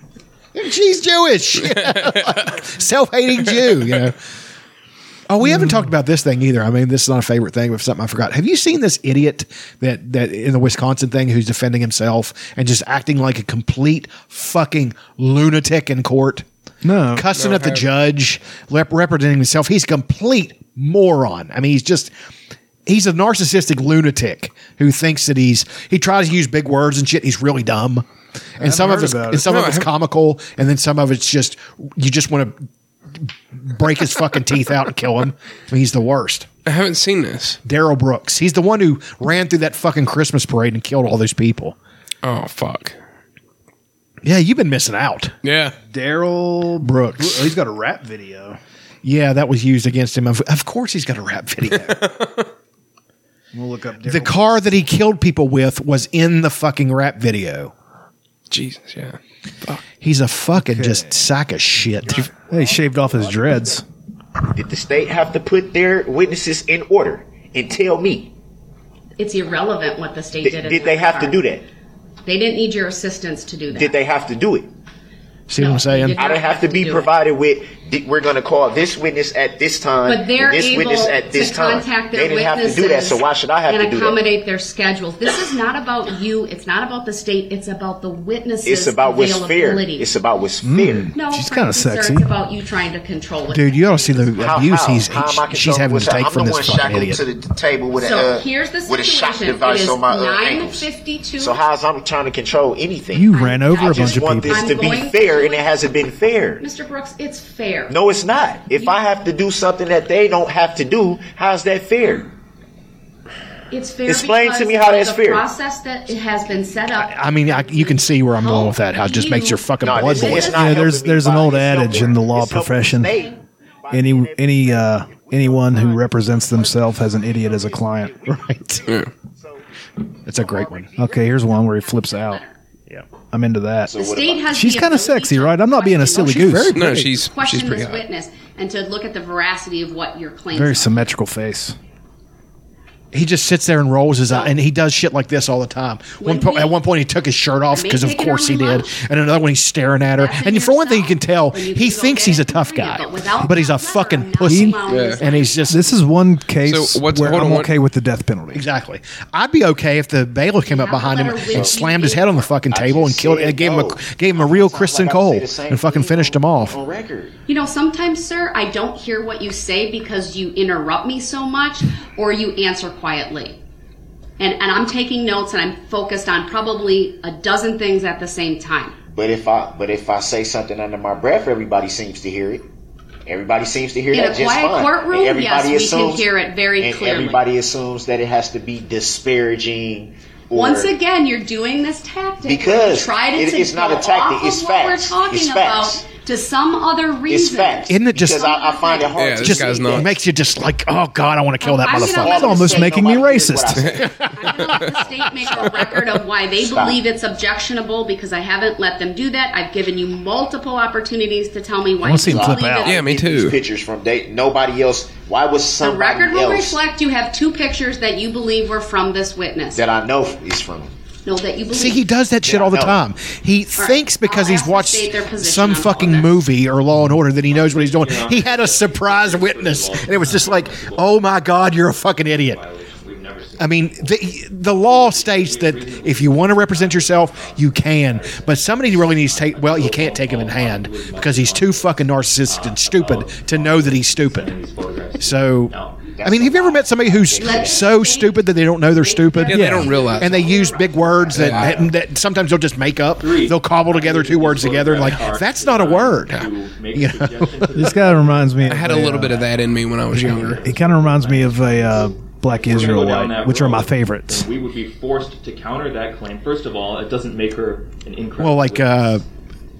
Speaker 1: And She's Jewish, self-hating Jew. You know. Oh, we haven't talked about this thing either. I mean, this is not a favorite thing, but something I forgot. Have you seen this idiot that that in the Wisconsin thing who's defending himself and just acting like a complete fucking lunatic in court?
Speaker 2: No.
Speaker 1: cussing
Speaker 3: No,
Speaker 1: at the
Speaker 3: I haven't.
Speaker 1: judge, rep- representing himself. He's a complete moron. I mean, he's just. He's a narcissistic lunatic who thinks that he's he tries to use big words and shit. He's really dumb, and some of
Speaker 2: heard
Speaker 1: it's
Speaker 2: about
Speaker 1: and
Speaker 2: it.
Speaker 1: some
Speaker 3: No,
Speaker 1: of
Speaker 3: I
Speaker 1: it's
Speaker 3: haven't.
Speaker 1: comical, and then some of it's just you just want to break his fucking teeth out and kill him. I mean, he's the worst.
Speaker 3: I haven't seen this.
Speaker 1: Daryl Brooks. He's the one who ran through that fucking Christmas parade and killed all those people.
Speaker 3: Oh, fuck.
Speaker 1: Yeah, you've been missing out.
Speaker 3: Yeah.
Speaker 2: Daryl
Speaker 1: Brooks.
Speaker 2: He's got a rap video.
Speaker 1: Yeah, that was used against him. Of, of course, he's got a rap video.
Speaker 2: We'll look up
Speaker 1: the car that he killed people with was in the fucking rap video.
Speaker 3: Jesus, yeah. Fuck.
Speaker 1: He's a fucking just sack of shit.
Speaker 2: He shaved off his dreads.
Speaker 10: Did the state have to put their witnesses in order and tell me?
Speaker 11: It's irrelevant what the state
Speaker 10: Did,
Speaker 11: did. in
Speaker 10: did they have to
Speaker 11: regard.
Speaker 10: do that?
Speaker 11: They didn't need your assistance to do that.
Speaker 10: Did they have to do it?
Speaker 1: See what I'm saying?
Speaker 10: I don't have to be
Speaker 11: do it.
Speaker 10: provided with. "Di- We're going to call this witness at this time.
Speaker 11: But they're
Speaker 10: and this
Speaker 11: able
Speaker 10: witness at this
Speaker 11: to
Speaker 10: time.
Speaker 11: contact
Speaker 10: they
Speaker 11: their
Speaker 10: didn't have to
Speaker 11: witnesses
Speaker 10: do that. So why should I have
Speaker 11: and
Speaker 10: to do that?
Speaker 11: accommodate their schedules. This is not about you. It's not about the state. It's about the witnesses.
Speaker 10: It's about what's fair.
Speaker 11: availability.
Speaker 10: It's about what's
Speaker 1: Hmm.
Speaker 10: fair.
Speaker 11: no,
Speaker 2: She's
Speaker 11: frankly,
Speaker 2: kinda
Speaker 11: sir,
Speaker 2: sexy.
Speaker 11: It's about you trying to control what
Speaker 1: Dude, you ought to see the
Speaker 10: How-
Speaker 1: abuse
Speaker 10: how?
Speaker 1: he's
Speaker 10: How am I
Speaker 1: he- she's
Speaker 10: controlling
Speaker 1: having to
Speaker 10: myself?
Speaker 1: take
Speaker 10: I'm
Speaker 1: from
Speaker 10: the
Speaker 1: this
Speaker 10: one
Speaker 1: fucking
Speaker 10: shackled
Speaker 1: idiot.
Speaker 10: to the t- table with
Speaker 11: So
Speaker 10: a uh,
Speaker 11: here's the
Speaker 10: with a shock
Speaker 11: situation. It
Speaker 10: device
Speaker 11: is
Speaker 10: on my uh, ankles.
Speaker 11: 9:52.
Speaker 10: So how's I'm trying to control anything?
Speaker 2: You ran over
Speaker 10: I
Speaker 2: a
Speaker 10: just
Speaker 2: bunch of
Speaker 10: want
Speaker 2: people.
Speaker 10: this to
Speaker 11: I'm
Speaker 10: be
Speaker 11: going
Speaker 10: fair,
Speaker 11: to-
Speaker 10: and it hasn't been fair.
Speaker 11: Mr. Brooks, it's fair.
Speaker 10: No, it's not. If I have to do something that they don't have to do, how's that fair?
Speaker 11: it's fair.
Speaker 10: Explain to
Speaker 11: because
Speaker 10: me how
Speaker 11: of
Speaker 10: that's
Speaker 11: the
Speaker 10: fair.
Speaker 11: process that it has been set up.
Speaker 1: I mean, I, you can see where I'm going with that. How it just makes your fucking
Speaker 10: No,
Speaker 1: blood
Speaker 10: it's,
Speaker 1: boil.
Speaker 10: it's
Speaker 11: Yeah,
Speaker 10: not. helping
Speaker 2: there's-
Speaker 10: me,
Speaker 2: there's an
Speaker 10: Bob.
Speaker 2: old
Speaker 10: It's helping-
Speaker 2: adage in the law
Speaker 10: it's helping
Speaker 2: profession.
Speaker 10: the state.
Speaker 2: Any any uh, anyone who represents themselves has an idiot as a client.
Speaker 1: Right. That's a great one.
Speaker 2: Okay, here's one where he flips out. Yeah, I'm into that.
Speaker 11: The state has
Speaker 2: She's
Speaker 11: the
Speaker 2: kind of
Speaker 11: ability
Speaker 2: sexy,
Speaker 11: to
Speaker 2: right? I'm not being a
Speaker 11: question
Speaker 2: silly
Speaker 11: this-
Speaker 2: goose.
Speaker 3: No, she's she's
Speaker 11: Question
Speaker 3: pretty
Speaker 11: this
Speaker 3: hot.
Speaker 11: witness and to look at the veracity of what your claims.
Speaker 2: Very
Speaker 11: are.
Speaker 2: symmetrical face.
Speaker 1: He just sits there and rolls his eye, and he does shit like this all the time. One
Speaker 11: When
Speaker 1: po-
Speaker 11: he-
Speaker 1: at one point, he took his shirt off because, of
Speaker 11: taking
Speaker 1: course, he
Speaker 11: her
Speaker 1: did.
Speaker 11: lunch.
Speaker 1: And another one, he's staring at her.
Speaker 11: That's
Speaker 1: And
Speaker 11: in
Speaker 1: for one thing, you
Speaker 11: yourself.
Speaker 1: can tell
Speaker 11: When you
Speaker 1: he
Speaker 11: can go
Speaker 1: thinks
Speaker 11: get
Speaker 1: he's a
Speaker 11: it,
Speaker 1: tough
Speaker 11: you can read
Speaker 1: guy,
Speaker 11: it, but without
Speaker 1: but he's a
Speaker 11: that letter, I'm
Speaker 1: fucking
Speaker 11: not
Speaker 1: pussy.
Speaker 11: allowing Yeah. this
Speaker 1: And he's just
Speaker 2: This is one case
Speaker 3: So what's-
Speaker 2: where
Speaker 3: hold on,
Speaker 2: I'm
Speaker 3: what-
Speaker 2: okay with the death penalty.
Speaker 1: Exactly. I'd be okay if the bailiff came up
Speaker 11: Not
Speaker 1: behind him
Speaker 11: let her
Speaker 1: and
Speaker 11: live.
Speaker 1: slammed his head on the fucking table and
Speaker 10: just
Speaker 1: killed
Speaker 10: said
Speaker 1: and gave him
Speaker 10: no.
Speaker 1: a gave him a real Kristen
Speaker 10: Like I say
Speaker 1: Cole
Speaker 10: the same
Speaker 1: and fucking
Speaker 10: thing
Speaker 1: finished him
Speaker 10: on-
Speaker 1: off.
Speaker 10: on record.
Speaker 11: You know, sometimes, sir, I don't hear what you say because you interrupt me so much or you answer quietly. And, and I'm taking notes and I'm focused on probably a dozen things at the same time.
Speaker 10: But if I but if I say something under my breath, everybody seems to hear it. Everybody seems to hear
Speaker 11: In
Speaker 10: that
Speaker 11: a
Speaker 10: just
Speaker 11: quiet
Speaker 10: fine.
Speaker 11: courtroom,
Speaker 10: And everybody
Speaker 11: yes, we can
Speaker 10: assumes-
Speaker 11: hear it very
Speaker 10: and
Speaker 11: clearly.
Speaker 10: Everybody assumes that it has to be disparaging. Or
Speaker 11: Once again, you're doing this tactic where you
Speaker 10: Because
Speaker 11: try to
Speaker 10: it-
Speaker 11: take
Speaker 10: it's not a
Speaker 11: people
Speaker 10: tactic,
Speaker 11: off of
Speaker 10: it's
Speaker 11: what
Speaker 10: facts.
Speaker 11: We're talking
Speaker 10: It's facts.
Speaker 11: about to some other
Speaker 10: it's
Speaker 11: reason.
Speaker 10: facts.
Speaker 1: Isn't it just-
Speaker 10: because I, I find it hard
Speaker 3: Yeah,
Speaker 10: to
Speaker 3: this
Speaker 10: just
Speaker 3: guy's
Speaker 10: see
Speaker 3: not-
Speaker 1: It
Speaker 10: that.
Speaker 1: makes you just like, oh god, I want to kill that
Speaker 11: I'm gonna
Speaker 1: motherfucker.
Speaker 11: let
Speaker 2: It's almost
Speaker 10: Say
Speaker 2: making me
Speaker 10: nobody hears what I
Speaker 2: racist.
Speaker 10: say.
Speaker 11: I'm going to let the state make a record of why they
Speaker 10: Stop.
Speaker 11: believe it's objectionable because I haven't let them do that. I've given you multiple opportunities to tell me why
Speaker 2: I
Speaker 11: you
Speaker 2: wanna see him
Speaker 11: believe
Speaker 2: flip
Speaker 11: it.
Speaker 2: out.
Speaker 3: Yeah, me
Speaker 10: get these
Speaker 3: too.
Speaker 10: Pictures from date. Nobody else. Why was
Speaker 11: The
Speaker 10: somebody
Speaker 11: record
Speaker 10: else
Speaker 11: will reflect you have two pictures that you believe were from this witness.
Speaker 10: that I know is from?
Speaker 11: no, that you believe.
Speaker 1: See, he does that shit
Speaker 10: Yeah,
Speaker 1: all the
Speaker 10: no.
Speaker 1: time. He thinks because
Speaker 11: I'll
Speaker 1: he's
Speaker 11: ask the
Speaker 1: watched
Speaker 11: state their position
Speaker 1: some
Speaker 11: on all
Speaker 1: fucking
Speaker 11: of this.
Speaker 1: movie or Law and Order that he knows what he's doing. He had a surprise witness, and it was just like, oh my god, you're a fucking idiot. I mean, the, the law states that if you want to represent yourself, you can, but somebody really needs to take. Well, you can't take him in hand because he's too fucking narcissistic and stupid to know that he's stupid. So, I mean, have you ever met somebody who's so stupid that they don't know they're stupid?
Speaker 3: Yeah, they don't realize
Speaker 1: and they use big words that,
Speaker 3: Yeah.
Speaker 1: that, that sometimes they'll just make up. They'll cobble together two words together, and like that's not a word. You know?
Speaker 2: This guy reminds me. uh,
Speaker 3: I had a little bit of that in me when I was younger.
Speaker 2: He kind of reminds me of a uh, Black
Speaker 12: down
Speaker 2: Israelite,
Speaker 12: that
Speaker 2: which are my
Speaker 12: road,
Speaker 2: favorites.
Speaker 12: then We would be forced to counter that claim. First of all, it doesn't make her an incorrect.
Speaker 1: Well, like uh,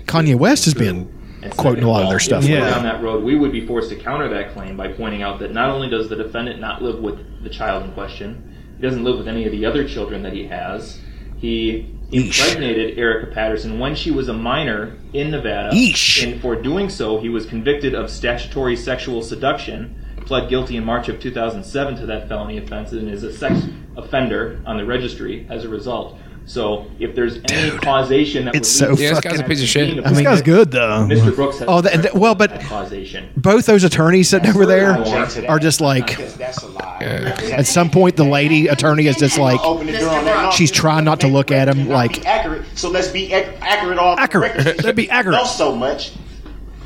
Speaker 1: Kanye West has been quoting a lot of their stuff.
Speaker 12: If we were
Speaker 1: lately.
Speaker 12: down that road, we would be forced to counter that claim by pointing out that not only does the defendant not live with the child in question, he doesn't live with any of the other children that he has. He impregnated Erica Patterson when she was a minor in Nevada,
Speaker 1: Yeesh.
Speaker 12: and for doing so, he was convicted of statutory sexual seduction. Pled guilty in March of 2007 to that felony offense and is a sex offender on the registry as a result. So, if there's any causation that
Speaker 1: It's
Speaker 12: would lead
Speaker 1: so
Speaker 12: to
Speaker 1: Yeah, this guy's a
Speaker 12: actually
Speaker 1: piece of shit.
Speaker 12: being a
Speaker 1: I mean- This guy's
Speaker 2: good though.
Speaker 12: Mr. Brooks has
Speaker 1: Oh, that, that- well, but both those attorneys sitting over there are just like. At some point, the lady attorney is just like
Speaker 10: Open the door on that.
Speaker 1: she's trying not to look at him. Like,
Speaker 10: accurate. So let's be ac- accurate all
Speaker 1: Accurate. Let's be accurate.
Speaker 10: Not so much.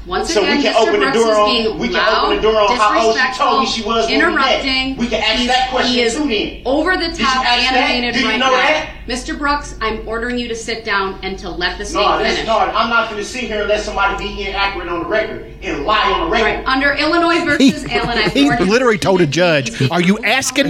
Speaker 13: Once
Speaker 10: so
Speaker 13: again,
Speaker 10: we can
Speaker 13: Mr.
Speaker 10: open
Speaker 13: Brooks
Speaker 10: the door
Speaker 13: is
Speaker 10: on.
Speaker 13: being
Speaker 10: we can
Speaker 13: loud,
Speaker 10: open the door on how old she told me she
Speaker 13: disrespectful,
Speaker 10: was. when we met.
Speaker 13: interrupting.
Speaker 10: We can ask
Speaker 13: He's-
Speaker 10: that question
Speaker 13: he is
Speaker 10: too. Then
Speaker 13: Over the top
Speaker 10: ask that?
Speaker 13: animated
Speaker 10: Did you
Speaker 13: right
Speaker 10: know
Speaker 13: now.
Speaker 10: that?
Speaker 13: Mr. Brooks, I'm ordering you to sit down and to let the state
Speaker 10: No,
Speaker 13: finish.
Speaker 10: that's no. I'm not going to sit here and let somebody be inaccurate on the record and lie on the record.
Speaker 13: Right. Under Illinois versus Allen, I've
Speaker 1: he
Speaker 13: ordered
Speaker 1: literally told a judge, "Are you asking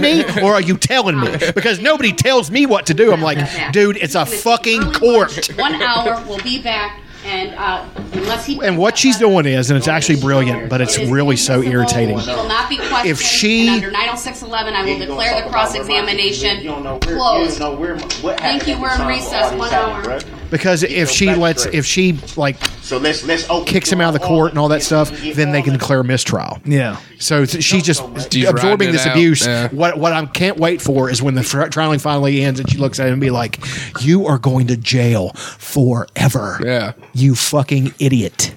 Speaker 1: me or are you telling me?" Because nobody tells me what to do. I'm like, dude, it's a fucking court.
Speaker 13: one hour. We'll be back, and uh, unless he
Speaker 1: And what she's doing is, and it's actually brilliant, but it's really so irritating.
Speaker 13: He will not be questioned.
Speaker 1: If she-
Speaker 13: and under 90611, I will declare the cross examination
Speaker 10: You
Speaker 13: closed.
Speaker 10: know where my- what happened
Speaker 13: Thank you.
Speaker 10: at the
Speaker 13: We're in
Speaker 10: time with all
Speaker 13: recess.
Speaker 10: these
Speaker 13: One
Speaker 10: items,
Speaker 13: hour.
Speaker 10: bruh?
Speaker 1: Because if she lets, if she like,
Speaker 10: so let's let's
Speaker 1: kicks him out of the court and all that stuff, then they can declare mistrial.
Speaker 2: Yeah.
Speaker 1: So th- she's just
Speaker 3: She's riding
Speaker 1: absorbing
Speaker 3: it
Speaker 1: this
Speaker 3: out,
Speaker 1: abuse.
Speaker 3: yeah.
Speaker 1: What what I can't wait for is when the fr- trial finally ends and she looks at him and be like, "You are going to jail forever."
Speaker 3: Yeah.
Speaker 1: You fucking idiot.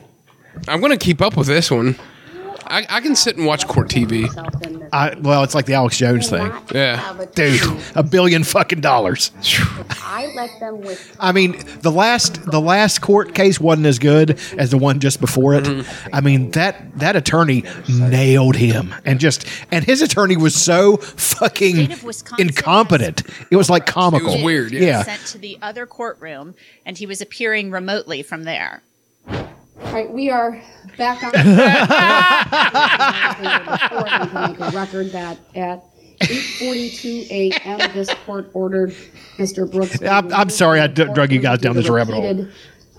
Speaker 3: I'm gonna keep up with this one. I, I can sit and watch court TV.
Speaker 1: I, well, it's like the Alex Jones thing.
Speaker 3: Yeah,
Speaker 1: Dude, a billion fucking dollars.
Speaker 6: I let them with
Speaker 1: I mean, the last the last court case wasn't as good as the one just before it.
Speaker 3: Mm-hmm.
Speaker 1: I mean that that attorney nailed him, and just and his attorney was so fucking incompetent. It was like comical.
Speaker 14: Sent to the other courtroom, and he was appearing remotely from there.
Speaker 6: All right, we are back on. Make a record that at 8:42 a.m. this court ordered Mr. Brooks.
Speaker 1: Yeah, I'm, I'm sorry I d- drug you guys down this rabbit hole.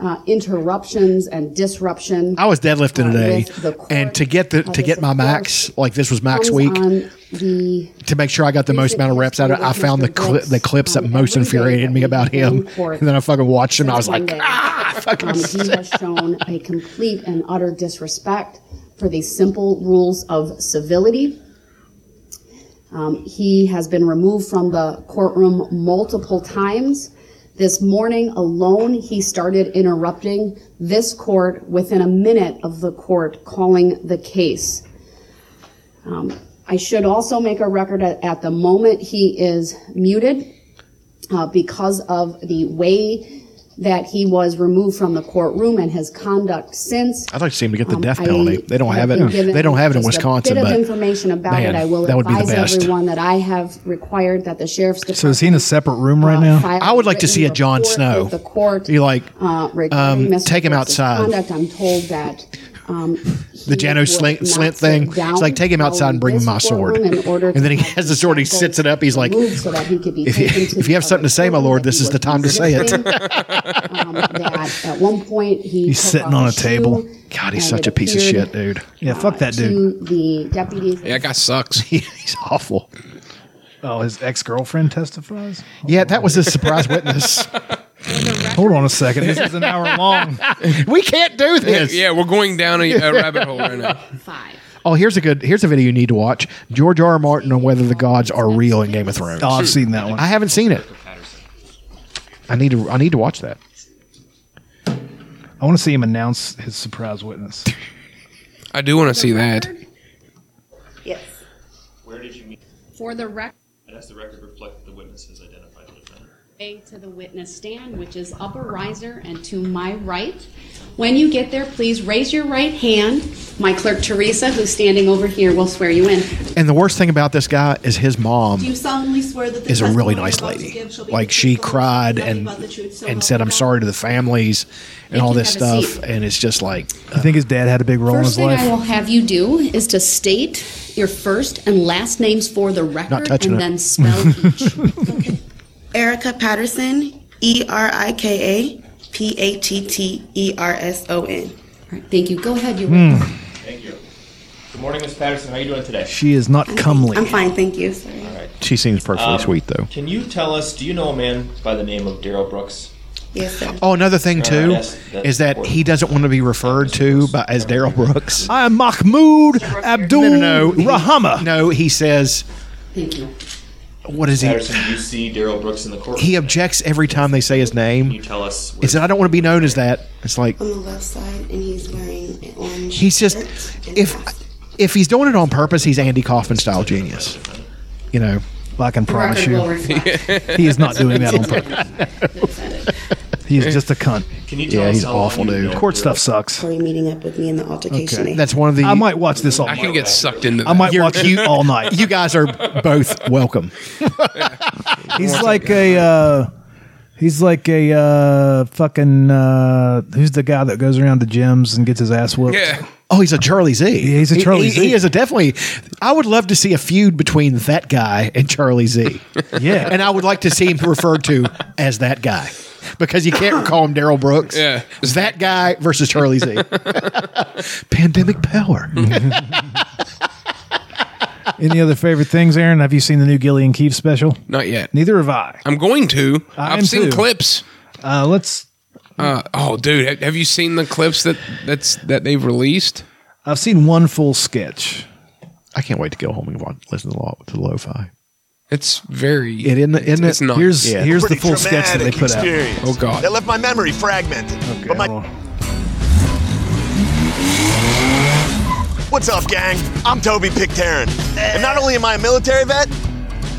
Speaker 6: Uh, interruptions and disruption.
Speaker 1: I was deadlifting
Speaker 6: with the
Speaker 1: today, and to get the to get my max like this was max
Speaker 6: comes
Speaker 1: week
Speaker 6: on the
Speaker 1: to make sure I got the most amount of reps out of it. I found the cli the clips that most infuriated me about him, and then I fucking watched him. I was like,
Speaker 6: Monday, um, he has shown a complete and utter disrespect for the simple rules of civility. Um, he has been removed from the courtroom multiple times. This morning alone, he started interrupting this court within a minute of the court calling the case. Um, I should also make a record at, at the moment he is muted uh, because of the way that he was removed from the courtroom and his conduct since.
Speaker 1: I'd like to see him to get the
Speaker 6: Um,
Speaker 1: death
Speaker 6: I
Speaker 1: penalty. They don't have
Speaker 6: have
Speaker 1: it.
Speaker 6: been given
Speaker 1: They don't have it in
Speaker 6: just a
Speaker 1: Wisconsin.
Speaker 6: bit of
Speaker 1: but
Speaker 6: information about
Speaker 1: man,
Speaker 6: it. I will
Speaker 1: that would be the
Speaker 6: advise
Speaker 1: best.
Speaker 6: everyone that I have required that the sheriff's department.
Speaker 2: So is he in a separate room right now?
Speaker 6: file
Speaker 1: I would like to
Speaker 6: written
Speaker 1: see a John
Speaker 6: report
Speaker 1: Snow.
Speaker 6: with The court,
Speaker 1: You like,
Speaker 6: uh,
Speaker 1: um,
Speaker 6: regarding Mr.
Speaker 1: take him
Speaker 6: Brooks'
Speaker 1: outside.
Speaker 6: Conduct. I'm told that. Um,
Speaker 1: the Jano Slint, Slint thing. It's like take him outside and bring him my sword,
Speaker 6: in order
Speaker 1: and then he has the sword. He sits it up. He's like,
Speaker 6: moved so that he could be
Speaker 1: if you,
Speaker 6: taken to
Speaker 1: if you have something to say, my lord, this is the time to say it.
Speaker 6: um, that at one point he
Speaker 1: He's
Speaker 6: took
Speaker 1: sitting
Speaker 6: off
Speaker 1: on
Speaker 6: his
Speaker 1: a table.
Speaker 6: shoe
Speaker 1: God, he's
Speaker 6: and
Speaker 1: such
Speaker 6: it
Speaker 1: a piece of
Speaker 6: appeared
Speaker 1: shit, dude.
Speaker 2: Yeah, fuck that dude.
Speaker 6: To the deputies.
Speaker 3: yeah, that guy sucks.
Speaker 1: he's awful.
Speaker 2: Oh, his ex girlfriend testifies.
Speaker 1: Yeah, that was his surprise witness.
Speaker 2: Hold on a second. This is an hour long.
Speaker 1: we can't do this.
Speaker 3: yeah, we're going down a, a rabbit hole right now.
Speaker 1: Oh, here's a good here's a video you need to watch. George R. R. Martin on whether the gods are real in Game of Thrones.
Speaker 3: Uh,
Speaker 2: Oh, I've seen that one.
Speaker 1: I haven't seen it. I need to I need to watch that.
Speaker 2: I want to see him announce his surprise witness.
Speaker 3: I do want to see that.
Speaker 6: For the record,
Speaker 12: and ask the record reflect that the witness has identified the defendant.
Speaker 13: Way to the witness stand, which is upper riser and to my right. When you get there, please raise your right hand. My clerk Teresa, who's standing over here, will swear you in.
Speaker 1: And the worst thing about this guy is his mom
Speaker 13: Do you solemnly swear that the
Speaker 1: is a
Speaker 13: testimony
Speaker 1: really
Speaker 13: you're
Speaker 1: nice
Speaker 13: about to
Speaker 1: lady.
Speaker 13: give shall be
Speaker 1: Like
Speaker 13: the
Speaker 1: she
Speaker 13: truth, the whole
Speaker 1: cried
Speaker 13: truth, nothing
Speaker 1: and
Speaker 13: but the truth, so
Speaker 1: and
Speaker 13: help
Speaker 1: said,
Speaker 13: you
Speaker 1: "I'm
Speaker 13: God."
Speaker 1: sorry to the families," and all
Speaker 13: can
Speaker 1: this
Speaker 13: have a
Speaker 1: stuff.
Speaker 13: seat.
Speaker 1: And it's just like uh,
Speaker 2: You think his dad had a big role
Speaker 13: First
Speaker 2: in
Speaker 13: thing
Speaker 2: his
Speaker 13: I will
Speaker 2: life?
Speaker 13: have you do is to state your first and last names for the record
Speaker 2: touching
Speaker 13: and
Speaker 2: it.
Speaker 13: then spell each.
Speaker 15: Erica Patterson, E R I K A P A T T E R S O N.
Speaker 13: Thank you. Go ahead. You.
Speaker 1: Hmm.
Speaker 12: Thank you. Good morning, Ms. Patterson. How are you doing today?
Speaker 2: She is not comely.
Speaker 15: I'm fine, thank you. Sorry.
Speaker 12: All right.
Speaker 1: she seems perfectly
Speaker 12: Um,
Speaker 1: sweet though.
Speaker 12: Can you tell us? Do you know a man by the name of Daryl Brooks?
Speaker 15: Yes, sir.
Speaker 1: Oh, another thing
Speaker 12: All right,
Speaker 1: too
Speaker 12: that's- that's
Speaker 1: is that he doesn't want to be referred to by, as Daryl Brooks.
Speaker 2: I'm Mahmoud Abdul
Speaker 1: no, no, no. He-
Speaker 2: Rahama.
Speaker 1: no, he says,
Speaker 13: Thank you.
Speaker 1: "What is he?"
Speaker 12: Patterson, you see Daryl Brooks in the courtroom.
Speaker 1: He objects every time they say his name. You
Speaker 12: tell us.
Speaker 1: He said, "I don't want to be known as that." It's like
Speaker 15: On the left side, and he's wearing an orange.
Speaker 1: he's just
Speaker 15: shirt and
Speaker 1: if if he's doing it on purpose, he's Andy Kaufman style genius. You know,
Speaker 2: I can promise
Speaker 1: record
Speaker 2: you,
Speaker 1: will reflect.
Speaker 2: he is not doing that on purpose. he is just a cunt.
Speaker 1: Can you tell Yeah, us he's how long awful, you've dude. known
Speaker 2: Court stuff sucks.
Speaker 15: Corey meeting up with me in the altercation.
Speaker 2: Okay.
Speaker 1: That's one of the.
Speaker 2: I might watch this all.
Speaker 3: I
Speaker 2: night.
Speaker 3: can get sucked into that.
Speaker 2: I might watch you all night.
Speaker 1: You guys are both welcome.
Speaker 2: He's like a. Uh, he's like a uh, fucking. Uh, who's the guy that goes around the gyms and gets his ass whooped?
Speaker 1: Oh, he's a Charlie Z. Yeah,
Speaker 2: he's a Charlie
Speaker 1: he,
Speaker 2: Z.
Speaker 1: He is a definitely. I would love to see a feud between that guy and Charlie Z.
Speaker 2: Yeah.
Speaker 1: and I would like to see him referred to as that guy because you can't call him Daryl Brooks. Yeah, that guy versus Charlie Z. Pandemic power.
Speaker 2: Any other favorite things, Aaron? Have you seen the new Gillian Keefe special?
Speaker 3: Not yet.
Speaker 2: Neither have I.
Speaker 3: I'm going to.
Speaker 2: I
Speaker 3: I
Speaker 2: am
Speaker 3: have seen
Speaker 2: too.
Speaker 3: clips.
Speaker 2: Uh, let's.
Speaker 3: Uh, oh, dude, have, have you seen the clips that that's that they've released?
Speaker 2: I've seen one full sketch.
Speaker 1: I can't wait to go home and watch, listen to lo- to lo-fi.
Speaker 3: It's very.
Speaker 1: It in the in
Speaker 3: it's not.
Speaker 2: Here's here's the
Speaker 16: Pretty
Speaker 2: full sketch that they
Speaker 16: traumatic
Speaker 2: put
Speaker 16: experience.
Speaker 2: out. Oh god.
Speaker 16: That left my memory fragmented. but my- What's up, gang? I'm Toby Pictarin. And not only am I a military vet,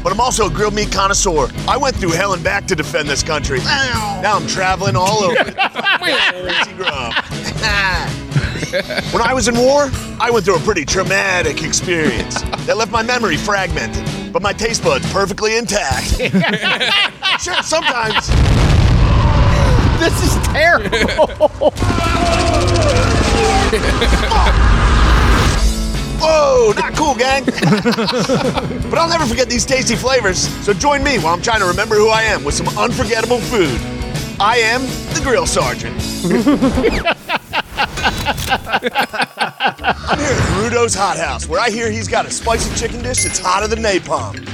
Speaker 16: but I'm also a grilled meat connoisseur. I went through hell and back to defend this country. Now I'm traveling all over. it. Crazy grub. when I was in war, I went through a pretty traumatic experience that left my memory fragmented, but my taste buds perfectly intact. sure, sometimes.
Speaker 1: This is terrible.
Speaker 16: Whoa, not cool, gang. but I'll never forget these tasty flavors, so join me while I'm trying to remember who I am with some unforgettable food. I am the Grill Sergeant. I'm here at Rudo's Hot House, where I hear he's got a spicy chicken dish that's hotter than napalm.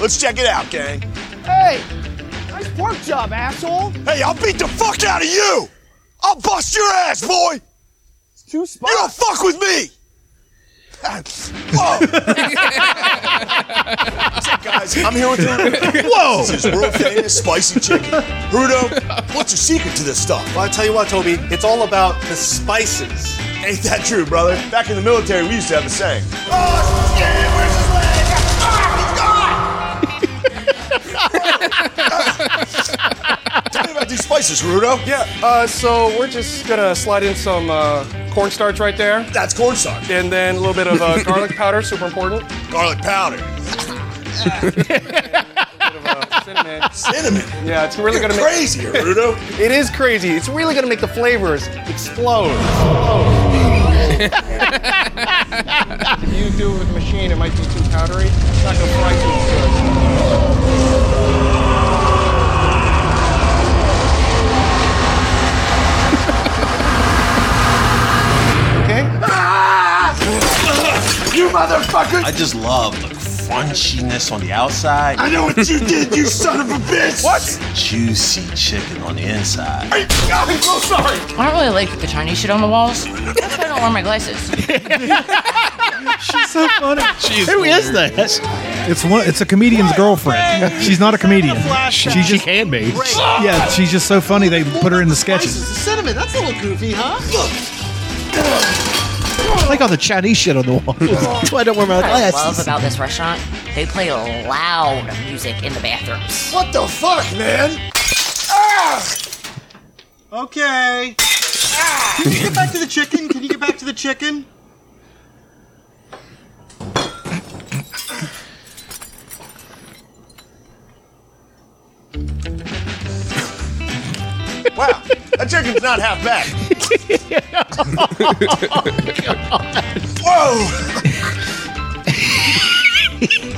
Speaker 16: Let's check it out, gang.
Speaker 5: Hey, nice pork job, asshole.
Speaker 16: Hey, I'll beat the fuck out of you! I'll bust your ass, boy! It's too You don't fuck with me! Oh. Whoa! What's up, guys? I'm here with Rudo.
Speaker 5: Whoa.
Speaker 16: This is world famous spicy chicken. Rudo, what's your secret to this stuff?
Speaker 17: Well, I tell you what, Toby, it's all about the spices.
Speaker 16: Ain't that true, brother? Back in the military, we used to have a saying. Tell me about these spices, Rudo.
Speaker 17: Yeah, uh, so we're just gonna slide in some uh, cornstarch right there.
Speaker 16: That's cornstarch.
Speaker 17: And then a little bit of uh, garlic powder, super important.
Speaker 16: Garlic powder.
Speaker 17: cinnamon.
Speaker 16: Cinnamon.
Speaker 17: Yeah, it's really
Speaker 16: You're
Speaker 17: gonna
Speaker 16: crazy,
Speaker 17: make
Speaker 16: Rudo.
Speaker 17: it is crazy. It's really gonna make the flavors explode. if you do it with a machine, it might be too powdery. It's not gonna fry too good.
Speaker 16: You motherfucker!
Speaker 17: I
Speaker 16: just
Speaker 17: love the crunchiness on the outside.
Speaker 16: I know what you did, you son of a bitch! What?
Speaker 17: Juicy chicken on the inside.
Speaker 16: I'm so sorry!
Speaker 18: I don't really like the Chinese shit on the walls. That's why I don't wear my glasses.
Speaker 2: She's so funny.
Speaker 1: She's Who is that?
Speaker 2: It's one. It's a comedian's girlfriend. She's not a comedian. She,
Speaker 1: She can be.
Speaker 2: Yeah, she's just so funny. They put her in the sketches.
Speaker 17: Cinnamon, that's a little goofy, huh? Look!
Speaker 1: like all the Chinese shit on the wall. That's why I don't wear my
Speaker 18: What I love
Speaker 1: glasses.
Speaker 18: about this restaurant, they play loud music in the bathrooms.
Speaker 16: What the fuck, man?
Speaker 17: Ah! Okay. Ah, can you get back to the chicken? Can you get back to the chicken?
Speaker 16: Wow, that chicken's not half bad. Whoa!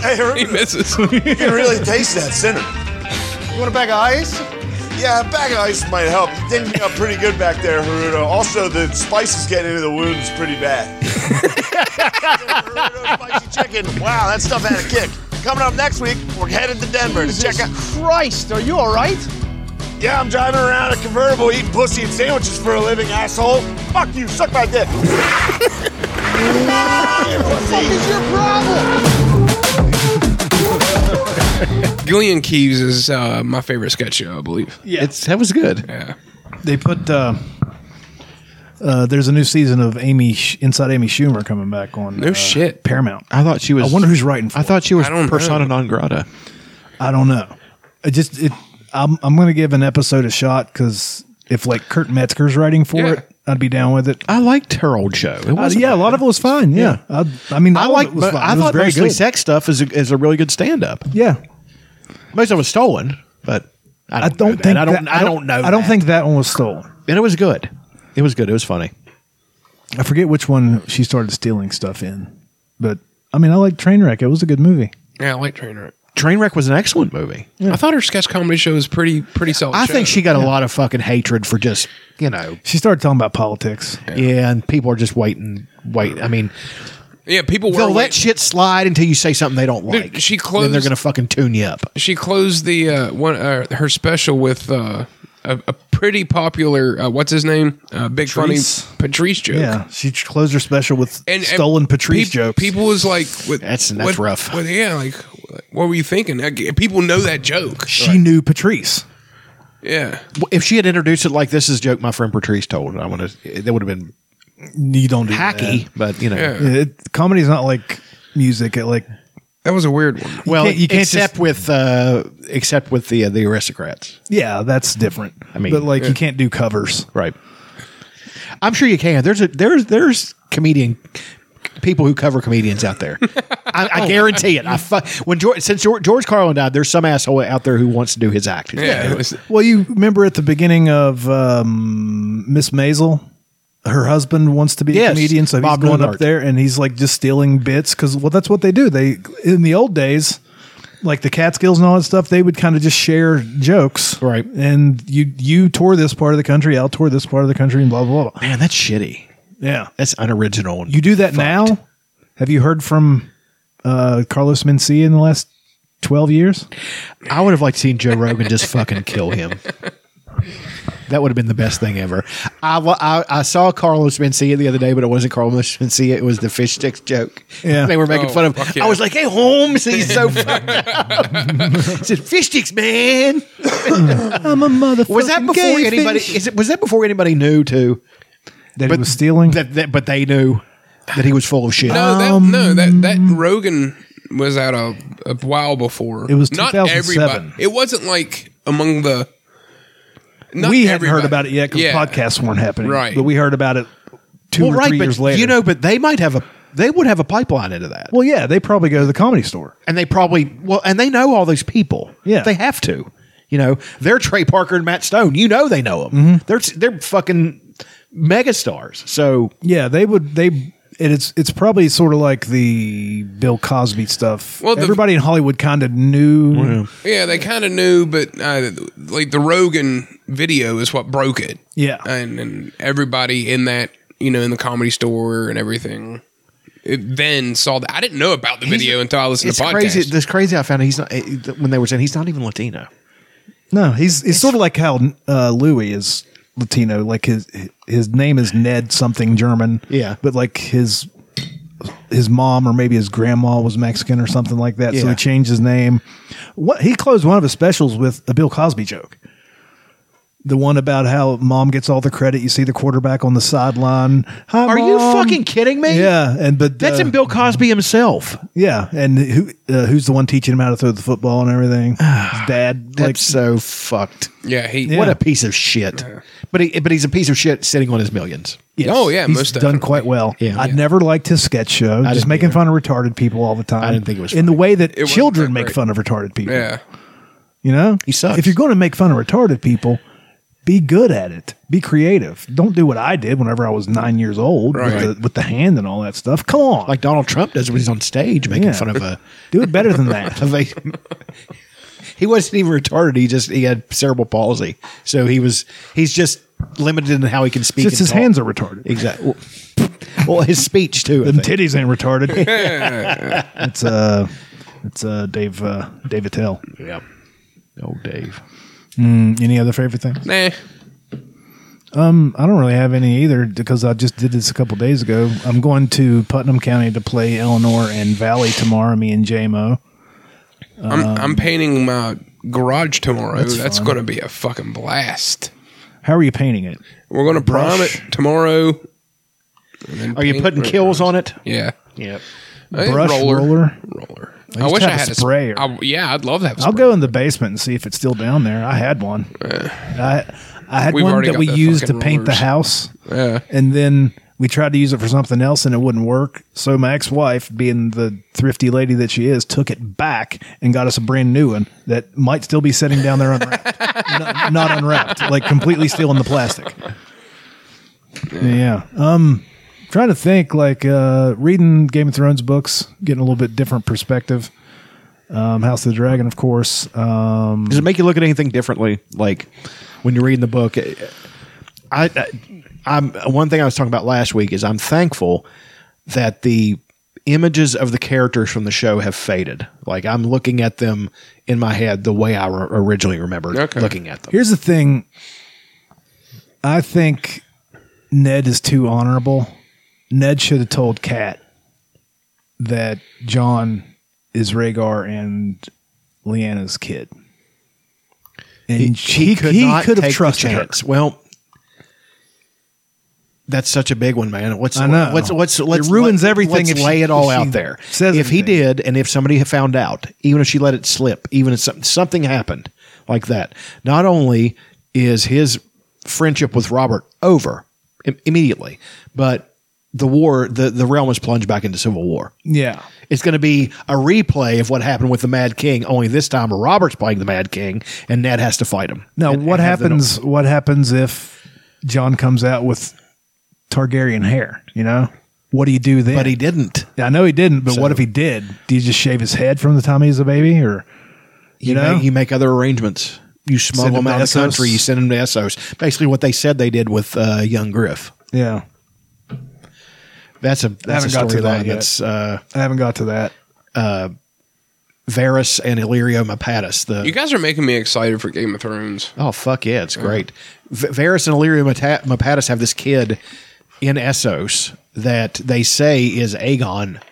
Speaker 16: hey, he misses. you can really taste that center. You want a bag of ice? Yeah, a bag of ice might help. You dinged me up pretty good back there, Haruto. Also, the spice is getting into the wounds pretty bad. Haruto spicy chicken. Wow, that stuff had a kick. Coming up next week, we're headed to Denver to check out. Christ, are you all right? Yeah, I'm driving around a convertible eating pussy and sandwiches for a living, asshole. Fuck you, suck my dick. what the fuck is your problem?
Speaker 3: Gillian Keys is uh, my favorite sketch show, I believe.
Speaker 1: Yeah, it's, that was good.
Speaker 3: Yeah.
Speaker 2: They put uh, uh, there's a new season of Amy Sh- Inside Amy Schumer coming back on.
Speaker 1: No
Speaker 2: uh,
Speaker 1: shit.
Speaker 2: Paramount.
Speaker 1: I thought she was.
Speaker 2: I wonder who's writing. For
Speaker 1: I thought she was
Speaker 2: I don't know.
Speaker 1: persona non grata.
Speaker 2: I don't know. I just it. I'm I'm gonna give an episode a shot because if like Kurt Metzger's writing for it, I'd be down with it.
Speaker 1: I liked her old show. It
Speaker 2: Uh,
Speaker 1: wasn't
Speaker 2: yeah, a lot of it was fine. Yeah, I, I mean,
Speaker 1: I
Speaker 2: all of
Speaker 1: like.
Speaker 2: it was
Speaker 1: but
Speaker 2: fine.
Speaker 1: I
Speaker 2: It was
Speaker 1: thought
Speaker 2: very
Speaker 1: mostly
Speaker 2: good.
Speaker 1: sex stuff is a, is a really good stand up.
Speaker 2: Yeah,
Speaker 1: most of it was stolen, but I don't, know that.
Speaker 2: think
Speaker 1: I don't.
Speaker 2: that-
Speaker 1: I don't know.
Speaker 2: I don't
Speaker 1: that.
Speaker 2: think that one was stolen.
Speaker 1: And it was good. It was good. It was funny.
Speaker 2: I forget which one she started stealing stuff in, but I mean, I like Trainwreck. It was a good movie.
Speaker 3: Yeah, I like Trainwreck.
Speaker 1: Trainwreck was an excellent movie.
Speaker 3: I thought her sketch comedy show was pretty pretty solid.
Speaker 1: I
Speaker 3: show.
Speaker 1: think she got a lot of fucking hatred for just you know.
Speaker 2: She started talking about politics.
Speaker 1: Yeah, and people are just waiting. Wait, I mean,
Speaker 3: Yeah, people were.
Speaker 1: they'll
Speaker 3: awake.
Speaker 1: let shit slide until you say something they don't like.
Speaker 3: she
Speaker 1: Then they're
Speaker 3: closed-
Speaker 1: gonna fucking tune you up.
Speaker 3: She closed the uh, one uh, her special with uh, a, a pretty popular uh, what's his name uh, big
Speaker 2: Patrice.
Speaker 3: funny Patrice joke.
Speaker 2: Yeah, she closed her special with
Speaker 3: And- and
Speaker 2: stolen Patrice
Speaker 3: peop-
Speaker 2: jokes.
Speaker 3: People was like, with,
Speaker 1: "That's
Speaker 2: that's rough.
Speaker 3: With, yeah, like, what were you thinking? Like, people know that joke.
Speaker 2: She knew Patrice.
Speaker 3: Yeah,
Speaker 1: If she had introduced it like this is a joke my friend Patrice told, I want to. That would have been
Speaker 2: You don't do
Speaker 1: hacky,
Speaker 2: that.
Speaker 1: but you know.
Speaker 2: It, comedy's not like music. It like
Speaker 3: that was a weird one.
Speaker 1: Well,
Speaker 2: you can't
Speaker 1: except
Speaker 2: just-
Speaker 1: with uh, except with the uh, the aristocrats,
Speaker 2: yeah, that's different.
Speaker 1: I mean-
Speaker 2: but like
Speaker 1: Yeah.
Speaker 2: you can't do covers.
Speaker 1: right? I'm sure you can. There's a there's there's comedian people who cover comedians out there. I,
Speaker 3: Oh.
Speaker 1: I guarantee it. I fu- when George since George, George Carlin died, there's some asshole out there who wants to do his act.
Speaker 3: Yeah,
Speaker 2: Well, you remember at the beginning of um, Miss Maisel, her husband wants to be
Speaker 1: Yes,
Speaker 2: a comedian, so
Speaker 1: Bob
Speaker 2: he's going
Speaker 1: Newhart.
Speaker 2: up there and he's like just stealing bits because well, that's what they do. They in the old days, like the Catskills and all that stuff, they would kind of just share jokes,
Speaker 1: right?
Speaker 2: And you you tour this part of the country, I'll tour this part of the country, and blah blah blah.
Speaker 1: Man, that's shitty.
Speaker 2: Yeah,
Speaker 1: that's unoriginal. and
Speaker 2: You do that now? Have you heard from uh, Carlos Mencia in the last twelve years?
Speaker 1: I would have liked seen Joe Rogan just fucking kill him. That would have been the best thing ever. I, wa- I, I saw Carlos Mencia the other day, but it wasn't Carlos Mencia. It was the fish sticks joke.
Speaker 2: Yeah.
Speaker 1: They were making
Speaker 2: Oh,
Speaker 1: fun of
Speaker 2: fuck
Speaker 1: him.
Speaker 2: yeah.
Speaker 1: I was like, hey, Holmes, he's so fucked up. I said, fish sticks, man.
Speaker 2: I'm a motherfucker.
Speaker 1: Was that before anybody? Is it, was that before anybody knew to
Speaker 2: that he was stealing?
Speaker 1: That, that, but they knew that he was full of shit.
Speaker 3: No, that, no,
Speaker 2: Um,
Speaker 3: that that Rogan was out a, a while before.
Speaker 1: It was
Speaker 3: not
Speaker 1: 2007.
Speaker 3: everybody. It wasn't like among the. not
Speaker 2: we hadn't heard
Speaker 3: everybody.
Speaker 2: about it yet because
Speaker 3: Yeah.
Speaker 2: podcasts weren't happening.
Speaker 3: Right.
Speaker 2: But we heard about it two or three
Speaker 1: but
Speaker 2: years later.
Speaker 1: you know, but they might have a they would have a pipeline into that.
Speaker 2: well, yeah, they probably go to the comedy store.
Speaker 1: and they probably well, and they know all those people. Yeah, they have to. You know, they're Trey Parker and Matt Stone. You know, they know them. They're they're fucking megastars. So
Speaker 2: Yeah, they would. They and it's it's probably sort of like the Bill Cosby stuff.
Speaker 3: Well,
Speaker 2: Well,
Speaker 3: the-
Speaker 2: everybody in Hollywood kind of knew.
Speaker 3: Yeah, they kind of knew, but uh, like the Rogan video is what broke it.
Speaker 2: Yeah.
Speaker 3: and and everybody in that you know in the comedy store and everything. It then saw that I didn't know about the video until I listened
Speaker 1: it's
Speaker 3: to podcast.
Speaker 1: crazy. This crazy I found out he's not eh, when they were saying he's not even Latino.
Speaker 2: No, he's it's sort of like how uh, Louis is Latino. Like his his name is Ned something German.
Speaker 1: Yeah.
Speaker 2: but like his his mom or maybe his grandma was Mexican or something like that. So
Speaker 1: Yeah.
Speaker 2: he changed his name. What he closed one of his specials with a Bill Cosby joke. The one about how mom gets all the credit. You see the quarterback on the sideline. Hi,
Speaker 1: Are you
Speaker 2: Mom.
Speaker 1: fucking kidding me?
Speaker 2: Yeah, and but uh,
Speaker 1: That's in Bill Cosby himself.
Speaker 2: Yeah, and who uh, who's the one teaching him how to throw the football and everything? His dad.
Speaker 1: That's so fucked.
Speaker 3: Yeah, he.
Speaker 1: What a piece of shit. But he, but he's a piece of shit sitting on his millions.
Speaker 2: Yes.
Speaker 3: Oh, yeah,
Speaker 2: he's
Speaker 3: most
Speaker 2: done quite well.
Speaker 1: Yeah.
Speaker 2: I'd never liked his sketch show, just
Speaker 1: didn't
Speaker 2: making fun of retarded people all the time. I didn't think it was in the way that
Speaker 1: wasn't
Speaker 2: children
Speaker 1: that
Speaker 2: make
Speaker 1: great.
Speaker 2: fun of retarded people.
Speaker 3: Yeah.
Speaker 2: You know, he sucks. If you're going to make fun of retarded people, be good at it. Be creative. Don't do what I did whenever I was nine years old
Speaker 1: Right.
Speaker 2: with, the, with the hand and all that stuff. Come on, like
Speaker 1: Donald Trump does when he's on stage making fun of a.
Speaker 2: do it better than that.
Speaker 1: of a- he wasn't even retarded. He just he had cerebral palsy, so he was he's just limited in how he can speak.
Speaker 2: Just
Speaker 1: and
Speaker 2: his
Speaker 1: talk.
Speaker 2: hands are retarded.
Speaker 1: Exactly. Well, his speech too. I
Speaker 2: Them
Speaker 1: think.
Speaker 2: titties ain't retarded. it's uh, it's uh, Dave uh, Dave Attell.
Speaker 1: Yep. Oh, Dave.
Speaker 2: Mm, any other favorite thing?
Speaker 3: Nah.
Speaker 2: Um, I don't really have any either because I just did this a couple days ago. I'm going to Putnam County to play Eleanor and Valley tomorrow. Me and JMO.
Speaker 3: I'm, I'm painting my garage tomorrow.
Speaker 2: That's
Speaker 3: That's,
Speaker 2: fun.
Speaker 3: going to be a fucking blast.
Speaker 2: How are you painting it?
Speaker 3: We're going to prime it tomorrow.
Speaker 1: Are you putting kills on it?
Speaker 3: Yeah.
Speaker 1: Yep.
Speaker 3: I think
Speaker 2: Brush roller.
Speaker 3: roller.
Speaker 2: I,
Speaker 3: I wish I had
Speaker 2: a
Speaker 3: a sp-
Speaker 2: sprayer.
Speaker 3: I- yeah, I'd love to have a
Speaker 2: I'll go in the basement and see if it's still down there. I had one. I I had
Speaker 3: We've
Speaker 2: one
Speaker 3: already
Speaker 2: that
Speaker 3: got
Speaker 2: we
Speaker 3: the
Speaker 2: used to
Speaker 3: fucking
Speaker 2: paint the
Speaker 3: rollers.
Speaker 2: house.
Speaker 3: Yeah.
Speaker 2: And then we tried to use it for something else and it wouldn't work. So my ex-wife, being the thrifty lady that she is, took it back and got us a brand new one that might still be sitting down there unwrapped. not, not unwrapped, like completely still in the plastic. Yeah. Um trying to think like uh reading Game of Thrones books, getting a little bit different perspective. Um House of the Dragon, of course. Um
Speaker 1: Does it make you look at anything differently? Like when you're reading the book, I, I I'm one thing I was talking about last week is I'm thankful that the images of the characters from the show have faded. Like I'm looking at them in my head the way I re- originally remembered looking at them.
Speaker 2: Here's the thing. I think Ned is too honorable. Ned should have told Kat that John is Rhaegar and Lyanna's kid. And he, he could,
Speaker 1: not
Speaker 2: have
Speaker 1: take the
Speaker 2: trusted her.
Speaker 1: chance. Well, that's such a big one, man. What's
Speaker 2: I know.
Speaker 1: What's what's
Speaker 2: It
Speaker 1: let's,
Speaker 2: ruins
Speaker 1: let-
Speaker 2: everything
Speaker 1: Let's
Speaker 2: if she-
Speaker 1: lay it all
Speaker 2: if she
Speaker 1: out there.
Speaker 2: says
Speaker 1: if he did, and if somebody had found out, even if she let it slip, even if something something happened like that, not only is his friendship with Robert over im- immediately, but the war, the the realm is plunged back into civil war.
Speaker 2: Yeah.
Speaker 1: It's going to be a replay of what happened with the Mad King, only this time Robert's playing the Mad King, and Ned has to fight him.
Speaker 2: Now, what
Speaker 1: have them-
Speaker 2: happens? What happens if John comes out with Targaryen hair? You know, what do you do then? But he
Speaker 1: didn't.
Speaker 2: I know he didn't. But what if he did? Do you just shave his head from the time he was a baby, or you,
Speaker 1: You
Speaker 2: know,
Speaker 1: make- you make other arrangements? You smuggle
Speaker 2: him
Speaker 1: him
Speaker 2: to
Speaker 1: out of
Speaker 2: Essos?
Speaker 1: the country. You send him to Essos. Basically, what they said they did with uh, young Griff.
Speaker 2: yeah.
Speaker 1: That's a
Speaker 2: I
Speaker 1: that's a
Speaker 2: haven't got to that
Speaker 1: storyline
Speaker 2: yet.
Speaker 1: that's uh,
Speaker 2: I haven't got to that.
Speaker 1: uh, Varys and Illyrio Matatus. The
Speaker 3: You guys are making me excited for Game of Thrones.
Speaker 1: oh fuck yeah, it's great. V- Varys and Illyrio Mata- Matatus have this kid in Essos that they say is Aegon,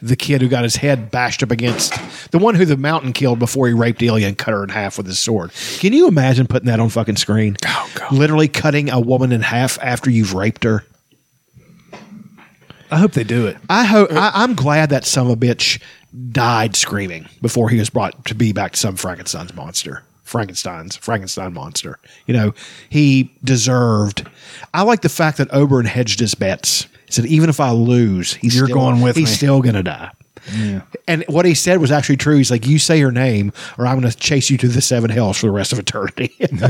Speaker 1: the kid who got his head bashed up against the one who the mountain killed before he raped Ilya and cut her in half with his sword. Can you imagine putting that on fucking screen? Oh, God. Literally cutting a woman in half after you've raped her.
Speaker 2: I hope they do it.
Speaker 1: I hope. I, I'm glad that some of a bitch died screaming before he was brought to be back to some Frankenstein's monster. Frankenstein's Frankenstein monster. You know, he deserved. I like the fact that Oberon hedged his bets. He said, even if I lose, he's
Speaker 2: You're
Speaker 1: still,
Speaker 2: going with
Speaker 1: he's
Speaker 2: me."
Speaker 1: still gonna die.
Speaker 2: Yeah.
Speaker 1: And what he said was actually true. He's like, "You say her name, or I'm going to chase you to the seven hells for the rest of eternity."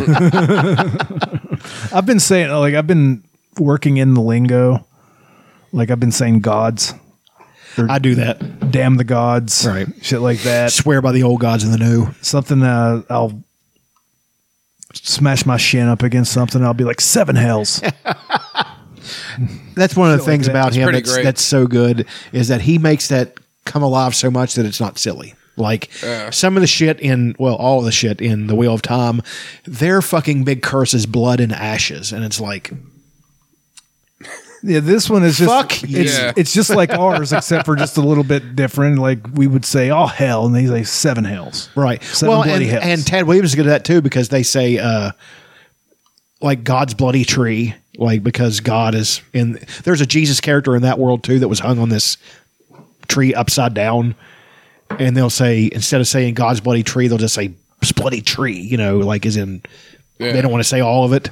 Speaker 2: I've been saying like I've been working in the lingo. Like I've been saying gods.
Speaker 1: I do that.
Speaker 2: Damn the gods. Right. Shit like that.
Speaker 1: Swear by the old gods and the new.
Speaker 2: Something uh, I'll smash my shin up against something. I'll be like seven hells.
Speaker 1: That's one of the
Speaker 2: Shit like
Speaker 1: things
Speaker 2: that.
Speaker 1: about
Speaker 2: It's
Speaker 1: him
Speaker 2: pretty
Speaker 1: that's,
Speaker 2: great.
Speaker 1: that's so good is that he makes that come alive so much that it's not silly. Like some of the shit in, well, all of the shit in The Wheel of Time, their fucking big curse is blood and ashes. And it's like,
Speaker 2: yeah, this one is just
Speaker 1: Fuck
Speaker 2: it's,
Speaker 1: yeah.
Speaker 2: it's just like ours, except for just a little bit different. Like we would say, oh hell, and they say seven hells.
Speaker 1: right.
Speaker 2: Seven
Speaker 1: well,
Speaker 2: bloody
Speaker 1: and,
Speaker 2: hells.
Speaker 1: and Tad Williams is good at that too because they say, uh, like God's bloody tree, like because God is in. There's a Jesus character in that world too that was hung on this tree upside down, and they'll say instead of saying God's bloody tree, they'll just say bloody tree. You know, like is in. They don't want to say all of it.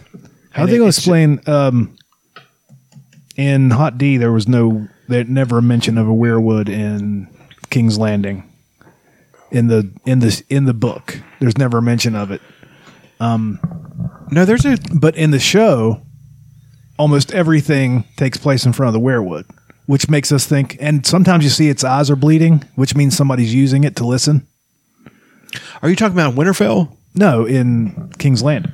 Speaker 2: How are they going to explain? Um, in Hot D, there was no, there never a mention of a weirwood in King's Landing. In the in this in the book, there's never a mention of it. Um,
Speaker 1: no, there's a
Speaker 2: but in the show, almost everything takes place in front of the weirwood, which makes us think. And sometimes you see its eyes are bleeding, which means somebody's using it to listen.
Speaker 1: Are you talking about Winterfell?
Speaker 2: No, in King's Landing.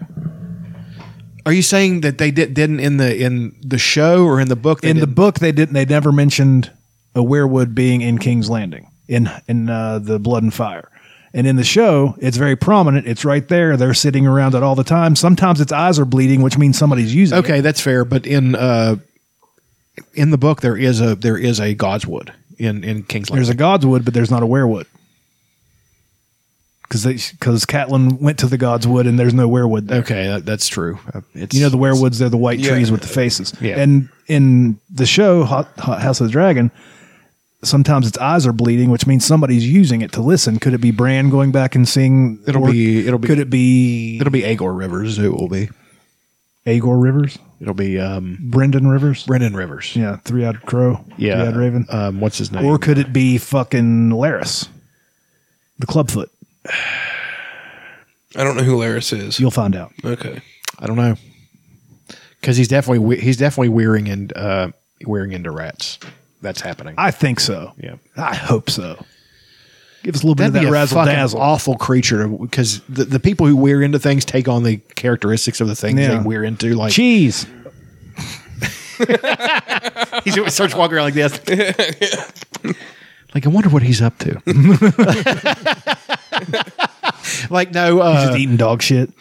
Speaker 1: Are you saying that they did, didn't in the in the show or in the book?
Speaker 2: in the book, they didn't. They never mentioned a werewood being in King's Landing in in uh, the Blood and Fire, and in the show, it's very prominent. It's right there. They're sitting around it all the time. Sometimes its eyes are bleeding, which means somebody's using.
Speaker 1: Okay, that's fair. But in uh, in the book, there is a there is a Godswood in in King's
Speaker 2: it. There's
Speaker 1: Landing.
Speaker 2: a Godswood, but there's not a werewood. Because because Catelyn went to the Godswood and there's no werewood there.
Speaker 1: Okay, that, that's true. Uh, It's,
Speaker 2: you know the werewoods; they're the white
Speaker 1: Yeah.
Speaker 2: trees with the faces.
Speaker 1: Yeah.
Speaker 2: And in the show Hot, Hot House of the Dragon, sometimes its eyes are bleeding, which means somebody's using it to listen. Could it be Bran going back and seeing?
Speaker 1: It'll
Speaker 2: or
Speaker 1: be. It'll be.
Speaker 2: Could it be?
Speaker 1: It'll be Agor Rivers. It will be
Speaker 2: Agor Rivers.
Speaker 1: It'll be um,
Speaker 2: Brendan Rivers.
Speaker 1: Brendan Rivers.
Speaker 2: Yeah, three-eyed crow.
Speaker 1: Yeah.
Speaker 2: three-eyed raven.
Speaker 1: Um, what's his name?
Speaker 2: Or could it be fucking Laris, the clubfoot?
Speaker 3: I don't know who Laris is.
Speaker 2: You'll find out.
Speaker 3: Okay.
Speaker 1: I don't know. Because he's definitely we- he's definitely wearing and uh, wearing into rats. That's happening.
Speaker 2: I think so.
Speaker 1: Yeah.
Speaker 2: I hope so. Give us a little bit of that
Speaker 1: a
Speaker 2: razzle
Speaker 1: fucking
Speaker 2: dazzle.
Speaker 1: awful creature because the, the people who wear into things take on the characteristics of the things
Speaker 2: Yeah.
Speaker 1: they wear into. Like
Speaker 2: cheese.
Speaker 1: he's doing starts walking around like this. like I wonder what he's up to. like no, uh,
Speaker 2: just eating dog shit.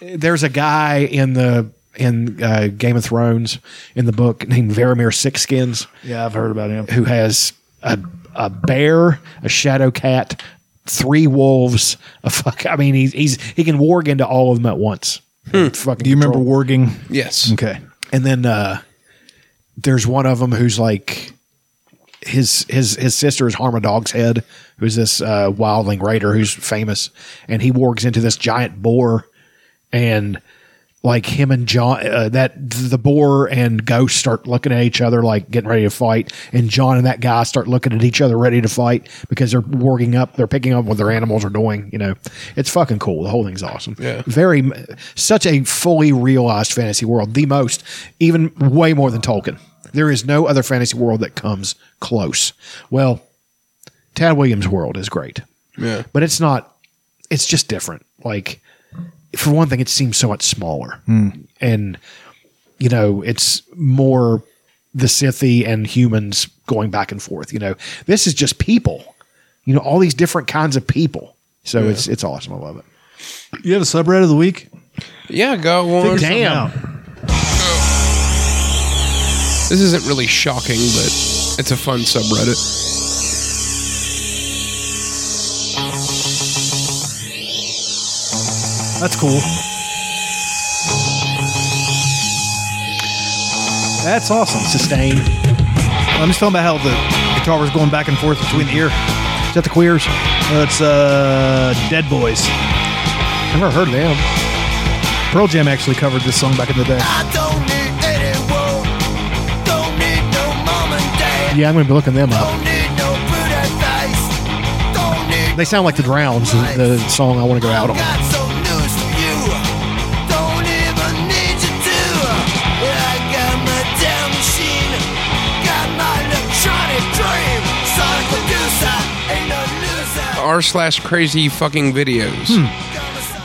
Speaker 1: There's a guy in the in uh, Game of Thrones in the book named Varamir Sixskins.
Speaker 2: Yeah, I've heard about him.
Speaker 1: Who has a a bear, a shadow cat, three wolves, a fuck. I mean, he's he's he can warg into all of them at once. Fucking
Speaker 2: Hmm. Do you remember
Speaker 1: control.
Speaker 2: warging?
Speaker 3: Yes.
Speaker 2: Okay.
Speaker 1: And then uh, there's one of them who's like his his his sister is Harma Dog's Head, who's this uh, wildling raider who's famous, and he wargs into this giant boar, and like him and John, uh, that the boar and Ghost start looking at each other like getting ready to fight, and John and that guy start looking at each other ready to fight because they're warging up, they're picking up what their animals are doing. You know, it's fucking cool. The whole thing's awesome.
Speaker 3: Yeah.
Speaker 1: very such a fully realized fantasy world, the most, even way more than Tolkien. There is no other fantasy world that comes close. Well, Tad Williams' world is great,
Speaker 3: Yeah.
Speaker 1: but it's not. It's just different. Like for one thing, it seems so much smaller, and you know, it's more the Sithy and humans going back and forth. You know, this is just people. You know, all these different kinds of people. So it's it's awesome. I love it.
Speaker 2: You have a subreddit of the week?
Speaker 3: Yeah, I got one. This isn't really shocking, but it's a fun subreddit.
Speaker 2: That's cool. That's awesome.
Speaker 1: Sustained.
Speaker 2: I'm just talking about how the guitar was going back and forth between the ear. Is
Speaker 1: that the queers?
Speaker 2: No, it's uh, Dead Boys.
Speaker 1: Never heard of them.
Speaker 2: Pearl Jam actually covered this song back in the day.
Speaker 5: I don't need anyone. Don't need no mom and dad.
Speaker 1: Yeah, I'm going to be looking them up.
Speaker 5: Don't need no good advice. Don't need.
Speaker 1: They sound like the Drowns, the, the song I want to go out on.
Speaker 5: Got some news for you. Don't even need you to. Yeah, I got my damn machine. Got my electronic dream. Sonic producer, ain't no loser.
Speaker 3: R slash crazy fucking videos.
Speaker 2: Hmm.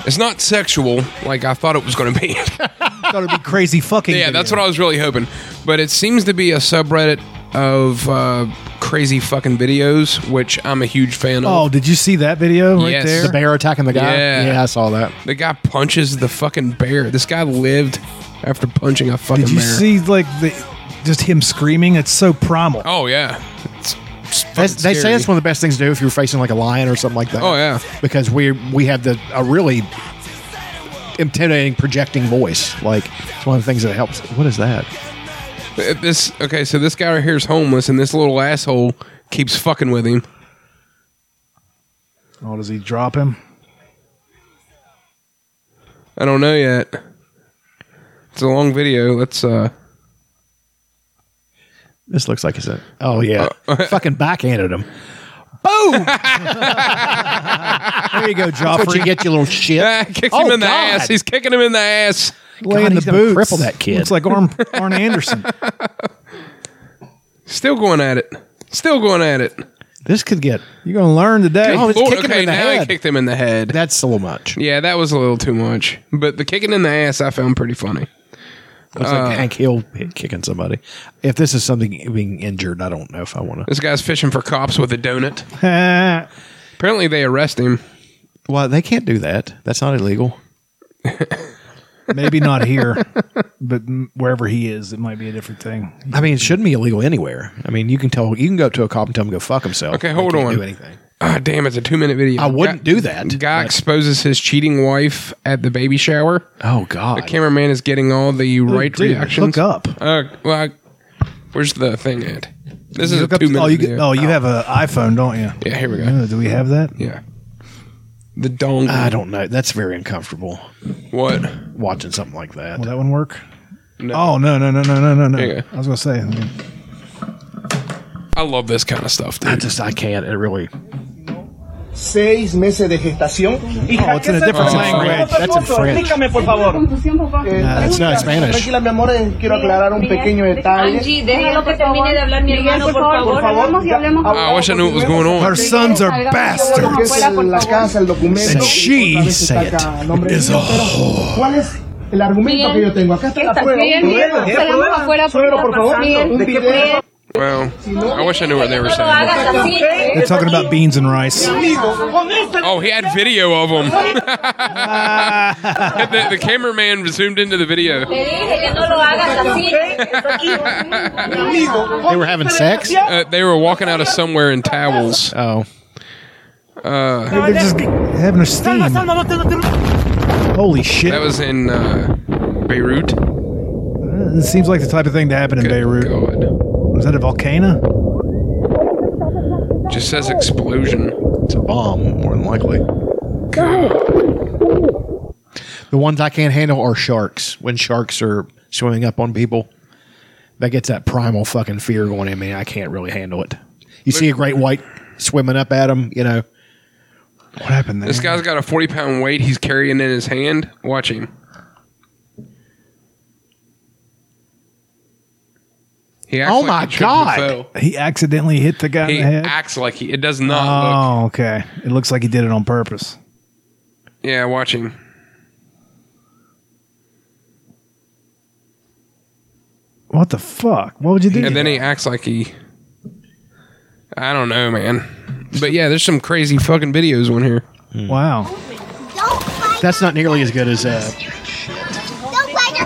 Speaker 3: It's not sexual like I thought it was going to be.
Speaker 2: thought it'd be crazy fucking.
Speaker 3: yeah, that's what I was really hoping. But it seems to be a subreddit of uh, crazy fucking videos, which I'm a huge fan of.
Speaker 2: Oh, did you see that video right
Speaker 3: Yes.
Speaker 2: there?
Speaker 3: The
Speaker 1: bear attacking the guy?
Speaker 3: Yeah.
Speaker 1: Yeah, I saw that.
Speaker 3: The guy punches the fucking bear. This guy lived after punching a fucking
Speaker 2: Did you
Speaker 3: bear.
Speaker 2: see like the just him screaming? It's so primal.
Speaker 3: oh yeah. It's, it's
Speaker 1: They,
Speaker 3: fucking
Speaker 1: they say
Speaker 3: scary.
Speaker 1: it's one of the best things to do if you're facing like a lion or something like that.
Speaker 3: Oh, yeah.
Speaker 1: because we we had the a really intimidating projecting voice. Like it's one of the things that helps. What is that?
Speaker 3: If Uh, This okay, so this guy right here is homeless, and this little asshole keeps fucking with him.
Speaker 2: Oh, does he drop him?
Speaker 3: I don't know yet. It's a long video. Let's uh,
Speaker 1: This looks like it's a. Oh yeah,
Speaker 3: Uh,
Speaker 1: fucking backhanded him. Boom! there you go, That's what you get, you little shit.
Speaker 3: kicks
Speaker 1: Oh,
Speaker 3: him in the ass. He's kicking him in the ass.
Speaker 1: Laying the boots. Cripple that kid.
Speaker 2: Looks like Arn, Arn Anderson.
Speaker 3: Still going at it. Still going at it.
Speaker 1: This could get.
Speaker 2: You're gonna learn today.
Speaker 1: oh,
Speaker 3: Good Lord, okay, now he kicked him in the head.
Speaker 1: That's a little much.
Speaker 3: Yeah, that was a little too much. But the kicking in the ass, I found pretty funny.
Speaker 1: Looks
Speaker 3: Uh,
Speaker 1: like Hank Hill hit- kicking somebody. If this is something being injured, I don't know if I want
Speaker 3: This guy's fishing for cops with a donut.
Speaker 1: to.
Speaker 3: Apparently, they arrest him.
Speaker 1: well, they can't do that. That's not illegal.
Speaker 2: Maybe not here, but m- wherever he is, it might be a different thing.
Speaker 1: I mean, it shouldn't be illegal anywhere. I mean, you can tell you can go up to a cop and tell him to go fuck himself.
Speaker 3: Okay,
Speaker 1: They
Speaker 3: hold
Speaker 1: can't
Speaker 3: on.
Speaker 1: Do anything.
Speaker 3: Ah, damn, it's a two minute video.
Speaker 1: I wouldn't
Speaker 3: Guy-
Speaker 1: do that.
Speaker 3: Guy exposes his cheating wife at the baby shower.
Speaker 1: Oh God!
Speaker 3: The cameraman is getting all the right
Speaker 2: Oh, dude, look
Speaker 3: reactions.
Speaker 2: up.
Speaker 3: Uh, well, I, where's the thing at? This
Speaker 2: You
Speaker 3: is a
Speaker 2: look up-
Speaker 3: two minute
Speaker 2: Oh, you,
Speaker 3: video.
Speaker 2: get- oh, you have an iPhone, don't you?
Speaker 3: Yeah, here we go.
Speaker 2: Uh, do we have that?
Speaker 3: Yeah. The dong.
Speaker 2: Ah.
Speaker 1: I don't know. That's very uncomfortable
Speaker 3: What?
Speaker 1: watching something like that.
Speaker 2: Will that one work? Oh no no no no no no no!
Speaker 1: Yeah.
Speaker 2: I was gonna say. I mean,
Speaker 3: I love this kind of stuff. Dude. I
Speaker 1: just I can't. It really.
Speaker 19: Seis meses de gestación.
Speaker 1: Oh, it's in a different language. That's in French.
Speaker 19: Explícame, por favor. Eh,
Speaker 1: Nah, that's not
Speaker 19: pregunta.
Speaker 1: Spanish.
Speaker 19: Tranquila, mi amor, eh, quiero aclarar un pequeño detalle.
Speaker 20: Angie, déjalo que termine de hablar mi hermano, por favor. Hablamos y hablemos.
Speaker 2: Ah,
Speaker 3: I wish I knew what was going on.
Speaker 2: Her sons are
Speaker 19: Lo que es
Speaker 2: bastards.
Speaker 19: la casa, el documento.
Speaker 2: She said it.
Speaker 19: Is a
Speaker 1: "Oh."
Speaker 19: whore. ¿Cuál es el argumento que yo tengo? Acá está la
Speaker 20: Está
Speaker 19: prueba.
Speaker 20: bien, bien,
Speaker 19: Prueba,
Speaker 20: salgamos
Speaker 19: prueba.
Speaker 20: afuera,
Speaker 19: Suegro, por
Speaker 20: está
Speaker 19: favor.
Speaker 20: pasando.
Speaker 19: ¿De qué prueba?
Speaker 3: Well, I wish I knew what they were
Speaker 20: No lo
Speaker 3: saying.
Speaker 20: hagas así.
Speaker 2: They're talking about beans and rice.
Speaker 3: Oh, he had video of them.
Speaker 2: Ah.
Speaker 3: the, the cameraman zoomed into the video.
Speaker 20: Te dije que no lo hagas así.
Speaker 1: They were having sex.
Speaker 3: Uh, they were walking out of somewhere in towels.
Speaker 1: Oh.
Speaker 2: They're just having a steam. Holy shit!
Speaker 3: That was in uh, Beirut.
Speaker 2: It seems like the type of thing to happen in Beirut. Was that a volcano?
Speaker 3: Just says explosion.
Speaker 1: It's a bomb, more than likely. The ones I can't handle are sharks. When sharks are swimming up on people, that gets that primal fucking fear going in me. I can't really handle it. You see a great white swimming up at them, you know.
Speaker 2: What happened there?
Speaker 3: This guy's got a 40 pound weight he's carrying in his hand. Watch him. He acts
Speaker 2: Oh
Speaker 3: like
Speaker 2: my
Speaker 3: he tripped
Speaker 2: God.
Speaker 3: and fell.
Speaker 2: He accidentally hit the guy
Speaker 3: He
Speaker 2: in the head.
Speaker 3: acts like he. It does not look.
Speaker 2: Oh, okay. It looks like he did it on purpose.
Speaker 3: Yeah, watch him.
Speaker 2: What the fuck? What would you do?
Speaker 3: And then he acts like he. I don't know, man. But yeah, there's some crazy fucking videos on here.
Speaker 2: Wow.
Speaker 1: That's not nearly as good as uh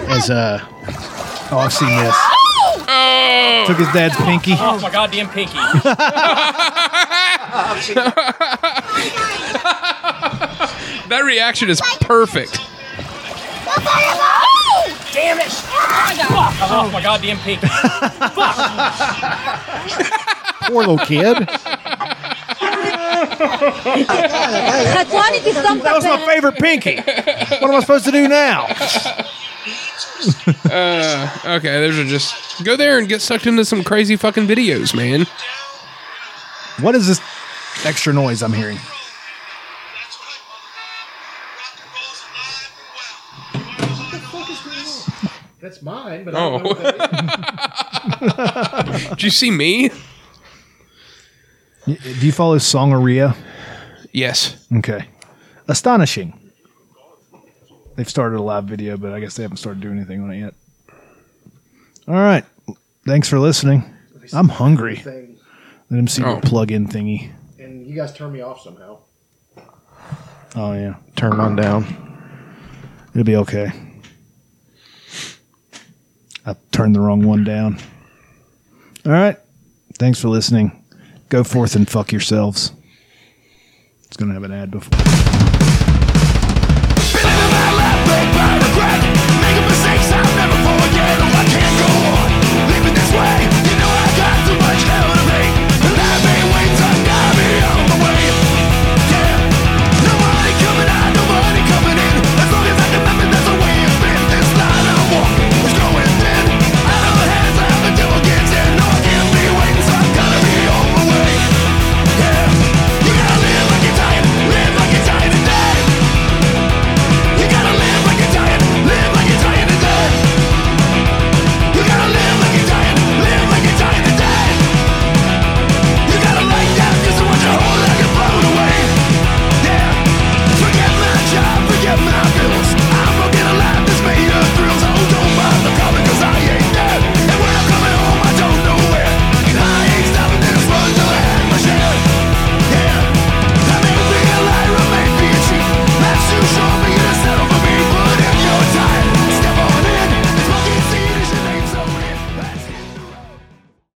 Speaker 1: as uh
Speaker 2: Oh, I've seen this.
Speaker 3: Oh!
Speaker 2: Took his dad's pinky.
Speaker 21: Oh my goddamn pinky.
Speaker 3: That reaction is perfect.
Speaker 21: Damn it! Fuck! Oh my goddamn pinky.
Speaker 1: poor little kid.
Speaker 2: That was my favorite pinky. What am I supposed to do now?
Speaker 3: Uh, okay, those are just go there and get sucked into some crazy fucking videos, man.
Speaker 2: What is this extra noise I'm hearing?
Speaker 1: That's mine, but
Speaker 3: Oh. Did you see me?
Speaker 2: Y- Do you follow Songaria?
Speaker 3: Yes.
Speaker 2: Okay. Astonishing. They've started a live video, but I guess they haven't started doing anything on it yet. All right. Thanks for listening. I'm hungry. Let him see the plug in thingy.
Speaker 1: And you guys turn me off somehow.
Speaker 2: Oh, yeah.
Speaker 1: Turn on down.
Speaker 2: It'll be okay. I turned the wrong one down. All right. Thanks for listening. Go forth and fuck yourselves. It's going to have an ad before.
Speaker 16: Oh, Oh,